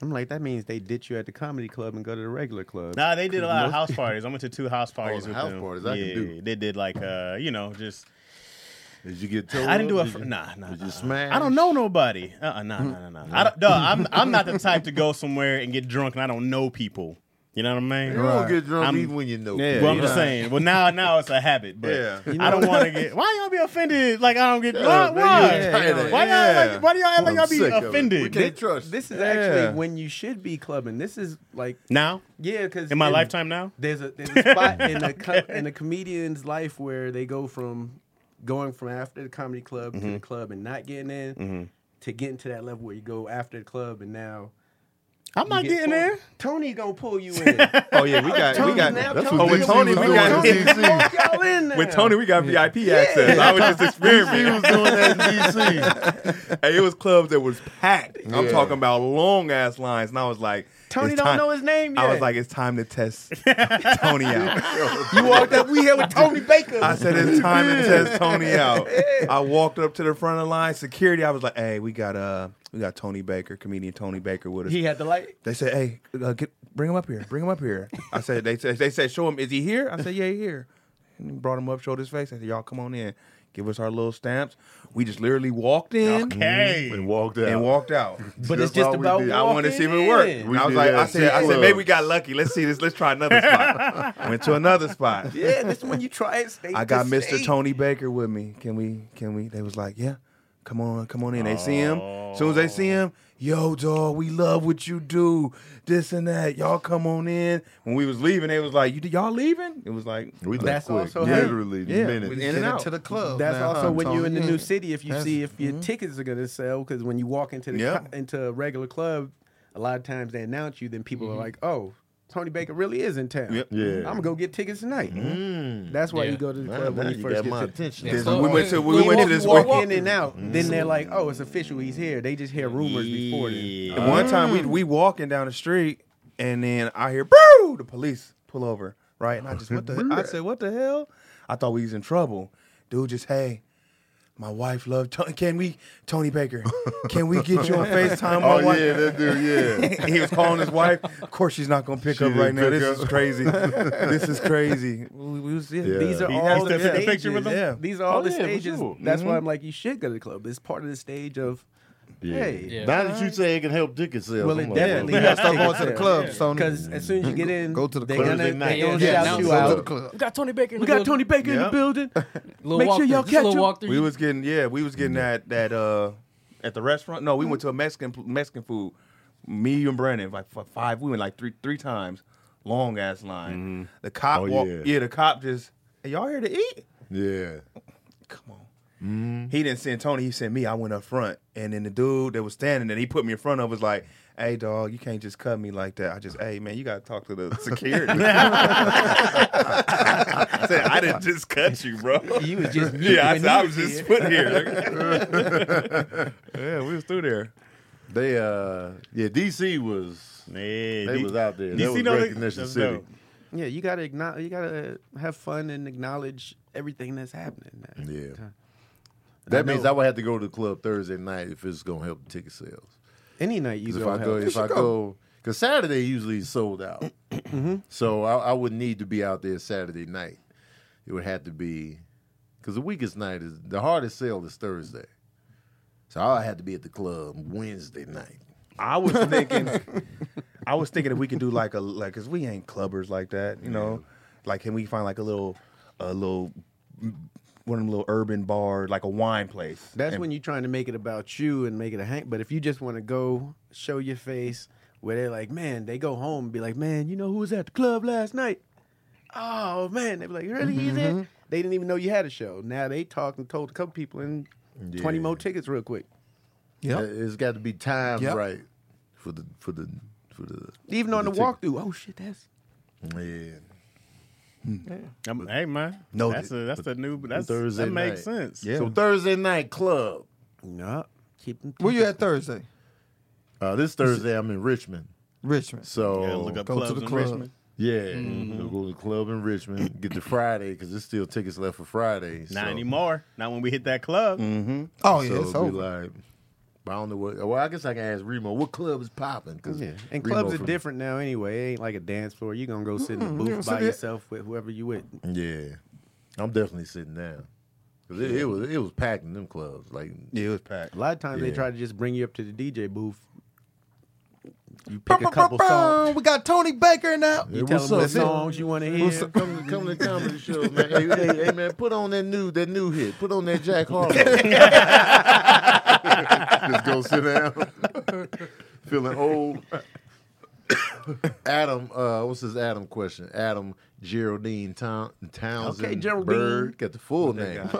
I'm like, that means they ditch you at the comedy club and go to the regular club.
Nah, they did a lot of house parties. I went to two house parties
Oh, the
with
house
them.
parties, I
yeah,
can do.
they did like uh, you know, just
Did you get told?
I didn't do a
Did
fr-
you-
nah, nah.
Did you
nah.
smash?
I don't know nobody. Uh, uh nah, nah, nah, nah. I don't, no, I'm I'm not the type to go somewhere and get drunk and I don't know people. You know what I mean?
You don't get drunk
I'm-
even when you know.
Yeah.
Well, I'm
you
just
know.
saying. Well, now now it's a habit, but
Yeah.
I don't want to get. Why y'all be offended? Like I don't get.
Yeah,
why? Why?
man, you tired of
why
it.
y'all like? Why do y'all act like y'all be
sick of it. We
offended?
can't trust.
This is
Yeah.
actually when you should be clubbing. This is like,
now
yeah, because
in my lifetime now.
there's a, there's a spot in a co- in a comedian's life where they go from going from after the comedy club to
Mm-hmm.
the club and not getting in to getting to that level where you go after the club and now
I'm not
you get
getting
pulled-
there.
Tony gonna pull you in. Tony,
Oh yeah, we got, we got.
now
That's
Tony,
what
Oh, with
DC
Tony,
was
we
doing
got
in
Tony
DC.
pull y'all in.
With
now.
Tony, we got VIP access. I was just
He
experimenting.
was doing that in DC.
hey, it was clubs that was packed. I'm
Yeah.
talking about long ass lines, and I was like,
Tony
it's
don't
time-
know his name yet.
I was like, it's time to test Tony out.
you walked up, we here with Tony Baker.
I said it's time to test Tony out. I walked up to the front of the line, security. I was like, hey, we got uh, we got Tony Baker, comedian Tony Baker with us.
he had the light.
They said, "Hey, uh, get, bring him up here. Bring him up here." I said, "They said, they said, show him. Is he here?" I said, "Yeah, he here." And he brought him up, showed his face. I said, "Y'all come on in. Give us our little stamps." We just literally walked in
Okay.
Mm-hmm.
And walked out.
and walked out.
But
That's
it's just
all we
about
did.
I wanted to see if it worked.
walking in.
We
I was
did
like,
that
I said, I
at
said,
T-Club.
maybe we got lucky. Let's see this. Let's try another spot. Went to another spot.
Yeah, this when you try it. State
I got
to
Mr.
state.
Tony Baker with me. Can we? Can we? They was like, yeah, come on, come on in. They see him. soon as they see him, yo, dog, we love what you do. This and that. Y'all come on in. When we was leaving, they was like, you y'all leaving? It was like, uh,
We left
That's
quick.
also how-
literally
yeah,
minutes.
we in and
Get
out.
it to the club.
That's
now,
also
Oh, huh,
when you're in the
Tony?
new city. If you
That's-
see if your tickets are gonna sell, because when you walk into the
Yeah.
co- into a regular club, a a lot of times they announce you, then people are like, "Oh, Tony Baker really is in town.
Yep.
Yeah.
I'm gonna go get tickets tonight." Mm-hmm. That's why
Yeah.
you go to the
Now,
club
now
when
you
you first
got my
get to.
attention.
Yeah.
we went to we
You
went to
walk-
this
you walk
one.
in and out. Then they're like, "Oh, it's official. He's here." They just hear rumors before then.
And one time
Mm.
we we walking down the street and then I hear boo the police pull over right and I just what the I said what the hell I thought we was in trouble dude just hey my wife loved Tony can we Tony Baker can we get you on Facetime my
Oh
wife
yeah, that dude. Yeah.
he was calling his wife of course she's not gonna pick
She
up right
didn't
now
pick
this is
up.
crazy this is crazy we, we was, yeah,
Yeah.
These are
He
all the
has to take a
stages.
picture with them?
Yeah.
These are all
Oh,
the
yeah, for
stages.
sure.
That's why I'm like, you should go to the club. It's part of the stage of, hey,
Yeah.
Now that you say it can help dick itself.
Well,
I'm
it
like,
definitely
well,
You gotta start going to the club,
Yeah.
Sony.
because as soon as you get in,
go to the
they're
club.
gonna,
Thursday night.
they gonna
Yeah,
shout
announce
you
it.
go to the
out.
club.
We got Tony Baker. in
We
the
got
building.
Tony Baker in the
Yep.
building.
Little
Make sure
walkthrough.
y'all
Just a
catch
little
him.
walkthrough.
we was getting yeah we was getting that that uh at the restaurant no we went to a Mexican Mexican food me and Brandon like for five we went like three three times long ass line the cop
Oh,
walked
yeah.
yeah. the cop just hey, y'all here to eat
Yeah.
come on
Mm-hmm.
he didn't send Tony he sent me I went up front and then the dude that was standing there he put me in front of was like. Hey dog, you can't just cut me like that. I just, hey man, you gotta talk to the security. I said, I didn't just cut you, bro.
You was just
Yeah, I,
when he
said, I
was
was just
here.
put here. yeah, we was through there.
They uh yeah, DC was
They
They was out there. That was Recognition City.
Yeah, you gotta acknowledge. You gotta have fun and acknowledge everything that's happening. man.
Yeah. That means I would have to go to the club Thursday night if it's gonna help the ticket sales.
Any night you
Because if
go,
I go,
hell,
if I go, because Saturday usually is sold out, so I, I would need to be out there Saturday night. It would have to be because the weakest night is the hardest sale is Thursday, so I had to be at the club Wednesday night.
I was thinking, I was thinking if we could do like a like, cause we ain't clubbers like that, you know. Like, can we find like a little, a little, mm, one of them little urban bar, like a wine place?
That's when you're trying to make it about you and make it a hang. But if you just want to go show your face, where they're like, man, they go home and be like, man, you know who was at the club last night? Oh man, they be like, really?
Mm-hmm,
He's it? They didn't even know you had a show. Now they talked and told a couple people and twenty
Yeah.
more tickets real quick.
Yep.
It- Uh, It's got to be timed
Yep.
right for the for the for the
Even
for
on the
ticket.
walkthrough, oh shit, that's
Yeah.
I'm, hey man,
No,
that's a that's a new that's
Thursday
that makes
night.
sense.
So Thursday night club.
no. Keep them.
Where you at Thursday?
Uh, this Thursday I'm in Richmond,
Richmond.
so
Yeah, look up
Go to
clubs
the
in
club.
Richmond.
Yeah, we'll go to the club in Richmond. Get to Friday because there's still tickets left for Friday.
Not
so- Mm-hmm.
anymore. Not when we hit that club.
Oh
So
yeah, it's
it'll be
over.
like, I don't know what. Well, I guess I can ask Remo what club is popping. Cause
Yeah, and
Remo
clubs are
from-
different now anyway. It ain't like a dance floor. You're gonna go sit in
Mm-hmm.
the booth by yourself with whoever you with.
Yeah, I'm definitely sitting down. 'Cause it, it was it was packed in them clubs. Like
yeah, it was packed.
A lot of times
Yeah.
they try to just bring you up to the DJ booth. You pick a couple songs.
We got Tony Baker in that.
Hey,
You tell
what's
them
up,
the
man?
songs you want to hear.
Come to, come to the comedy show, man. Hey, hey, hey, man, put on that new that new hit. Put on that Jack Harlow. Just go sit down. Feeling old. Adam, uh, what's his Adam question? Adam Geraldine Town Townsend
Okay, Geraldine.
Bird. Got the full name.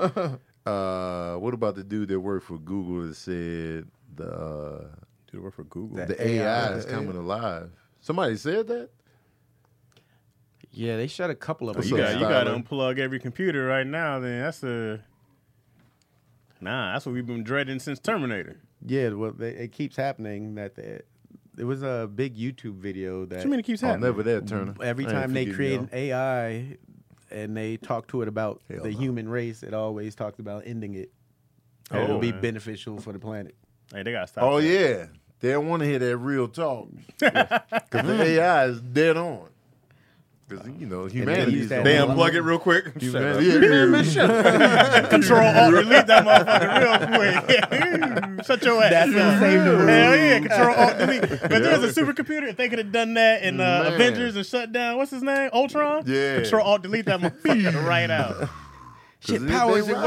Uh, what about the dude that worked for Google that said the uh,
Dude, work for Google.
the AI is coming alive? Somebody said that.
Yeah, they shut a couple of them.
What's
you
up,
got you got to
Styler?
unplug every computer right now. Then that's a nah. That's what we've been dreading since Terminator.
Yeah, well, they, it keeps happening. That they, it was a big YouTube video that
What you mean it keeps
Oh,
happening?
never that Turner.
every
I ain't
time they
forgetting
create
y'all.
an AI and they talk to it about
Hell
the
no.
human race, it always talks about ending it. And
Oh.
it'll be beneficial for the planet.
Hey, they got to stop.
Oh
that.
yeah, they don't want to hear that real talk because the AI is dead on. Because you know humanity.
use that
They
Yeah.
unplug it real quick.
Control Alt Delete that motherfucker real quick. Shut your ass.
That's what saved the world.
Hell yeah, Control Alt Delete. If there was a supercomputer, if they could have done that in uh,
Man.
Avengers and shut down, what's his name? Ultron.
Yeah.
Control Alt Delete that motherfucker right out.
Shit,
they-
power
they
isn't
right.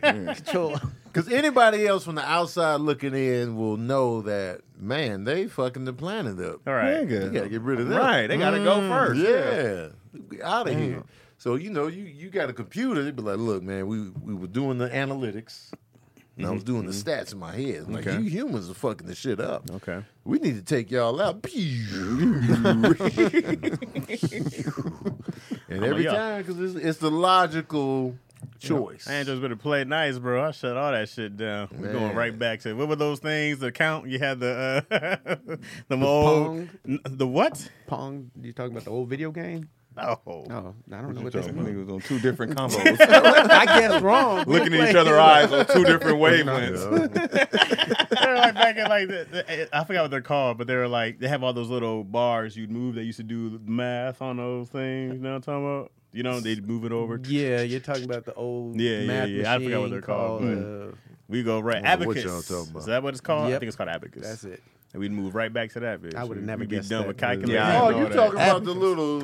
working. Control.
Because anybody else from the outside looking in will know that man, they fucking the planet up.
All right.
You gotta get rid of that.
Right, they gotta go first,
Yeah, out of
Mm-hmm.
here. So you know, you you got a computer. They be like, look, man, we we were doing the analytics. And I
Mm-hmm,
was doing the stats in my head. I'm like, you humans are fucking this shit up. Okay. We need to take y'all out. and every
yeah.
time, because it's, it's the logical choice.
I ain't just better play nice, bro. I shut all that shit down. We're going
Man.
right back to what were those things? The count you had the uh, the, mold, n- the what?
Pong, you talking about the old video game?
No,
No, I don't know what
So,
that's.
niggas on two different combos,
I guess wrong. We
looking at
play-
each other's eyes on two different wavelengths.
they're like back in like the, the, I forgot what they're called, but they were like they have all those little bars you'd move. They used to do math on those things. You know what I'm talking about? You know they'd move it over.
Yeah, you're talking about the old
Yeah, yeah,
math
yeah. I forgot what
machine
they're called,
called, uh,
We go right
I don't know what
abacus.
y'all talking about.
Is that what it's called? I
Yep.
think it's called abacus.
uh, that's it.
And we'd move right back to that bitch.
I would've never
we'd be
guessed
done
that.
with calculating.
Yeah.
Oh,
and
you
all that.
talking about the little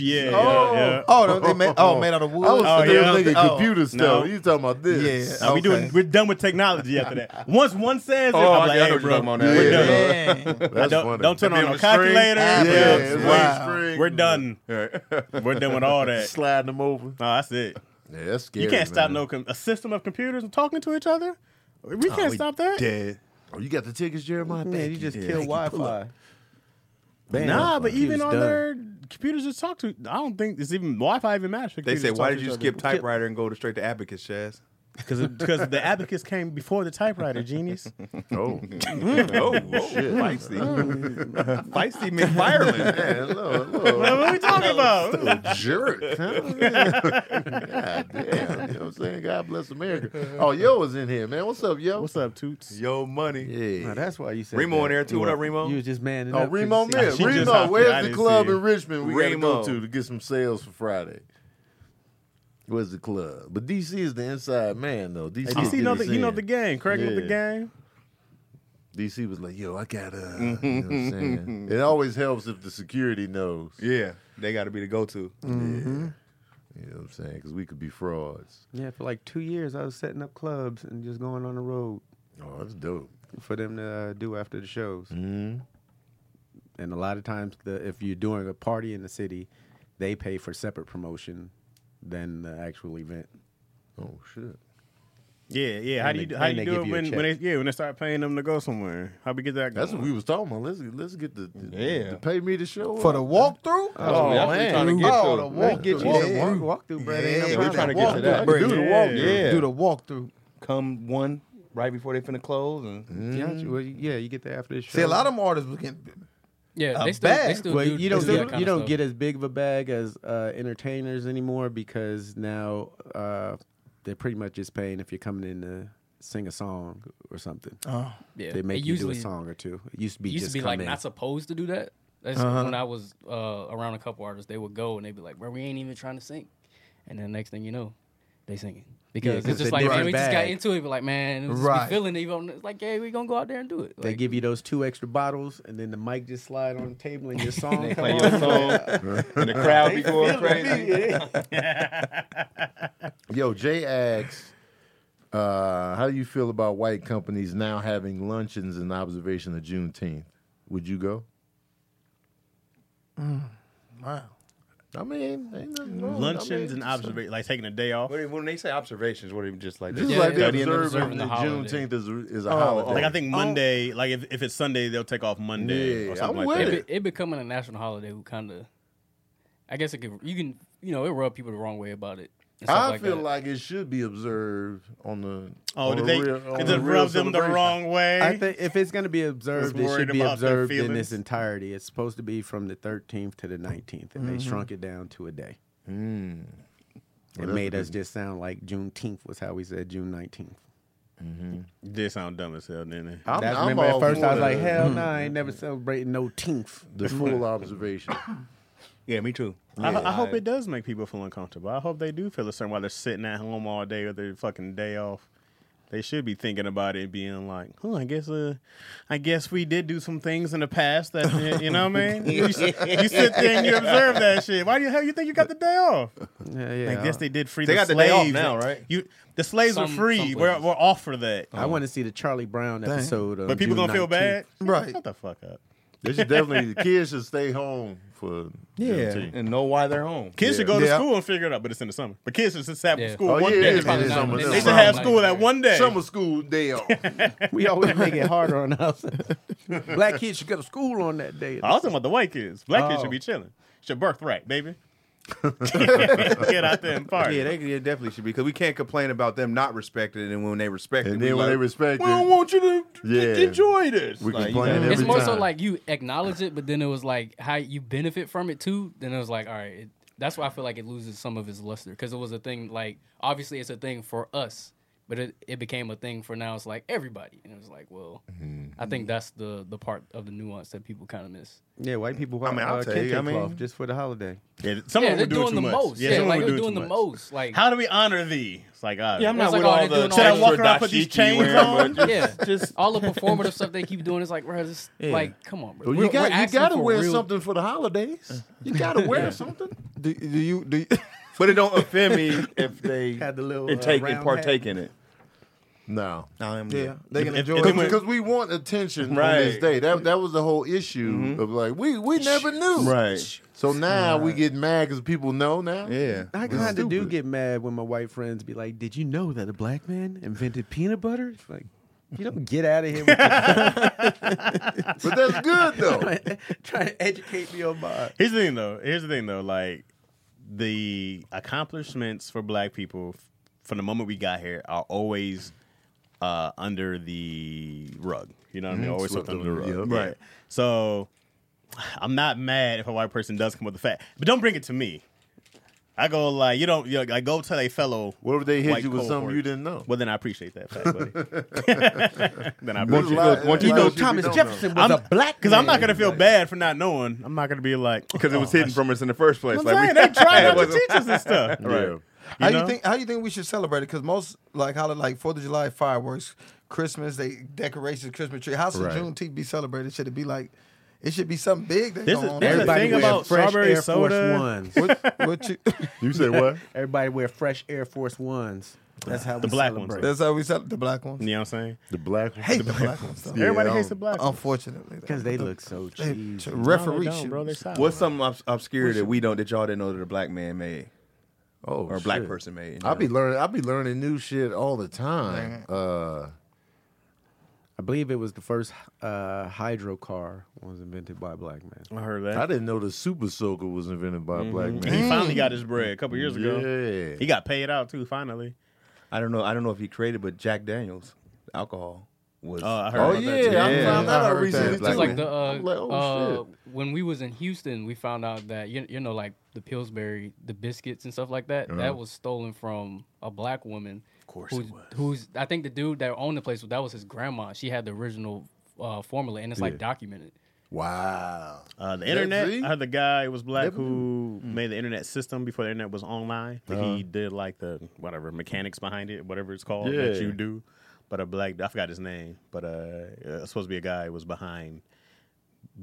Yeah, yeah,
Oh,
yeah.
Oh, no, they made, oh, made out of wood.
I was
Oh,
still
yeah.
thinking
Oh,
computer
no.
stuff. You talking about this?
Yeah.
Now, we
Okay.
doing, we're done with technology after that. Once one says it,
Oh,
I'm
I
like,
know what
hey,
you're
bro,
talking about now.
we're
Yeah.
done.
That's
don't,
funny.
don't turn on
Be on
no
a string.
calculator.
Yeah,
Yeah,
Wow.
wow.
We're done. We're done with all that. No,
Sliding them over.
that's it.
Yeah, that's scary.
You can't stop
man.
no com- a system of computers from talking to each other. We can't stop that.
Dead. Oh, you got the tickets, Jeremiah?
Man, you just kill Wi-Fi.
Nah, but even
Computer's
on
done.
their computers just talk to. I don't think it's even Wi-Fi even matters.
They say, why did you skip typewriter and go to straight to abacus, Chaz?
Because because the abacus came before the typewriter, genius.
Oh,
Oh, feisty, feisty McFireman.
man, look, look.
what are we talking about?
Jerk. huh? God damn. You know what I'm saying? God bless America. Oh, yo is in here, man. What's up, yo?
What's up, Toots?
Yo, money.
Now,
Yeah.
that's why you said
Remo
that.
in there too. What up, Remo?
You was just manning
Oh,
up. 'cause
Remo
you-
Mill.
she just hopped
Remo,
in. I
where's the
didn't
club
see it.
in Richmond we
Remo.
gotta go to to get some sales for Friday? Where's the club? But DC is the inside man, though. DC,
You see,
did
know
his
the, you know
in.
the game. Craig with the
Yeah.
game.
DC was like, yo, I got to. You know what I'm saying? It always helps if the security knows.
Yeah, they got to be the go-to.
Mm-hmm. You know what I'm saying? Because we could be frauds.
Yeah, for like two years, I was setting up clubs and just going on the road
Oh, that's dope.
for them to uh, do after the shows.
Mm-hmm.
And a lot of times, the, if you're doing a party in the city, they pay for separate promotion than the actual event.
Oh, shit.
Yeah, yeah. How
And
do you
they-
do- how
and
you
they
do
give
it
you a
when,
check.
when they yeah when they start paying them to go somewhere? How we get that?
That's what
going?
we was talking about. Let's let's get the, the,
Yeah.
the pay me to show
For
up.
the walkthrough?
Oh, that's what we trying to get
oh,
to.
the
They
walkthrough.
get you
yeah.
some walk, walkthrough, bread. ain't no
Yeah,
we're
problem.
trying to get to that.
Walkthrough, do the walkthrough.
Yeah.
Do the walkthrough.
Come one right before they finna close, and
Yeah, you- well, yeah, you get that after the show.
See, a lot of them artists was getting
Yeah,
A
they still, they
bag.
still
Well,
do,
you don't
do that
get,
kind
you
of
don't
stuff.
get as big of a bag as uh, entertainers anymore because now uh, they're pretty much just paying if you're coming in to sing a song or something.
Oh.
Yeah.
They make
It
you
usually,
do a song or two. It used to be
It used
just
to be
come
like
in. Uh-huh.
not supposed to do that. That's when I was uh, around a couple artists. They would go and they'd be like, "Bro, we ain't even trying to sing," and then next thing you know, they singing because
'cause
it's just
they
like
do
man,
it
we just got
bag.
into it. But like man, it was
Right.
just be feeling it. Even it's like, yeah, we gonna go out there and do it.
they
Like,
give you those two extra bottles, and then the mic just slide on the table, and your song come
play
on.
your song, and the crowd be going crazy.
Yo, Jay asks, uh, how do you feel about white companies now having luncheons in observation of Juneteenth? Would you go?
Wow.
I mean, ain't nothing wrong.
luncheons
I mean,
and observation, like taking a day off.
What do you- When they say observations, what do you just like?
This
Yeah,
is like
yeah,
they're
yeah.
observing,
Observing the
that
holiday.
Juneteenth is a, is a holiday.
Oh, Like I think Monday, like if, if it's Sunday, they'll take off Monday
Yeah,
or something
I'm
like
with
that.
it.
it, be- it becoming a national holiday. Who kind of, I guess it could. You can you know it rub people the wrong way about it. and stuff
I feel
that.
like it should be observed on the.
Oh,
on
did
the
they?
real- on
it
the
just
real
rubs them the
celebration.
wrong way.
I think if it's going to be observed, it
worried
should be
about their
observed in
feelings.
its entirety. It's supposed to be from the 13th to the 19th, and they shrunk it down to a day. It made us just sound like Juneteenth was how we said June 19th.
did sound dumb as hell, didn't it?
I'm,
That's
I'm
remember at
all
first I
for
was like,
the-
hell no, I ain't never celebrating no teenth.
the full observation.
Yeah, me too.
I, I hope it does make people feel uncomfortable. I hope they do feel a certain while they're sitting at home all day or their fucking day off. They should be thinking about it, being like, "Oh, I guess, uh, I guess we did do some things in the past that uh, you know what I mean." You, s- you sit there and you observe that shit. Why the hell you think you got the day off?
Yeah, yeah.
I guess they did free.
They
the
got the
slaves.
day off now, right?
You, the slaves
Some-
are
some
free. We're,
places.
we're off for that.
Uh, I want to see the Charlie Brown episode. on
But people
June
gonna feel
19th.
bad.
Right.
Shut the fuck up.
They should definitely the kids should stay home for
Yeah,
Juneteenth.
and know why they're home.
Kids should go to
Yeah.
school and figure it out, but it's in the summer. But kids should just have
Yeah.
school
Oh,
one day.
yeah, it
They
is.
probably
It's
not-
summer,
they
it's
They should
summer.
have school that one day.
summer school day off.
We always make it harder on us. Black kids should go to school on that day.
I was talking about the white kids. Black kids should
Oh.
be chilling. It's your birthright, baby. Get out there and party.
Yeah, they, they definitely should be because we can't complain about them not respecting it, and when they respect it,
and
we
then when
like,
they respect
we don't
it,
want you to
Yeah.
yeah. enjoy this.
we
Like, you
complain
know,
every
Mm. It's more
time.
so like you acknowledge it, but then it was like how you benefit from it too. Then it was like, all right, it, that's why I feel like it loses some of its luster because it was a thing. Like obviously, it's a thing for us, but it, it became a thing for now. It's like everybody, and it was like, well, I
Mm-hmm.
think that's the the part of the nuance that people kind of miss.
Yeah, white people wear
I mean, I'll
uh,
tell you,
kente
I mean-
cloth just for the holiday.
Yeah, some
yeah,
of
they're
them were
doing,
doing,
the
too much.
most. Yeah,
some of
like
them
they're
were
doing
too
the
much.
most. Like
How do we honor thee? It's like, uh,
Yeah, I'm not
It's like,
with
oh,
all
they're
the.
doing all
should I
Extra
walk around put these
dashiki
chains
wearing, bro,
on?
yeah, just all the performative stuff they keep doing. It's like, bro, this like, come on, bro.
Well,
We're-
you got
we're
you
asking
gotta
for
wear
real-
something for the holidays. You gotta wear something.
Do, do you do? You,
but it don't offend me if they
Had the little,
and
uh,
take and
round
partake in it.
No,
yeah, they can
If-
enjoy.
if
it.
they went-
because we want attention on
Right.
this day. That that was the whole issue of like we we never knew.
Right.
So now we get mad because people know now.
Yeah.
I kind of do
stupid.
get mad when my white friends be like, "Did you know that a black man invented peanut butter?" It's like, you don't get out of here with
but that's good though.
trying to educate me on my.
Here's the thing, though. Here's the thing, though. Like the accomplishments for Black people f- from the moment we got here are always uh, under the rug. You know what I
Mm-hmm.
mean? Always swept under the rug,
yeah.
right? So I'm not mad if a white person does come with a fact, but don't bring it to me. I go like you don't. You know, I go tell a fellow.
What if they hit
white
you with something
cohort.
you didn't know?
Well, then I appreciate that fact, buddy. then I
There's
appreciate
a lot-
it.
there's
You
a lot
know,
of shit we
Thomas
don't know.
Jefferson was
I'm-
a black
Because I'm not
man.
gonna feel bad for not knowing. I'm not gonna be like "Oh,
Because it was hidden from us in the first place.
I'm
like
saying,
we,
they try
it
not to
wasn't-
teach us this stuff.
Yeah.
How
know?
you think? How you think we should celebrate it? Because most like holiday, like Fourth of July fireworks, Christmas, they decorations, Christmas tree. How should
Right.
Juneteenth be celebrated? Should it be like? It should be something big. That
This
go
is-
on.
this is the
Everybody
thing
wear
about
fresh
strawberry
Air
soda-
Force ones.
what, what you,
You said what?
Everybody wear fresh Air Force ones. That's how
The
we
black ones.
celebrate.
that's how we celebrate the black ones.
You know what I'm saying?
The black
I hate the black ones. Though.
Everybody
I
hates the
don't-
black.
Unfortunately,
because they look so cheap.
referee shoes.
What's something obs- obscure that we don't that y'all didn't know that a black man made
Oh,
or a black person made? in
I be
general?
learning. I be learning new shit all the time. Uh,
I believe it was the first uh, hydro car was invented by a black man.
I heard
I
that.
didn't know the super soaker was invented by a black
Mm-hmm. He
man.
finally got his bread a couple years ago.
Mm. Yeah.
He got paid out too. Finally.
I don't know. I don't know if he created, but Jack Daniels alcohol was.
Oh, I heard
Oh
about
yeah,
that too.
I
Yeah.
found that
I
out
heard
recently.
that.
too.
Black
Just like the uh,
I'm like, oh
uh,
shit.
when we was in Houston, we found out that you, you know like the Pillsbury, the biscuits and stuff like that.
Uh-huh.
That was stolen from a black woman. Of course, who's, who's I think the dude that owned the place that was his grandma. She had the original uh, formula, and it's like documented.
Wow.
Uh, the internet.
see?
I heard the guy was black who made the internet system before the internet was online. But he did like the whatever mechanics behind it, whatever it's called
Yeah.
that you do. But a black, I forgot his name, but uh, it's supposed to be a guy who was behind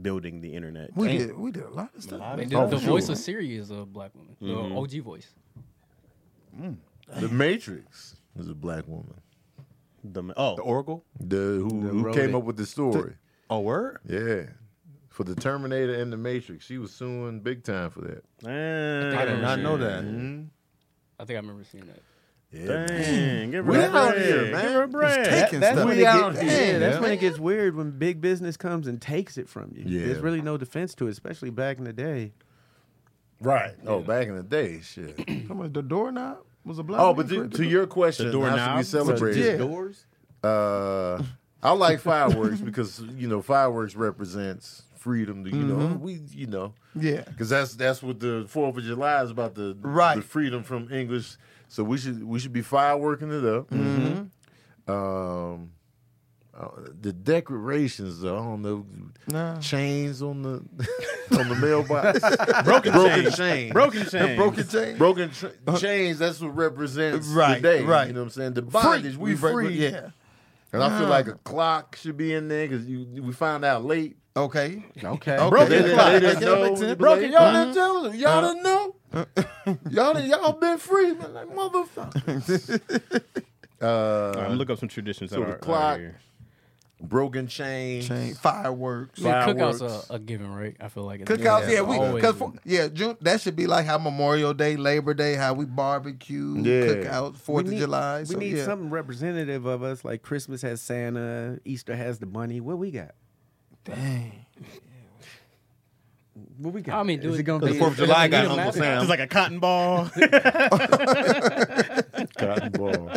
building the internet.
We did. We did a lot of stuff.
I mean, the, the voice of Siri is a black woman,
Mm-hmm.
the OG voice.
The Matrix was a black woman.
The, oh,
the Oracle.
The who, who
wrote
came
it.
up with the story.
Oh, word.
yeah. For the Terminator and the Matrix. She was suing big time for that.
eh,
I
I did not know that.
I think I remember seeing that.
Yeah.
Dang, give her
We
a
out
break.
here,
Give
man.
her a break.
Take Taking
that's
stuff.
when
We
it
out
get-
here.
yeah, that's
Yeah.
when it gets weird when big business comes and takes it from you.
Yeah.
There's really no defense to it, especially back in the day.
Right. Oh, back in the day, shit.
Somebody- The doorknob was a black.
oh,
man
but to,
created
to your question,
The
how should we
doorknob?
celebrate? it?
doors.
Uh, I like fireworks because you know fireworks represents freedom. To, you know, we you know,
Yeah.
because that's that's what the Fourth of July is about the
Right.
the freedom from English. So we should we should be fireworking it up.
Mm-hmm.
Um, uh, the decorations, though, I don't know,
Nah.
chains on the on the mailbox, broken
chains.
chains,
Broken chains.
Broken chain.
broken tra- chains. That's what represents
Uh-huh. Right,
the day.
right.
You know what I'm saying? The bondage we,
break-
free.
Yeah.
And I feel like a clock should be in there because you we found out late.
Okay.
Okay.
Broken
They didn't-
clock.
they didn't
That don't make
know.
sense.
Broken, y'all
Uh-huh.
didn't tell us. Y'all didn't know. y'all didn't, y'all been free, man. Like motherfucker.
I'm look up some traditions
so
that
the
are,
clock,
are here.
Uh, broken chains.
Chain, fireworks.
I mean, cookouts are a given, right? I feel like it's-
Cookouts, yeah, we
Always.
because yeah, June, that should be like how Memorial Day, Labor Day, how we barbecue,
Yeah.
cookouts, Fourth
We
of
need-
July.
We
so,
need
yeah.
something representative of us. Like Christmas has Santa, Easter has the bunny. What we got? Dang. What we got?
I mean, do
Is
it-
it gonna be
Fourth of July got Uncle
Sam. It's like a cotton ball.
Cotton ball.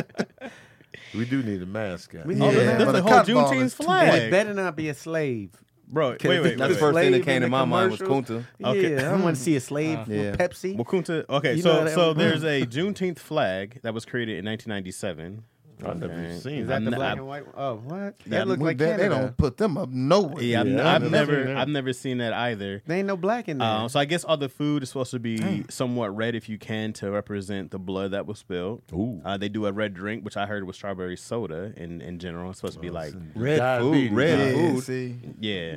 we do need a mascot.
We
Yeah,
need
That's
but
the
a
whole
cotton ball
Juneteenth
is too
And it
flag.
better not be a slave.
Bro, wait,
'Cause
wait,
if
wait.
it's
That's
a
the first thing that
slave
came
in
to
the
my mind was
commercial-
Kunta.
Okay.
Yeah, I don't want to see a slave with
Yeah.
Pepsi.
Well, Kunta, okay,
You know
so
that
so
was-
there's a Juneteenth flag that was created in 1997.
I've never even seen
Is
that.
Is that the
I'm-
black
I'm-
and white? Oh, what? That,
That-
look
Well,
like
they, they
Canada.
don't put them up nowhere.
Yeah, I've,
Yeah,
I've
I've never
never,
seen that.
I've never seen that either.
There ain't no black in there.
Uh, so I guess all the food is supposed to be somewhat red if you can to represent the blood that was spilled.
Ooh.
Uh, they do a red drink, which I heard was strawberry soda in, in general. It's supposed to be like,
Red food, red
yeah,
food.
see,
yeah.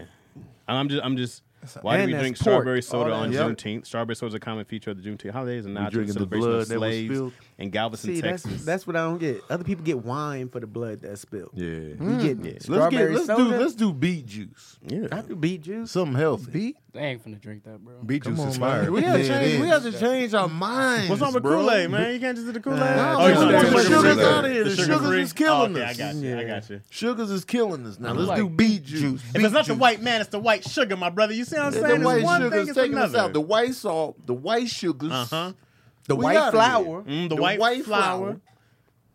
And I'm just, I'm just. Why do
And
we
that's
drink
pork.
strawberry soda
All
on
that- yep.
Juneteenth? Strawberry soda is a common feature of the Juneteenth holidays and not
drinking the
celebration
blood
of
that was
slaves
spilled?
in Galveston,
See, that's
Texas.
that's what I don't get. Other people get wine for the blood that's spilled.
Yeah.
You get
Let's get
strawberry
let's
soda.
do let's do beet juice.
I could beet juice.
Something healthy.
They ain't finna drink that, bro.
Beet juice is
All right,
fire.
We have, to
Yeah, it
change, we
is.
have to change our minds.
What's on with
bro.
Kool Aid, man? You can't just do the Kool Aid. you're
No, man,
talking
the
about
sugar's
sugar-free.
out of here. The sugars
sugar-free?
is killing
okay,
us.
I got you. I got you.
Sugars is killing us now.
I'm
Let's
like-
do beet juice.
If it's not the white man, it's the white sugar, my brother. You see what I'm
Yeah,
saying?
the white
it's one
sugar's
thing,
taking
it's
us out.
another.
The white salt, the white sugars,
Uh-huh.
the
We
white
outta
flower.
Mm, the,
the
white, flour.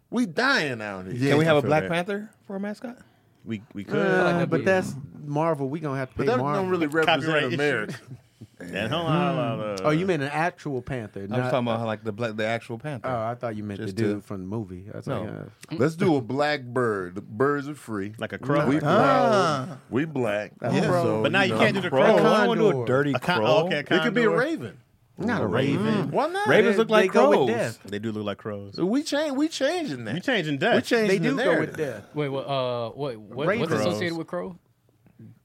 We dying out here.
Yeah.
Can we have
I
a
feel
Black
that.
Panther for a mascot?
We we could.
Uh,
that'd
but
be-
that's Marvel. We gonna have to pay
But that
Marvel.
don't really represent
Copyright
America.
That whole lot of, uh,
oh, you meant an actual panther.
I'm just
not-
talking about like the black, the actual Panther.
Oh, I thought you meant the
Just
dude
to-
from the movie. I was
No.
like, uh,
Let's do a black bird. The birds are free.
like a crow.
We
Ah.
brown. We black.
Yeah.
So,
but now you
know,
can't do the
crow.
crow.
I
Con-
don't want to do
Condor.
a dirty
A con-
crow.
okay, a
It could be a
condor.
raven.
not a raven.
Why not?
Ravens
They-
look like
they go with
crows.
death.
They do look like crows.
So we change. We changing that.
You changing
We
death.
changing
They
the
do go
narrative.
with death.
Wait, what? Uh, what? what
Ravens.
what's associated with crow?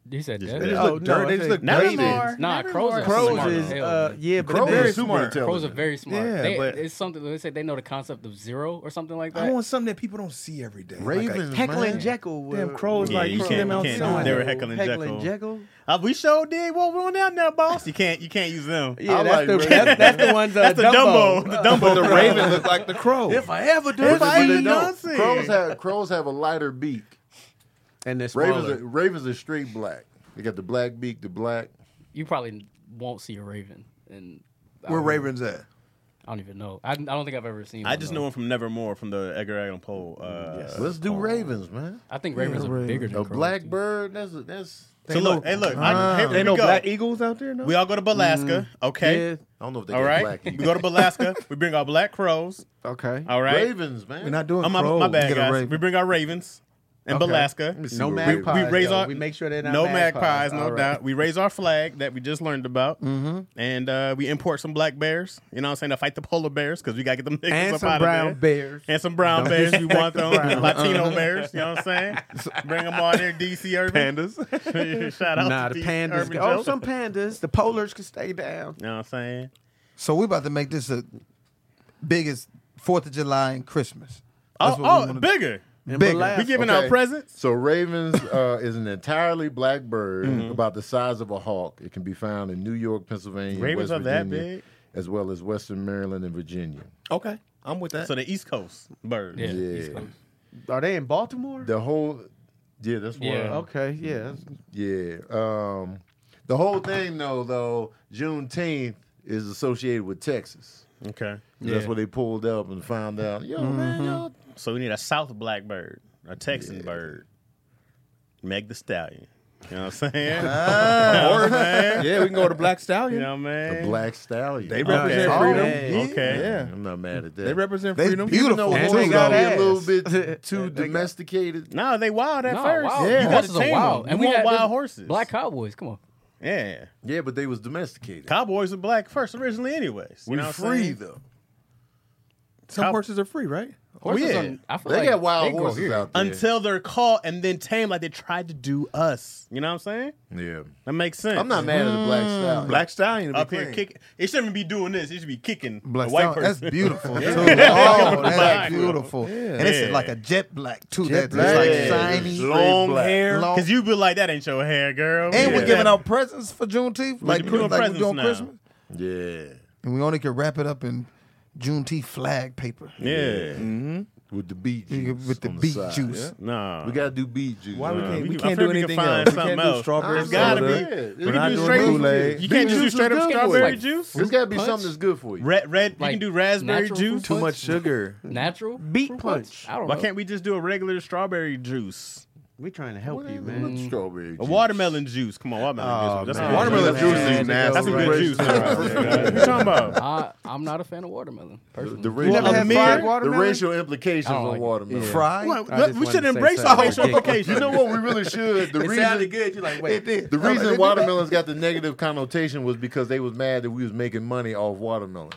You said
Just
that.
that.
They just
Oh,
look
no,
dirty. They
I
just
think-
look
Not
dirty.
anymore.
Nah, crows are
Crows
smart.
is
as hell,
uh,
man.
yeah, but
Crows
they're very
are super
smart.
Crows are
intelligent.
very smart.
Yeah,
they,
but-
it's something. They say they know the concept of zero or something like that.
I want something that people don't see every day. Like a-
Ravens,
Heckle
man.
and Jekyll. Were,
Damn crows
Yeah,
like
you
you
can't-
them
you
outside.
can't do They were Heckle and Jekyll. Uh, we sure did. What went on down there, boss? You can't. You can't use them.
Yeah,
I
that's,
like
the,
ravens.
that's, that's the ones. Uh,
That's the Dumbo.
Dumbo.
The Dumbo.
The raven looked like the crow.
If I ever do
If I
it,
even
even
done
does.
seen.
Crows have crows have a lighter beak.
And they're
Ravens are,
smaller.
ravens are straight black. They got the black beak, the black.
You probably won't see a raven, and I
Where
don't-
Ravens at?
I don't even know. I, I don't think I've ever seen.
I
one,
just
though.
know him from Nevermore, from the Edgar Allan Poe. Uh,
Let's do ravens, man.
I think ravens are bigger than
A
crows,
black
dude.
bird. That's a, that's.
So look, hey, look, I, here we
Ain't no
go.
black eagles out there. No. Mm-hmm.
We all go to Alaska, okay?
Yeah.
I don't know if they
All
got
right,
black.
we
in
go to Alaska. we bring our black crows.
Uh, Okay.
All right,
Ravens, man.
We're not doing
Oh, my,
crows.
my bad,
Get a
guys.
raven.
We bring our ravens and Alaska.
Let me see
No
what
magpies.
ravens-
We raise
though.
our-
We make sure they're not
No magpies,
magpies,
no
All right.
doubt. We raise our flag that we just learned about, and uh, we import some black bears. You know what I'm saying? To fight the polar bears because we gotta get them niggas
And
up
some
out
brown
of there.
bears.
And some brown
Don't
bears, you
disrespect
want
the
them?
brown.
Latino bears, you know what I'm saying? Bring them all there, DC Urban.
pandas.
Shout out
Nah,
to
the
DC
pandas.
Urban
oh,
Joe.
some pandas. The polars can stay down.
You know what I'm saying?
So we about to make this the biggest Fourth of July and Christmas.
Oh,
That's what we
oh
wanna-
bigger.
And
Bigger.
We
Alaska-
giving
Okay.
out presents.
So ravens uh, is an entirely black bird
Mm-hmm.
about the size of a hawk. It can be found in New York, Pennsylvania,
Ravens
West
are that
Virginia,
big?
as well as Western Maryland and Virginia.
Okay, I'm with
Uh,
that.
So the East Coast birds.
Yeah,
Yeah.
East Coast.
Are they in Baltimore?
The whole, yeah, that's why.
Yeah.
Okay, yeah.
Yeah. Um, the whole thing though, though Juneteenth is associated with Texas.
Okay.
That's where they pulled up and found out. Yo, man, yo.
So we need a South Blackbird, a Texan bird. Meg the Stallion. You know what I'm saying? or man.
yeah, we can go to Black
You
Stallion.
know what I
Ah. The
mean?
black stallion.
They
okay.
represent
Oh,
freedom.
yeah.
Okay.
yeah.
I'm not mad at that.
They represent
They
freedom.
Even
beautiful.
though
And
it's
they
probably
got
a
ass.
little bit too
They got-
domesticated.
No, they wild at
No,
first.
wild.
You got
Horses
to
are
tame
wild,
them.
and
you
we
want
had
wild
the
horses.
Black cowboys. Come on.
Yeah.
Yeah, but they was domesticated.
Cowboys are black first originally anyways. You
we
know what I'm
free
saying?
though.
Some
Cow-
horses are free, right?
Horses
yeah.
are- I feel
They
like
got wild
they grow
horses
here.
out there.
until they're caught and then tamed like they tried to do us. You know what I'm saying?
yeah,
That makes sense.
I'm not mad at the black style.
Black Stallion. to be
up here
clean.
kicking. It shouldn't be doing this. It should be kicking
Black
the white
Stallion,
person.
That's beautiful too.
Yeah.
Oh,
Black.
that's beautiful. And it's like a jet black too. that's
black.
like
Yeah.
shiny.
long
black.
hair.
Long-
Because you be like, that ain't your hair, girl.
And
Yeah.
we're giving out presents for Juneteenth, like,
doing
like we're
presents
doing
now.
Christmas,
Yeah,
and we only can wrap it up in Juneteenth flag paper
Yeah.
with the beet
You
juice
get- with the
on
beet
side.
juice.
Nah.
We gotta do beet juice.
Why we can't,
we
we
can- I
can't
feel we
do
can
anything
find
else? We
something
can't
else.
do strawberry
It's
gotta
soda.
be. We
Yeah. We're
can
not
do
doing
straight.
Kool-Aid.
You can't just do
Juice is
straight up
good.
strawberry
Like
juice.
There's gotta be
punch?
something that's good for you.
Red, red.
Like
you can do raspberry
natural
juice.
fruit
Too
punch?
much sugar.
Natural
Beet
fruit
punch.
punch. I don't
Why
know.
can't we just do a regular strawberry juice?
We trying to help you,
What
man.
strawberry
A
juice?
watermelon juice. Come on, watermelon
Oh,
juice. That's
man.
a-
Watermelon
Yeah.
juice
Yeah.
is nasty.
That's a good juice. now, right there, guys. What you talking about?
I, I'm not a fan of watermelon. Personally.
The racial,
never had Oh, fried
the
watermelon?
racial implications
I don't
of
like it.
watermelon.
fried.
I
Look,
just
we
wanted
should
to say
embrace our
something
racial
ridiculous.
implications.
You know what? We really should. The
It
reason
sounded good. You're like,
It
wait.
did.
the reason watermelons got the negative connotation was because they was mad that we was making money off watermelon.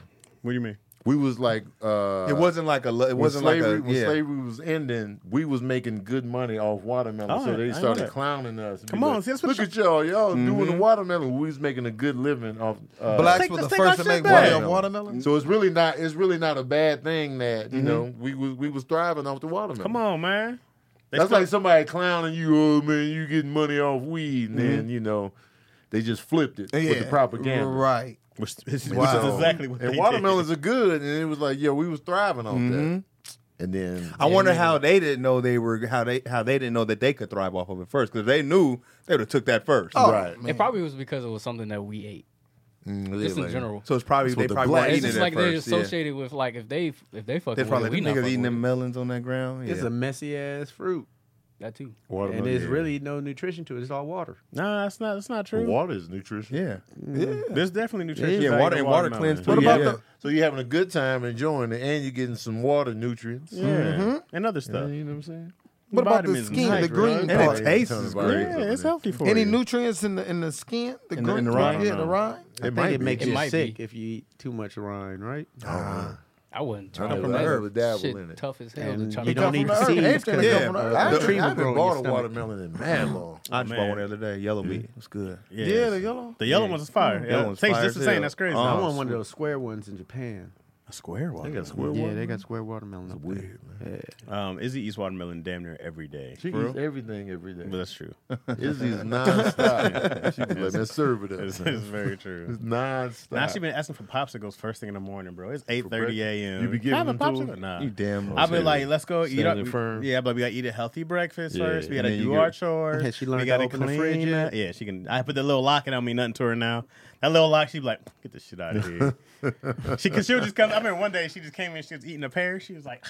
What do you mean?
We was like, uh,
It wasn't like a. lo- It
When
wasn't like
slavery,
a.
when
Yeah.
slavery was ending, we was making good money off watermelon,
Oh,
so
I
they
know
started
that.
clowning us. and be
Come on,
like,
see, that's what
look
you-
at y'all, y'all doing the watermelon. We was making a good living off. Uh,
Blacks
Take-
were the
let's take our
first to
shit
make money
back.
on watermelon.
So it's really not. It's really not a bad thing that you know we was we was thriving off the watermelon.
Come on, man. They
That's
still-
like somebody clowning you, oh man, you getting money off weed, and then you know they just flipped it with the propaganda.
Right.
which, is- which
Wow.
is exactly what
And
they
watermelons are good, and it was like, yo, we was thriving off that. And then
I wonder how they didn't know they were how they how they didn't know that they could thrive off of it first because they knew they would have took that first.
right,
It probably was because it was something that we ate. Just in general.
So it's probably they
the
probably
blacks-
weren't
it's
eating
just
it
like
at
they're
first. Yeah.
associated with like if they if they fucking
They probably
with it,
like,
we not
niggas
fucking
eating
with
them melons on that ground.
It's
Yeah.
a messy ass fruit,
it. that too.
and there's really no nutrition to Oh, it. It's all water.
Nah, that's not. That's not true.
water is nutrition.
yeah.
There's definitely nutrition.
Yeah,
value
water-
to
and water
watermelon.
cleanse
What
Yeah.
about
Yeah.
the? So you're having a good time enjoying it, and you're getting some water nutrients.
Yeah, and other stuff.
You know what I'm saying?
What about the
Vitamins and
skin, the
hydrates.
green
And it
part?
tastes
Ton of
is
vitamins
great.
in
Yeah, it's
there.
healthy for
Any
you.
nutrients in the in the skin? The
In the- in
green
the
part?
rind?
Yeah, the rind.
It
I think it
be.
makes
It
you
might
sick
be.
if you eat too much rind, right?
I wouldn't try
know
it.
that.
That
I would dabble
shit
in it.
tough as hell.
And
to try
you
to
don't
come
eat
from
the
the earth.
seeds
Everything
because
that
come from the
I
the
haven't,
tree
I
will
haven't
grow in
bought
your
a
stomach.
watermelon in mad long.
I just
Man.
bought one the other day. Yellow meat. It's good.
Yeah,
Yeah, the yellow.
The yellow one's is fire.
Yellow
Yeah,
one's
tastes
fire
just
as
the same.
hell.
That's crazy.
I
though.
Uh-huh.
want one of those square ones in Japan.
a square one.
got square
Yeah, they got square watermelon. up there.
Weird, man.
Um, Izzy eats watermelon damn near every day.
She eats everything every
But
day.
that's true.
Izzy's nonstop. She be like, "Man, serve it up."
It's,
man."
it's very true.
It's nonstop.
Now she been asking for popsicles first thing in the morning, bro. It's eight thirty a.m.
You be
Can I have
giving
a
them to her?
popsicle? Nah.
You damn.
I've been like, let's go eat
Standing
our.
firm.
Yeah, but we gotta eat a healthy breakfast
Yeah,
first. We
and
gotta
then you
do
get-
our chores.
Has she
We
learned to
gotta
open the
clean
fridge
it.
yet?
Yeah, she can. I put the little lock, and I don't mean nothing to her now. That little lock, she be like, get this shit out of here. she, cause she'll just come. I remember one day she just came in, she was eating a pear. She was like,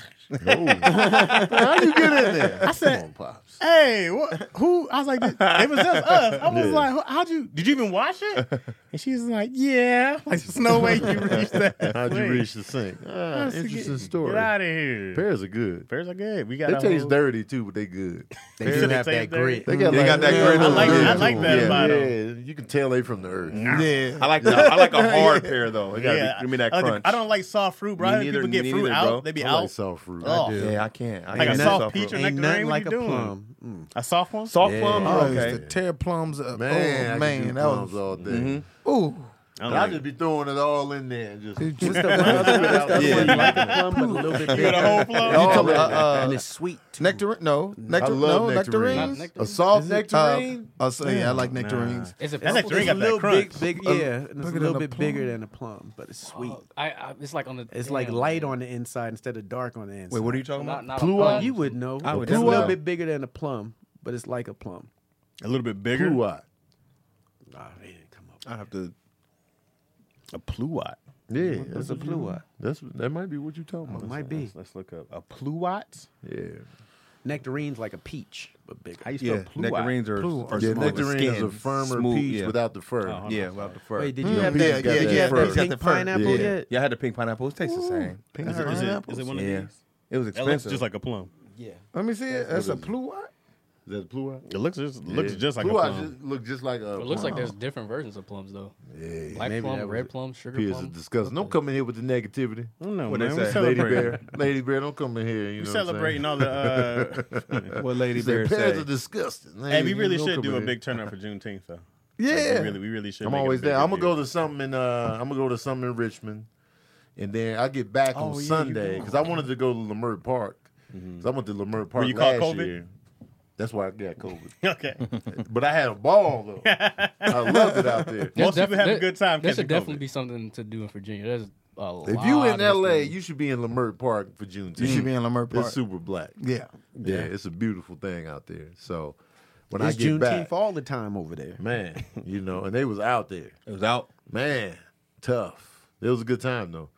How you get in there? I
said-
Come on, pops.
hey, what, who? I was like, it was just us. I was like, "Who- how'd you? Did you even wash it? And she's like, yeah. Like, there's no way you reached that.
How'd you
thing.
reach the sink? Ah,
Let's
interesting
get,
story.
Get out of here.
Pears are good.
Pears are good. We got.
They
a
taste
whole-
dirty too, but they good.
They
Pears
do
taste
have that
dirty.
grit.
They got,
They
like,
got that great
little
I
little
like- I
dirt
like
to
that
them.
about
yeah,
'em.
You can tell they from the earth.
Yeah.
I like the, I like a hard pear though. It gotta
Yeah,
be, give me that
I, like the-
crunch.
I don't like soft fruit, bro.
Me
I heard
neither,
people get
me
fruit
neither,
out.
bro.
They be
I
out.
like soft fruit.
Oh,
Yeah, I can't. I
Like a
can't
soft
soft
peach or
fruit.
Ain't
nectarine.
nothing
what
like
you
a
doing?
plum. Mm.
A soft one.
Soft
Yeah.
plum.
Oh,
okay.
okay. to tear plums up.
Man,
oh, man,
I man,
that was
all day.
ooh.
I don't
I'll
like
just be throwing it all in there. and Just
Dude,
What's
just-
the one other one? What's the other
Yeah.
one? Like a plum, but a little bit
it.
bigger.
The whole plum.
all
talking
in
about,
there.
uh,
and it's sweet. Too.
nectarine? No, nectar,
I love
no,
nectarines.
nectarines.
Not
A
nectarine.
soft
Uh,
nectarine.
I say yeah, I like nectarines.
Is it
That's like
purple?
drink
It's
got
a
that
little big,
crunch.
big, yeah. and It's a
bigger
little
than a
bit bigger
plum.
than a plum, but it's sweet.
Oh, I, I, it's like on the.
It's like
damn.
light on the inside instead of dark on the inside.
Wait, what are you talking
Not,
about?
not
Blue eye.
a
Oh,
plum.
you would know.
I would
it's a little
definitely-
bit bigger than a plum, but it's like a plum.
a little bit bigger.
Pluot.
Oh, man, come up.
I have to.
A pluot.
Yeah,
It's a pluot.
that's that might be what you're talking about.
Might be.
Let's look up a
Oh.
pluot.
Yeah.
Nectarine's like a peach, but bigger.
How you spell
Yeah,
pluot?
nectarines are, are
Yeah,
smaller.
nectarine is a
Skin,
firmer
smooth,
peach
yeah.
without the fur.
Oh,
Yeah, without the fur.
Wait, did you
Mm,
have
peach
that?
got
did
that
you have
fur.
that pink pineapple
Yeah.
yet?
Yeah, I had the pink pineapple. It tastes the same. Pink
Is it- is it- is it one of
Yeah.
these?
It was
That looks
expensive.
just like a plum.
Yeah.
Let me see it. That's a blue. eye?
that the Blue Rock?
It looks just looks just like
Blue
a
Rock
plum.
just, look just like a.
It looks like
plum.
there's different versions of plums though.
Yeah.
Black
maybe
plum,
that was
red
it.
plum, sugar
Piers
plum.
is disgusting. Don't come in here with the negativity.
No,
What
man,
they
we
say?
Lady
celebrating.
Bear, Lady Bear, don't come in here. You
we
know
celebrating all the. Uh,
What
What I'm saying?
Lady Bear
He said, pears are
say?
disgusting.
hey,
Lady,
we really
don't
should
come
do a
in here.
big turnout for Juneteenth though.
Yeah.
Like, we really, we really should.
I'm
make it a
always there.
bigger
I'm gonna
deal.
go to something in. Uh, I'm gonna go to something in Richmond, and then I get back on Sunday because I wanted to go to Lemert Park. 'Cause I went to Lemert Park
you caught
last
COVID?
year. That's why I got COVID.
Okay.
but I had a ball though. I loved it out there.
Most
There's
people have a
there-
good time
There
catching
should definitely
COVID.
be something to do in Virginia. There's a
If you
lot
in
of
LA,
things.
you should be in Lemert Park for Juneteenth.
You should be in Lemert Park.
It's super black.
Yeah.
Yeah, it's a beautiful thing out there. So when I
It's
get
Juneteenth
back,
all the time over there.
man, you know, and they was out there. It was out, man. Tough. It was a good time though.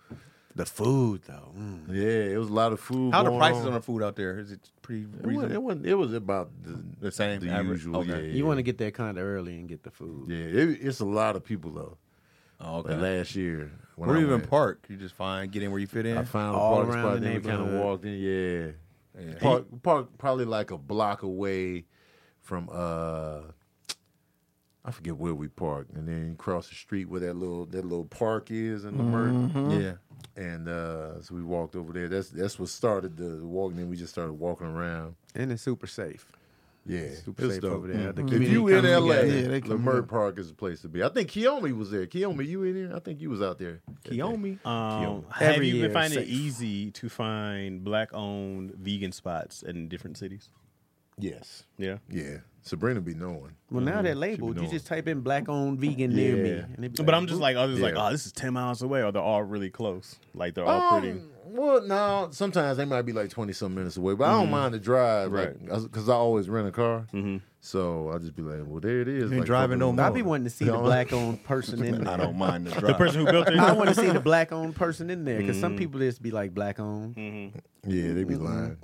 The food though. Mm.
Yeah, it was a lot of food.
How are the
going
prices
on
on the food out there? Is it pretty
It wasn't, it
reasonable?
wasn't. It was about the,
The same
the
average?
usual.
Okay.
Yeah,
You want to get there kind of early and get the food.
Yeah, it, it's a lot of people though.
Oh,
Like last year, when
Or
I
even
went,
park. You just find get in where you fit in.
I found a
All
parking
around
spot.
the
Then we kind of
neighborhood.
walked in. Yeah, Park, park probably like a block away from. uh I forget where we parked, and then cross the street where that little that little park is in the Mm-hmm.
yeah.
And uh, so we walked over there. That's that's what started the walk. Then we just started walking around.
And it's super safe.
Yeah,
Super
it's
safe
dope. Mm-hmm.
over there. The
If
community
you in
comes
LA,
together.
Yeah, they come
Lemert
together.
Park is the place to be. I think Kiyomi was there. Kiyomi, you in here? I think you was out there.
Kiyomi.
Um,
Kyoto.
have
Every
you
year,
been finding
safe.
it easy to find black-owned vegan spots in different cities?
Yes.
Yeah.
Yeah. Sabrina be knowing.
Well, now they're labeled. You
knowing.
just type in black owned vegan near me. and they be
But I'm just like others, like,
Yeah.
oh, this is ten miles away, or they're all really close. Like they're all pretty.
Um, Well, no. Sometimes they might be like twenty some minutes away, but I
Mm-hmm.
don't mind the drive, right? Because I always rent a car, so I just be like, well, there it is.
You ain't
like,
driving no
fucking-
I be wanting to see the black owned person in there.
I don't mind the drive.
The person who built it.
I want to see the black owned person in there because some people just be like black owned.
Yeah, they be lying.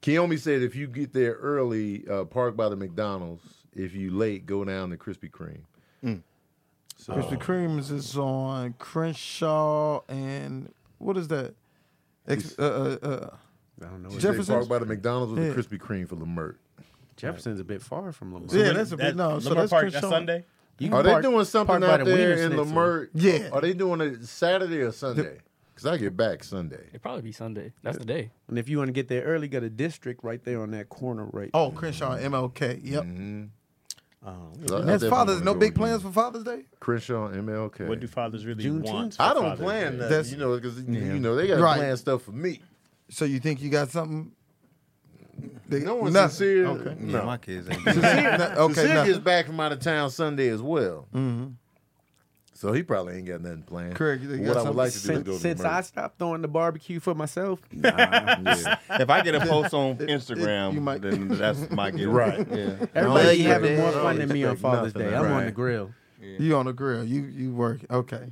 Kiyomi said if you get there early, uh, park by the McDonald's. If you late, go down to Krispy Kreme. So,
Oh.
Krispy Kreme's is on Crenshaw and what is that? Ex- uh, uh, uh,
I don't know.
They
Jeff-
What
Jefferson's-
park by the McDonald's with
Yeah.
the Krispy Kreme for Lemert.
Jefferson's a bit far from Lamar.
Yeah, that's a bit- no, so
Lamar
that's
Park
Chris
that
Shaw.
Sunday.
You can
Are they
park-
doing something
park by
out
the
there
Wiener
in
Schnitzel.
Lemert?
Yeah.
Are they doing it Saturday or Sunday? Because I get back Sunday.
It'd probably be Sunday. That's the day.
And if you want to get there early, got a district right there on that corner right
oh, Crenshaw
Mm-hmm.
and MLK. Yep. Oh,
Uh,
That's I,
And that's Father's. No big plans for Father's Day.
Crenshaw MLK.
What do fathers really
Juneteenth.
want? for
I don't
Father's
plan
Day?
nothing,
That's-
you know, because you know they got to
Right.
plan stuff for me.
So you think you got something? They,
No one's
nothing.
sincere.
Okay.
Yeah,
No,
my kids ain't.
No- okay.
sincere
nothing.
gets back from out of town Sunday as well. Mm-hmm. So he probably ain't got nothing planned.
Correct. They
But
got
What I would
something-
like to do is go
Since,
to
since
the
I
merch.
stopped throwing the barbecue for myself, nah.
if I get a post on
it- you
Instagram,
might-
then that's my gift.
Right.
Yeah.
everybody be
yeah,
having
they
more
don't
fun than me on
expect
Father's
nothing,
Day. I'm on
right.
the grill.
You on the grill. You you work. Okay.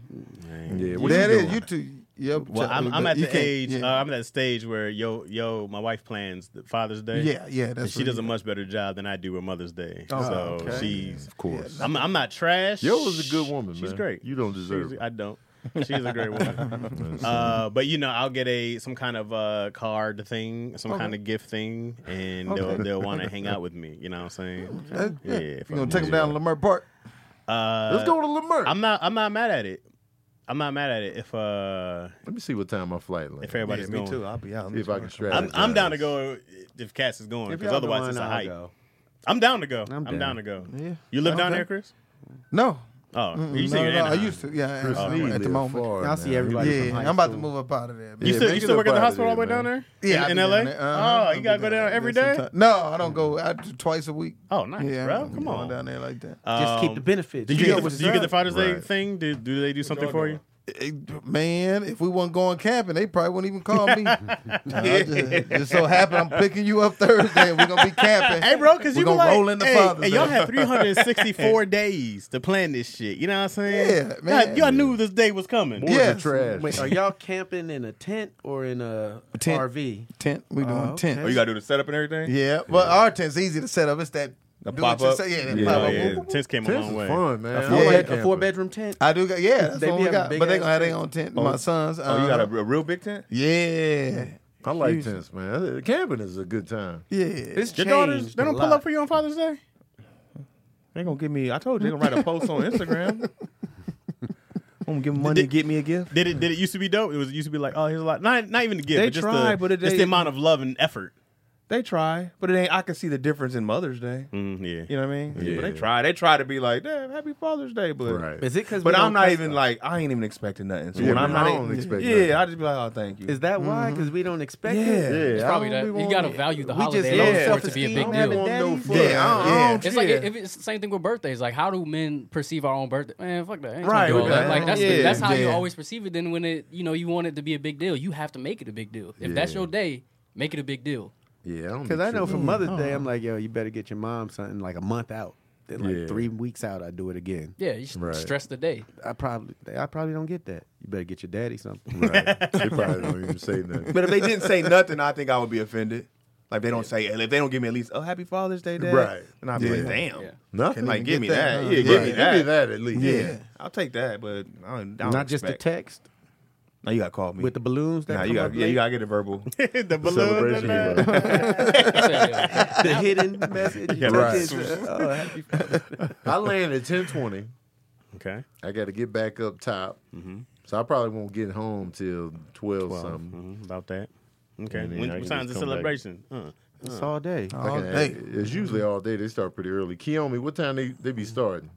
Yeah, what
That
you
is
doing?
you two. Yep.
Well, I'm, I'm
but
at
you
the
can't-
age.
Yeah.
Uh, I'm at the stage where yo, yo, my wife plans the Father's Day.
yeah, yeah.
and
That's
she
what
does a
you-
much better job than I do with Mother's Day.
Oh,
so
okay.
she's,
Of course.
I'm, I'm not trash.
Yo was a good woman,
She's
man.
great.
You don't deserve
She's-
it.
I don't. She's a great woman. uh, but you know, I'll get a some kind of uh, card thing, some kind of gift thing, and they'll they'll want to hang out with me. You know what I'm saying?
yeah.
if
You
I'm
gonna take
easy.
them down to Lamar Park?
Uh,
Let's go to Lemert.
I'm not. I'm not mad at it. I'm not mad at it. If uh,
Let me see what time my flight lands.
if everybody's
Yeah, me
going,
too. I'll be out.
See if I can strategize.
I'm, I'm down to go if Cass is going. Because
y'all
otherwise,
don't
it's a
mind, I'll
hype.
go.
I'm down to go. I'm
I'm
down,
down.
to go.
Yeah.
You live
I'm
down
down.
there, Chris?
No.
Oh, you
no,
say you're
no, I
Anaheim.
used to. Yeah.
Chris
uh,
Lee
at the
live
moment.
far,
Y'all see
man.
everybody.
Yeah.
from high
I'm about to
school.
move up out of there.
You
man.
Yeah,
still,
make
you
it
still
up
work at the
out of
hospital all the way
there,
down there?
man.
Yeah,
In, in
I be
LA?
down there.
oh,
Uh-huh, I
you
be
gotta go down
there
every day?
sometime. No, I don't go. I do twice a week.
Oh, nice,
yeah,
bro.
I'm
Come
going
on.
down there like that.
Just keep
Um,
the benefits.
Did you,
Yeah,
get,
what's
the, did you get
up?
the Father's Day
Right.
thing? Do, do they do something for you?
Eh, Man, if we wasn't going camping, they probably wouldn't even call me. I just, just so happened I'm picking you up Thursday. and We're gonna be camping.
Hey, bro, because
We're
you
gonna
were like,
roll in the
hey,
Father's
hey, y'all
Day.
had 364 days to plan this shit. You know what I'm saying?
Yeah,
Y'all-
man.
Y'all, knew this day was coming.
Boys
Yes.
are
Wait,
trash.
are y'all camping in a tent or in a
Tent.
RV?
tent. We doing
Oh,
tent.
Oh, you gotta do the setup and everything.
Yeah, but our tent's easy to set up. It's that
The
do it
pop-up?
yourself- Yeah, that
Yeah,
pop
Oh,
up.
yeah. Tents came a
This
long
is
way.
fun, man.
A
I
four,
like
bed, a
camping.
four bedroom tent.
I do. got Yeah, that's
They
what
be
we
having
got.
big
But they
ass
Oh, gonna have their own tent. My sons.
Oh, you got
uh,
a, a real big tent?
Uh-huh. Yeah.
I like tents, man. Camping is a good time.
Yeah.
It's
Your
changed
daughters, they
a
don't pull
lot.
up for you on Father's Day?
They gonna give me. I told you they gonna write a post on Instagram. I'm gonna give them money to get me a gift.
Did it? Did it used to be dope? It was it used to be like, oh, here's a lot. Not not even to give.
They
but just
try,
the,
but it-
just
they-
the amount of love and effort.
They try, but it ain't. I can see the difference in Mother's Day.
Mm, yeah.
You know what I mean?
Yeah.
But they try. They try to be like, "Damn, Happy Father's Day," but
Right.
Is it because?
but I'm not even like I ain't even expecting nothing. So
Yeah,
when
man,
I'm not,
I don't expect
Yeah,
nothing.
I just be like, "Oh, thank you."
Is that why? Because we don't expect
yeah,
it.
It's
I
probably
don't
that.
be
You got to
wanting-
value the
We just
holiday
low
alone for it to be a
self-esteem
big
having
deal.
that.
no
daddies.
fun.
Yeah, I don't-
Yeah.
I don't-
It's like
Yeah.
it, it- it's the same thing with birthdays. Like, how do men perceive our own birthday? Man, fuck that. I ain't tryna
Right,
do
we
all
be
that.
like,
Like that's
yeah,
that's how you
yeah.
always perceive it. Then when it you know you want it to be a big deal, you have to make it a big deal. If that's
Yeah.
your day, make it a big deal.
Yeah, I don't
Because
be
I know
tripping.
for Mother's Day, I'm like, yo, you better get your mom something like a month out. Then like
Yeah.
three weeks out, I do it again.
Yeah, you should
Right.
stress the day.
I probably, I probably don't get that. You better get your daddy something.
Right. they probably don't even say nothing.
But if they didn't say nothing, I think I would be offended. Like they don't say if they don't give me at least oh Happy Father's Day, Dad.
Right.
And I'd be like,
Yeah.
"Damn."
Yeah.
Nothing.
Like,
Get
give me that.
huh?
Yeah, give me
Right.
that.
Give me that at least.
Yeah. I'll take that, but I don't, I don't
Not just the
expect-
text
No, you got to call me
with the balloons. That
Nah,
come
you got
up
yeah, you
late.
got to get a verbal.
the balloon.
Celebration.
man.
bro.
That's it.
the hidden message.
Yeah,
right.
Oh, happy Father's Day.
I land at ten twenty.
Okay.
I got to get back up top. So I probably won't get home till Mm-hmm. twelve, something.
Mhm, About that. Okay.
And then
When-
I can
what time's the
just come back.
celebration? Uh,
It's all day.
All
Like,
day.
It's usually all day. They start pretty early. Kiyomi, what time they, they be starting?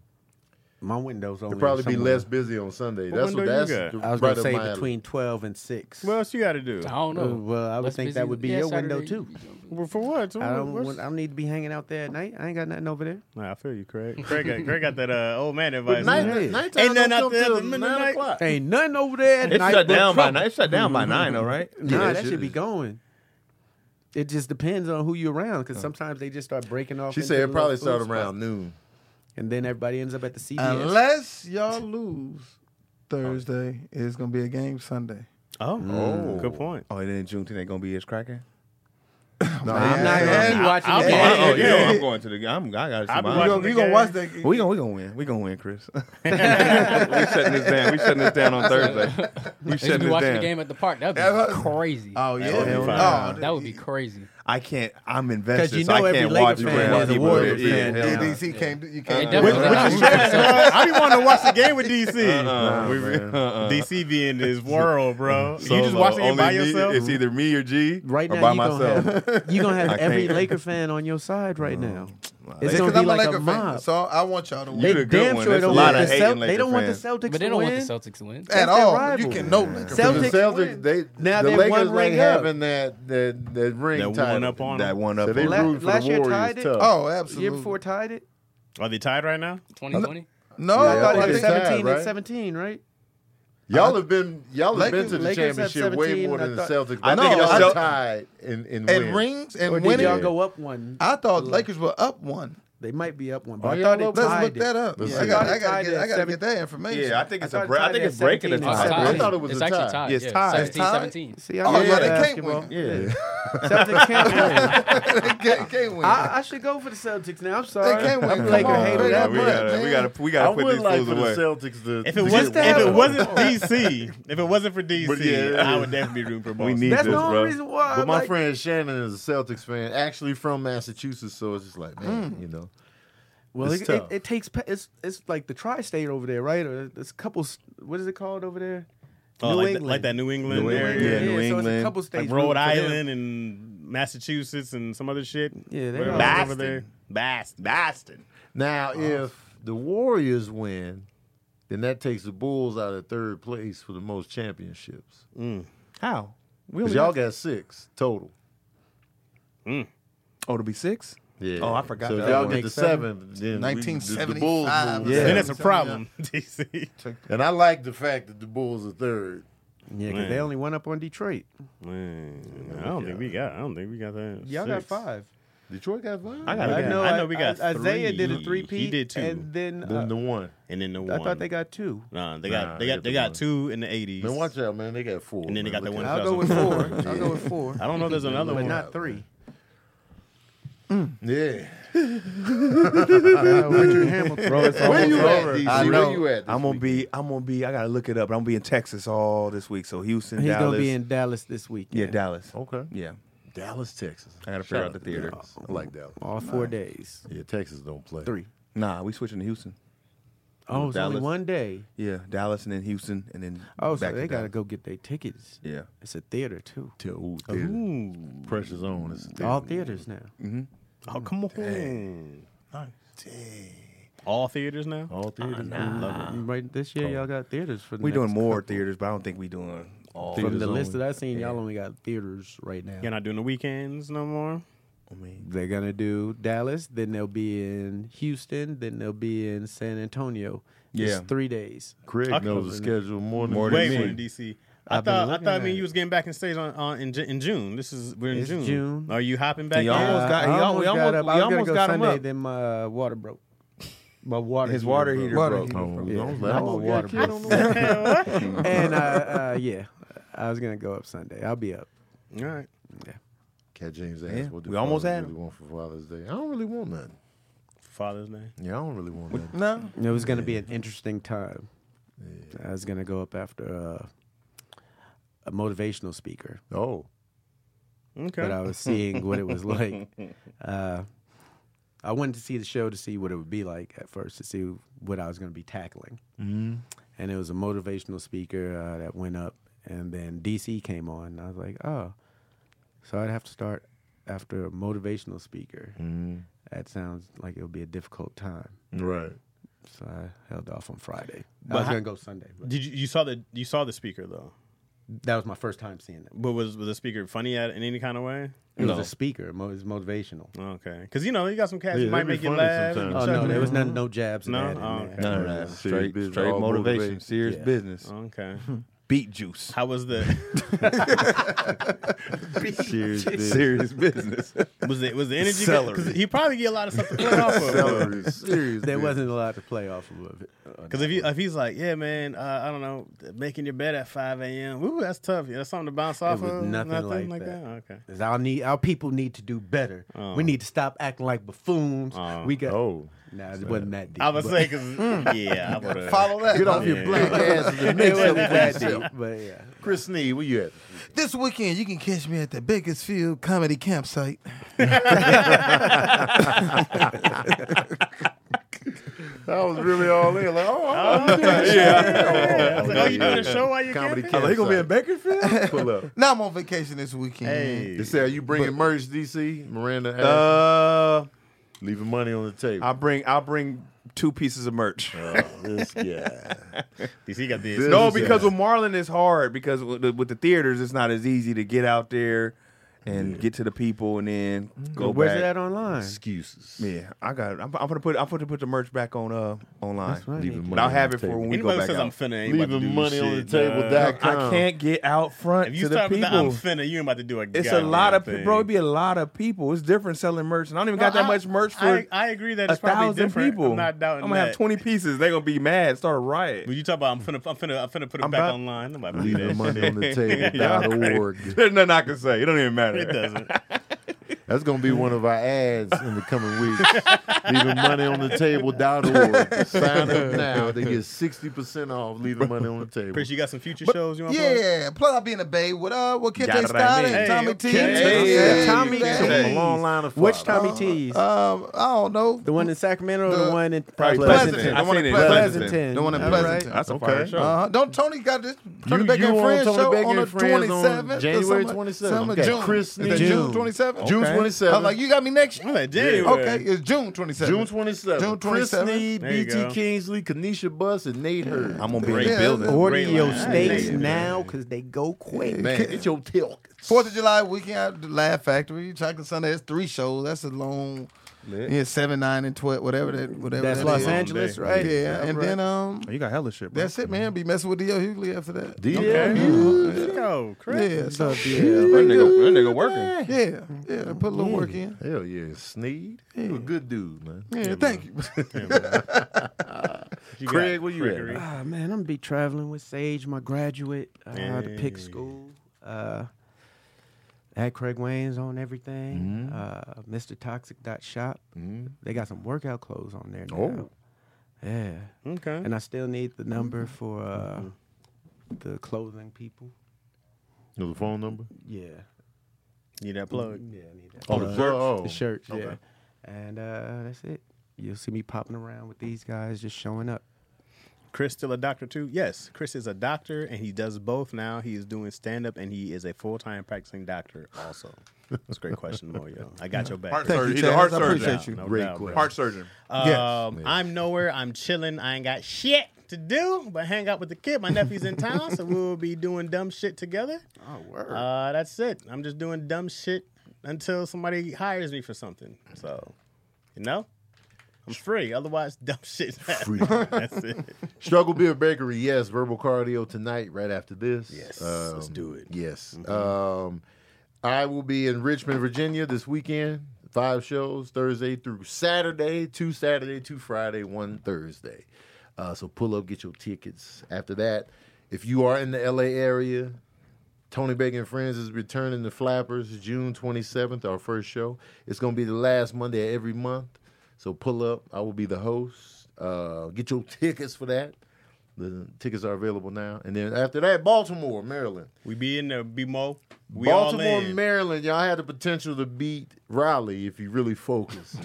My window's only
They'll probably be
somewhere-
less busy on Sunday.
What
that's what
window you
that's
got?
the-
I was
right
gonna
up
say
my alley.
between twelve and six.
what else you got to do?
I don't
Uh,
know.
well, I would
Less
think
busy-
that would be
yeah,
your window
Saturday,
too.
Well, for what?
I don't.
What's-
Want, I don't need to be hanging out there at night. I ain't got nothing over there.
Nah, I feel you, Craig. Craig got, Craig got that uh, old man
But
advice.
night,
man.
nighttime
Ain't nothing
don't
out
come
there
till
at the midnight.
nine o'clock.
Ain't nothing over there at
It's
night.
shut
but
down by
trouble.
nine. It's shut down by nine, though, right?
Nah,
Yeah,
that
shit
should be
is-
going. It just depends on who you're around because sometimes they just start breaking off.
She
into
said
the
it
little
probably
food
started
spot.
around noon.
and then everybody ends up at the CVS.
Unless y'all lose Thursday, it's gonna be a game Sunday.
Oh, good point.
Oh, and then Juneteenth ain't gonna be as cracking.
No,
I'm not gonna be
Yeah.
watching
I-
the
I-
game.
Yeah,
oh, you know,
yeah.
I'm going to the game. I'm, I got to
I'll
see
be
mine.
You
watching
gonna,
the
you gonna
game.
watch that game?
We gonna we gonna win. We gonna win, Chris. we shutting this down. We shutting this down on Thursday. We
They should
shutting
be
this
watching the
down.
game at the park. That'd
Ever-
be crazy.
Oh yeah.
would be fine.
Oh,
that would be crazy.
I can't. I'm invested.
you
so
know
I
every
can't
Laker
watch
fan
Grand
is a
Theft Auto.
Warriors
Yeah,
fan.
hell
Yeah,
no.
DC can't. do- You can't.
It
do
definitely
it.
not.
Uh, I be wanting to watch the game with DC.
Uh-uh,
We-
man. Uh-uh.
DC be in this world, bro. you just
Solo.
watch the game
Only
by
me-
yourself.
It's either me or G
Right
or
now,
by
you
myself.
gonna have, you gonna
I
have every
can't. Mm.
Laker fan on your side right now. It's
It's
gonna
because
be
I'm
like
a Laker
a
fan,
mob.
so I want y'all to
You
They
win
the good
damn
one.
sure they
That's a
don't
lot
want
of
the
hating
Celt- They
Laker
don't want the
fans.
Celtics.
But they
to
don't want
win.
the Celtics to win.
at
their
all. You
rival.
can know Laker
Celtics
fans.
the Celtics,
win.
they
Now
the
they
Lakers
one
ain't
ring up.
having that that that ring
That
title.
one up on
That
them.
one up.
So they
on
La-
root for
last
the
year
Warriors
tied it?
tough.
Oh,
The
absolutely.
year before tied it.
Are they tied right now?
2020.
No,
I thought
Yeah,
it
they
was
tied,
seventeen
right?
and seventeen, right?
y'all have been y'all have been
Lakers-
to the
Lakers have
championship way
17,
more
I
than the
thought-
Celtics.
I
But I
think
think
y'all
y'all
Celt-
tied in in
and
winning.
rings and
Or did
winning.
y'all go up one?
I thought Lakers were up one.
They might be up one, but
Are
I
y'all
thought
up
it
one?
Let's
tied
look
it.
that up.
Let's
I
see.
got,
Tied
I
it
got,
at
get, I got to
seven-
get that information.
Yeah, I think it's
I
a
thought
break.
it
I
tied
think
at
it's breaking the
17 and
I
tie.
thought- I
tied.
thought it was
it's
a
actually
tie.
tied.
Yeah, it's
yeah.
tied.
17,
Tied.
17.
See,
oh
I
yeah,
yeah,
they can't
basketball.
win.
Yeah.
Celtics can't win.
they can't, can't win.
I, I should go for the Celtics now. I'm sorry.
they can't win.
I'm
Come
Laker
on,
hater
man.
that
we
Come on,
much.
gotta, we
man.
gotta, we
I
gotta put
would
these
like
fools
for
away.
the Celtics to
If it
to
wasn't,
get
if it
one.
wasn't DC, if it wasn't for DC,
yeah.
I would definitely be rooting for Boston.
We need
That's
this,
the only
bro.
reason why.
But my
like,
friend Shannon is a Celtics fan, actually from Massachusetts, so it's just like, man, you know.
well,
it's
it, it,
tough.
it takes. pa- It's it's like the tri-state over there, right? Or there's a couple. s- What is it called over there?
Oh,
New
like, that,
England.
like that New England,
New
area.
England, yeah, New
So it's a
England.
couple states.
like Rhode
rooting for them.
Island and Massachusetts and some other shit.
Yeah, they
Whatever
all
over
over
there. Bast, Boston.
Now, if the Warriors win, then that takes the Bulls out of third place for the most championships.
How? We
Because
only
y'all
got,
got six total.
oh, to be six.
Yeah.
Oh, I forgot
So if
the other
y'all
one.
get the
Make seven.
seventh, then we- the, the
1975.
Bulls move.
Yeah.
Then
down.
it's a problem, DC.
And I like the fact that the Bulls are third.
Yeah, because they only went up on Detroit.
Man, I don't think we got. I don't think we got that.
Y'all got
Six.
five.
Detroit got five.
I got.
I know.
I know we got.
Isaiah did a
three.
three
He did two,
and then,
Then
uh,
the one.
and then the
I
one.
thought they got two.
Nah, they
Nah,
got. They
they
got.
got
They
the
got
one.
two in the eighties.
Man, watch out, man. They got four.
And then they
man.
got that
Look
one
at-
I'll go with four. I'll go with four.
I don't know. if There's another
but
one.
not three.
Yeah.
Bro, it's
Where
almost
you at,
over.
DC?
I
Where
know.
you at this
I'm gonna be. I'm gonna be. I gotta look it up. but I'm gonna be in Texas all this week. So Houston,
He's
Dallas.
gonna be in Dallas this week.
yeah, Dallas.
Okay.
Yeah,
Dallas, Texas.
I gotta figure out the theater.
I like Dallas.
all four days.
Yeah, Texas don't play.
Three.
Nah, we switching to Houston.
Oh, it's
Dallas.
only one day.
Yeah, Dallas and then Houston and then
Oh, so
back
they
to
gotta
Dallas.
go get their tickets.
Yeah,
It's a theater too.
Till, ooh, theater. Oh, Pressure's on. It's
All theaters now.
Oh, come on. All theaters now?
all theater.
Um, right this year, y'all got theaters for. The
we doing
next
more
couple.
theaters, but I don't think we doing all.
From
theaters
the list
only.
that I seen, y'all only got theaters right now.
You're not doing the weekends no more?
I mean,
They're gonna do Dallas, then they'll be in Houston, then they'll be in San Antonio. It's
Yeah.
three days.
Craig
I-
knows the schedule more than,
More
me.
Way
than
more
me.
than DC. I
I've been
thought I
looking
thought
at
me
it.
you was getting back in stage on, on in, Ju- in June. This is we're in
It's
June.
June.
Are you hopping back?
He
in?
almost got- he
I
al- we almost-
up.
we
I was gonna
almost
go
got 'em
Sunday,
up.
Then my uh, water broke. My water.
his water heater
Water
broke.
heater.
Oh,
Yeah.
don't let
I'm
all
a
that
water
kid
boy.
on the-
and uh, uh, yeah, I was gonna go up Sunday. I'll be up.
All right.
Cat James asked,
Yeah,
"What do
we almost
fathers
had
really want for Father's Day?" I don't really want nothing.
Father's Day.
Yeah, I don't really want nothing.
No,
It was gonna be an interesting time. I was gonna go up after uh, a motivational speaker,
Oh,
Okay.
but I was seeing what it was like. Uh, I wanted to see the show to see what it would be like at first to see what I was gonna be tackling. and it was a motivational speaker uh, that went up, and then DC came on. And I was like, oh, so I'd have to start after a motivational speaker.
mm.
That sounds like it would be a difficult time.
right.
So I held off on Friday.
But
I was
how-
gonna go Sunday. But
Did you, you saw the you saw the speaker though?
that was my first time seeing it.
But was was the speaker funny at in any kind of way?
It was a speaker. mo- It was motivational.
Okay, because you know you got some cats
Yeah,
who might
they
make
be
you
funny
laugh. and
sometimes.
Oh
stuff.
no, there was none, no jabs.
No?
added in
Oh,
there.
okay.
no, no, no.
Serious
Straight,
business,
straight
all
motivation,
motivation.
serious
Yeah.
business.
Okay,
Beet juice,
how was the
Serious business.
serious business.
was the was the energy?
Celery.
Because he probably get a lot of stuff to play off of.
Celery, serious
There
business.
wasn't a lot to play off of. It.
Because if you if he's like, yeah, man, uh, I don't know, making your bed at five a.m. Ooh, that's tough. Yeah, that's something to bounce off
was
of.
nothing like that.
Okay.
Is Our need, our people need to do better. We need to stop acting like buffoons.
Oh.
We got.
Oh,
Nah, it wasn't that deep.
I would
but-
say because mm, yeah, I would have
Follow that.
get off
Yeah.
your black ass and
It
mix
wasn't
up with
that deep,
yourself.
but yeah.
Chris Sneed, where you at?
This weekend, you can catch me at the Bakersfield Comedy Campsite.
I was really all in. Like, oh,
I was like, oh, you doing a show while you comedy?
comedy. Camp Oh, he gonna be in Bakersfield. Pull up.
Now I'm on vacation this weekend.
Hey,
They say, are you bringing merch, DC? Miranda asked.
Uh,
leaving money on the table.
I'll bring. I'll bring two pieces of merch.
Oh, this guy.
he got this.
This
No,
is
because
it.
with Marlin it's hard because with the, with the theaters it's not as easy to get out there and get to the people and then
Mm-hmm.
go
Where's
back.
it at online?
Excuses.
Yeah, I got. It. I'm, I'm gonna put. I'm gonna put the merch back on uh online.
Leaving money
But I'll have
on
it
the
for
table.
when we go
Anybody
back
says
out.
I'm finna, ain't about to
Leaving
do
money on the
shit,
table.
dog.
dot
I
com.
can't get out front
If you
to the
start with the I'm
people.
finna, you ain't about to do a.
It's a
goddamn
lot of
thing.
people. bro. It'd be a lot of people. It's different selling merch, and I don't even got
No,
that
I-
much merch for
I, I agree that
a
it's probably
thousand
different.
people.
I'm not doubting
I'm gonna
that.
have 20 pieces. They're gonna be mad. Start a riot.
When you talk about, I'm finna, I'm finna, I'm finna put it
I'm
back
about-
online. I'm about to do
Leaving
that.
money on the table.
Y'all
dot
crazy.
org.
There's nothing I can say. It don't even matter.
It doesn't.
That's gonna be one of our ads in the coming weeks. leaving money on the table.org. Sign up now. They get sixty percent off leaving money on the table.
Chris, you got some future shows you want to play?
Yeah, plus I'll be in the Bay with uh with Kente
Gotta
Stott
remain.
and Tommy
Hey,
T.
Hey,
Tommy
you
T.
From
guys.
a long line of
Which
fathers.
Uh,
Tommy T's?
Um, I don't know.
the one in Sacramento, or the
the-
one in
Probably
Pleasanton?
Pleasanton.
I
The one
seen
in
it. Pleasanton.
Pleasanton.
The one in
All right.
Pleasanton.
That's a
Okay.
fire show.
Uh, don't Tony got this Tony
You-
Beck
you
and
on
Friends
Tony
show
Beck
on the
and Friends on
27th? or
January
something?
27th.
Something,
Okay.
June.
Chris
Is that
Sneed.
June
June.
27th?
June
I
27th.
was like, you got me next
I'm
year?
like, January.
Okay, it's June 27th.
June 27th.
June
Chris
27th.
Sneed,
There you
BT
go.
Kingsley, Kanisha Buss, and Nate Hurd.
I'm gonna be in the
Great.
building.
Order
Great
your
line.
steaks
Hey, man.
now because they go quick.
Man, get your tail.
Fourth of July weekend at the Laugh Factory, Chocolate Sunday. That's three shows. That's a long, yeah, seven, nine, and twelve, whatever that, whatever.
That's
that
Los
is.
Angeles,
day.
right?
Yeah, and then um,
Oh, You got hella shit, bro.
that's it, man. Be messing with D.O. Hughley after that.
DL.
Yo, Chris.
yeah, so
that,
yeah,
nigga, that nigga working.
yeah, yeah. Put a little work in.
Hell yeah, Sneed. You a good dude, man.
Yeah, thank you.
You got
Craig, where you at?
Gregory.
Ah, man, I'm gonna be traveling with Sage, my graduate. Uh, to pick
Hey.
school. Uh, At Craig Wayne's on everything. Uh, Mr. Toxic dot shop. They got some workout clothes on there now.
Oh.
Yeah.
Okay.
And I still need the number for uh,
Mm-hmm.
the clothing people.
You know the phone number?
Yeah.
Need that plug.
Yeah, I need that.
Oh, the shirt. Oh,
the shirts, yeah. And uh, that's it. You'll see me popping around with these guys, just showing up.
Chris still a doctor too? Yes, Chris is a doctor and he does both now. He is doing stand up and he is a full time practicing doctor also. That's a great question, Moyo. I got your back.
Heart
No
Thank you,
surgeon. He's a heart
Chaz. I
surgeon.
appreciate you.
doubt,
Great
bro.
question.
Heart surgeon.
Um, I'm nowhere. I'm chilling. I ain't got shit to do but hang out with the kid. My nephew's in town, so we'll be doing dumb shit together. Oh, word. Uh, that's it. I'm just doing dumb shit until somebody hires me for something. So, you know, I'm free. Otherwise, dumb shit. Free. that's it.
Struggle Beer Bakery, yes. Verbal cardio tonight, right after this.
Yes, let's do it. Mm-hmm.
Yes. Um, I will be in Richmond, Virginia this weekend. Five shows Thursday through Saturday, two Saturday, two Friday, one Thursday. Uh, so pull up, get your tickets. After that, if you are in the LA area, Tony Bacon and Friends is returning to Flappers June 27th, our first show. It's going to be the last Monday of every month. So pull up. I will be the host. Uh, get your tickets for that. The tickets are available now. And then after that, Baltimore, Maryland.
We be in there, BMO. We all
Baltimore,
in.
Maryland. Y'all had the potential to beat Raleigh if you really focus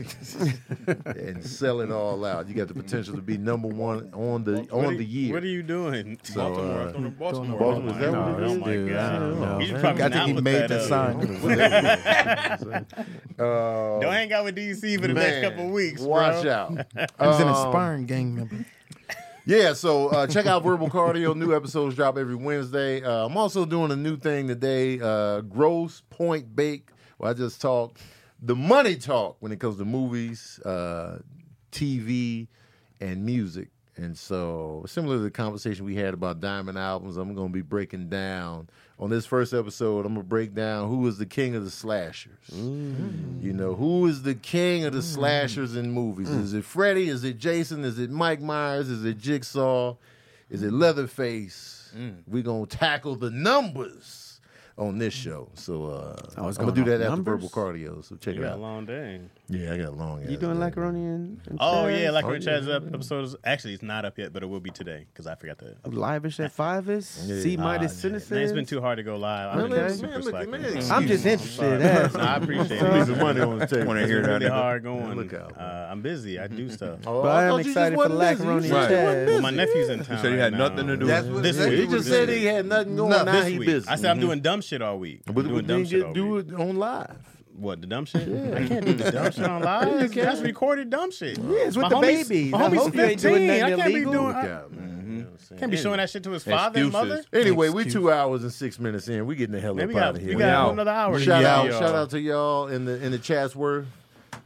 and sell it all out. You got the potential to be number one on the
What are
on
you-
the year.
What are you doing? Baltimore. I'm throwing a Baltimore.
Baltimore, is that
my
what it
God. Oh
is?
my
Dude, I don't know,
god. You should
man.
probably
I
not
think he
look
made that
up.
sign.
Uh,
Don't hang out with DC for the next
man,
couple of weeks.
Watch
bro.
out. Um,
He's
Um,
an inspiring gang member.
Yeah, so uh, check out Verbal Cardio. New episodes drop every Wednesday. Uh, I'm also doing a new thing today uh, Gross Point Bake, where I just talk the money talk when it comes to movies, uh, TV, and music. And so, similar to the conversation we had about diamond albums, I'm going to be breaking down on this first episode. I'm going to break down who is the king of the slashers.
Mm.
You know, who is the king of the slashers in movies? Is it Freddy? Is it Jason? Is it Mike Myers? Is it Jigsaw? Is
Mm.
it Leatherface? We're going to tackle the numbers on
Mm.
this show. So uh,
Oh, it's
I'm going
going
to do that
off
after
numbers?
Verbal Cardio. So check
You
it
got a
out.
long day.
Yeah, I got a long
You doing macaroni and, and
Oh
cheese?
yeah, like Rich has up episodes. Actually, it's not up yet, but it will be today because I forgot to.
Livish at Five is C minus cynicism.
Man, it's been too hard to go live. I've
man,
been
man,
super
look,
slacking.
man,
Mm.
I'm just interested. that's-
I appreciate
Leave
it.
the money on the table.
Want to hear
It's
that?
really hard
Man,
going.
look out,
Uh, I'm busy. I do stuff.
Oh,
But I am excited for macaroni and
Well,
cheese.
my nephew's in town.
said he
right
had
now.
nothing to do
That's what
This
that's
week.
He
what
just
it
said
is.
he had nothing going.
No,
now
This
he
week.
busy.
I said I'm doing dumb shit all week. I'm
but we
doing dumb
didn't
shit
get
all
do
week.
it on live.
What the dumb shit? I can't do the dumb shit on live. That's recorded dumb shit. Yeah,
it's with the baby.
My
I
homie's
hope you ain't doing
15. I
nothing
can't
illegal.
be doing.
Look
I
out, man.
Mm-hmm.
can't be showing that shit to his father and mother.
Excuses.
Anyway, we two hours and six minutes in. We getting the hell
Man,
up
we
out
got
of
we
here.
got
out.
another hour. to
Shout
give
out,
y'all.
shout out to y'all in the in the Chatsworth.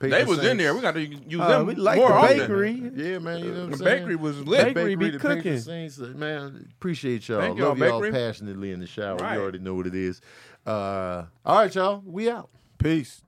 They was in there. We got to use
Uh,
them
we like
more
the
often.
bakery.
Yeah, man. You know what I'm
The
saying?
bakery was
The
lit.
Bakery be
the Patron
cooking.
Saints, uh, man, appreciate y'all.
Thank y'all,
Love y'all
bakery.
passionately in the shower.
Right.
You already know what it is. Uh, all right, y'all. We out.
Peace.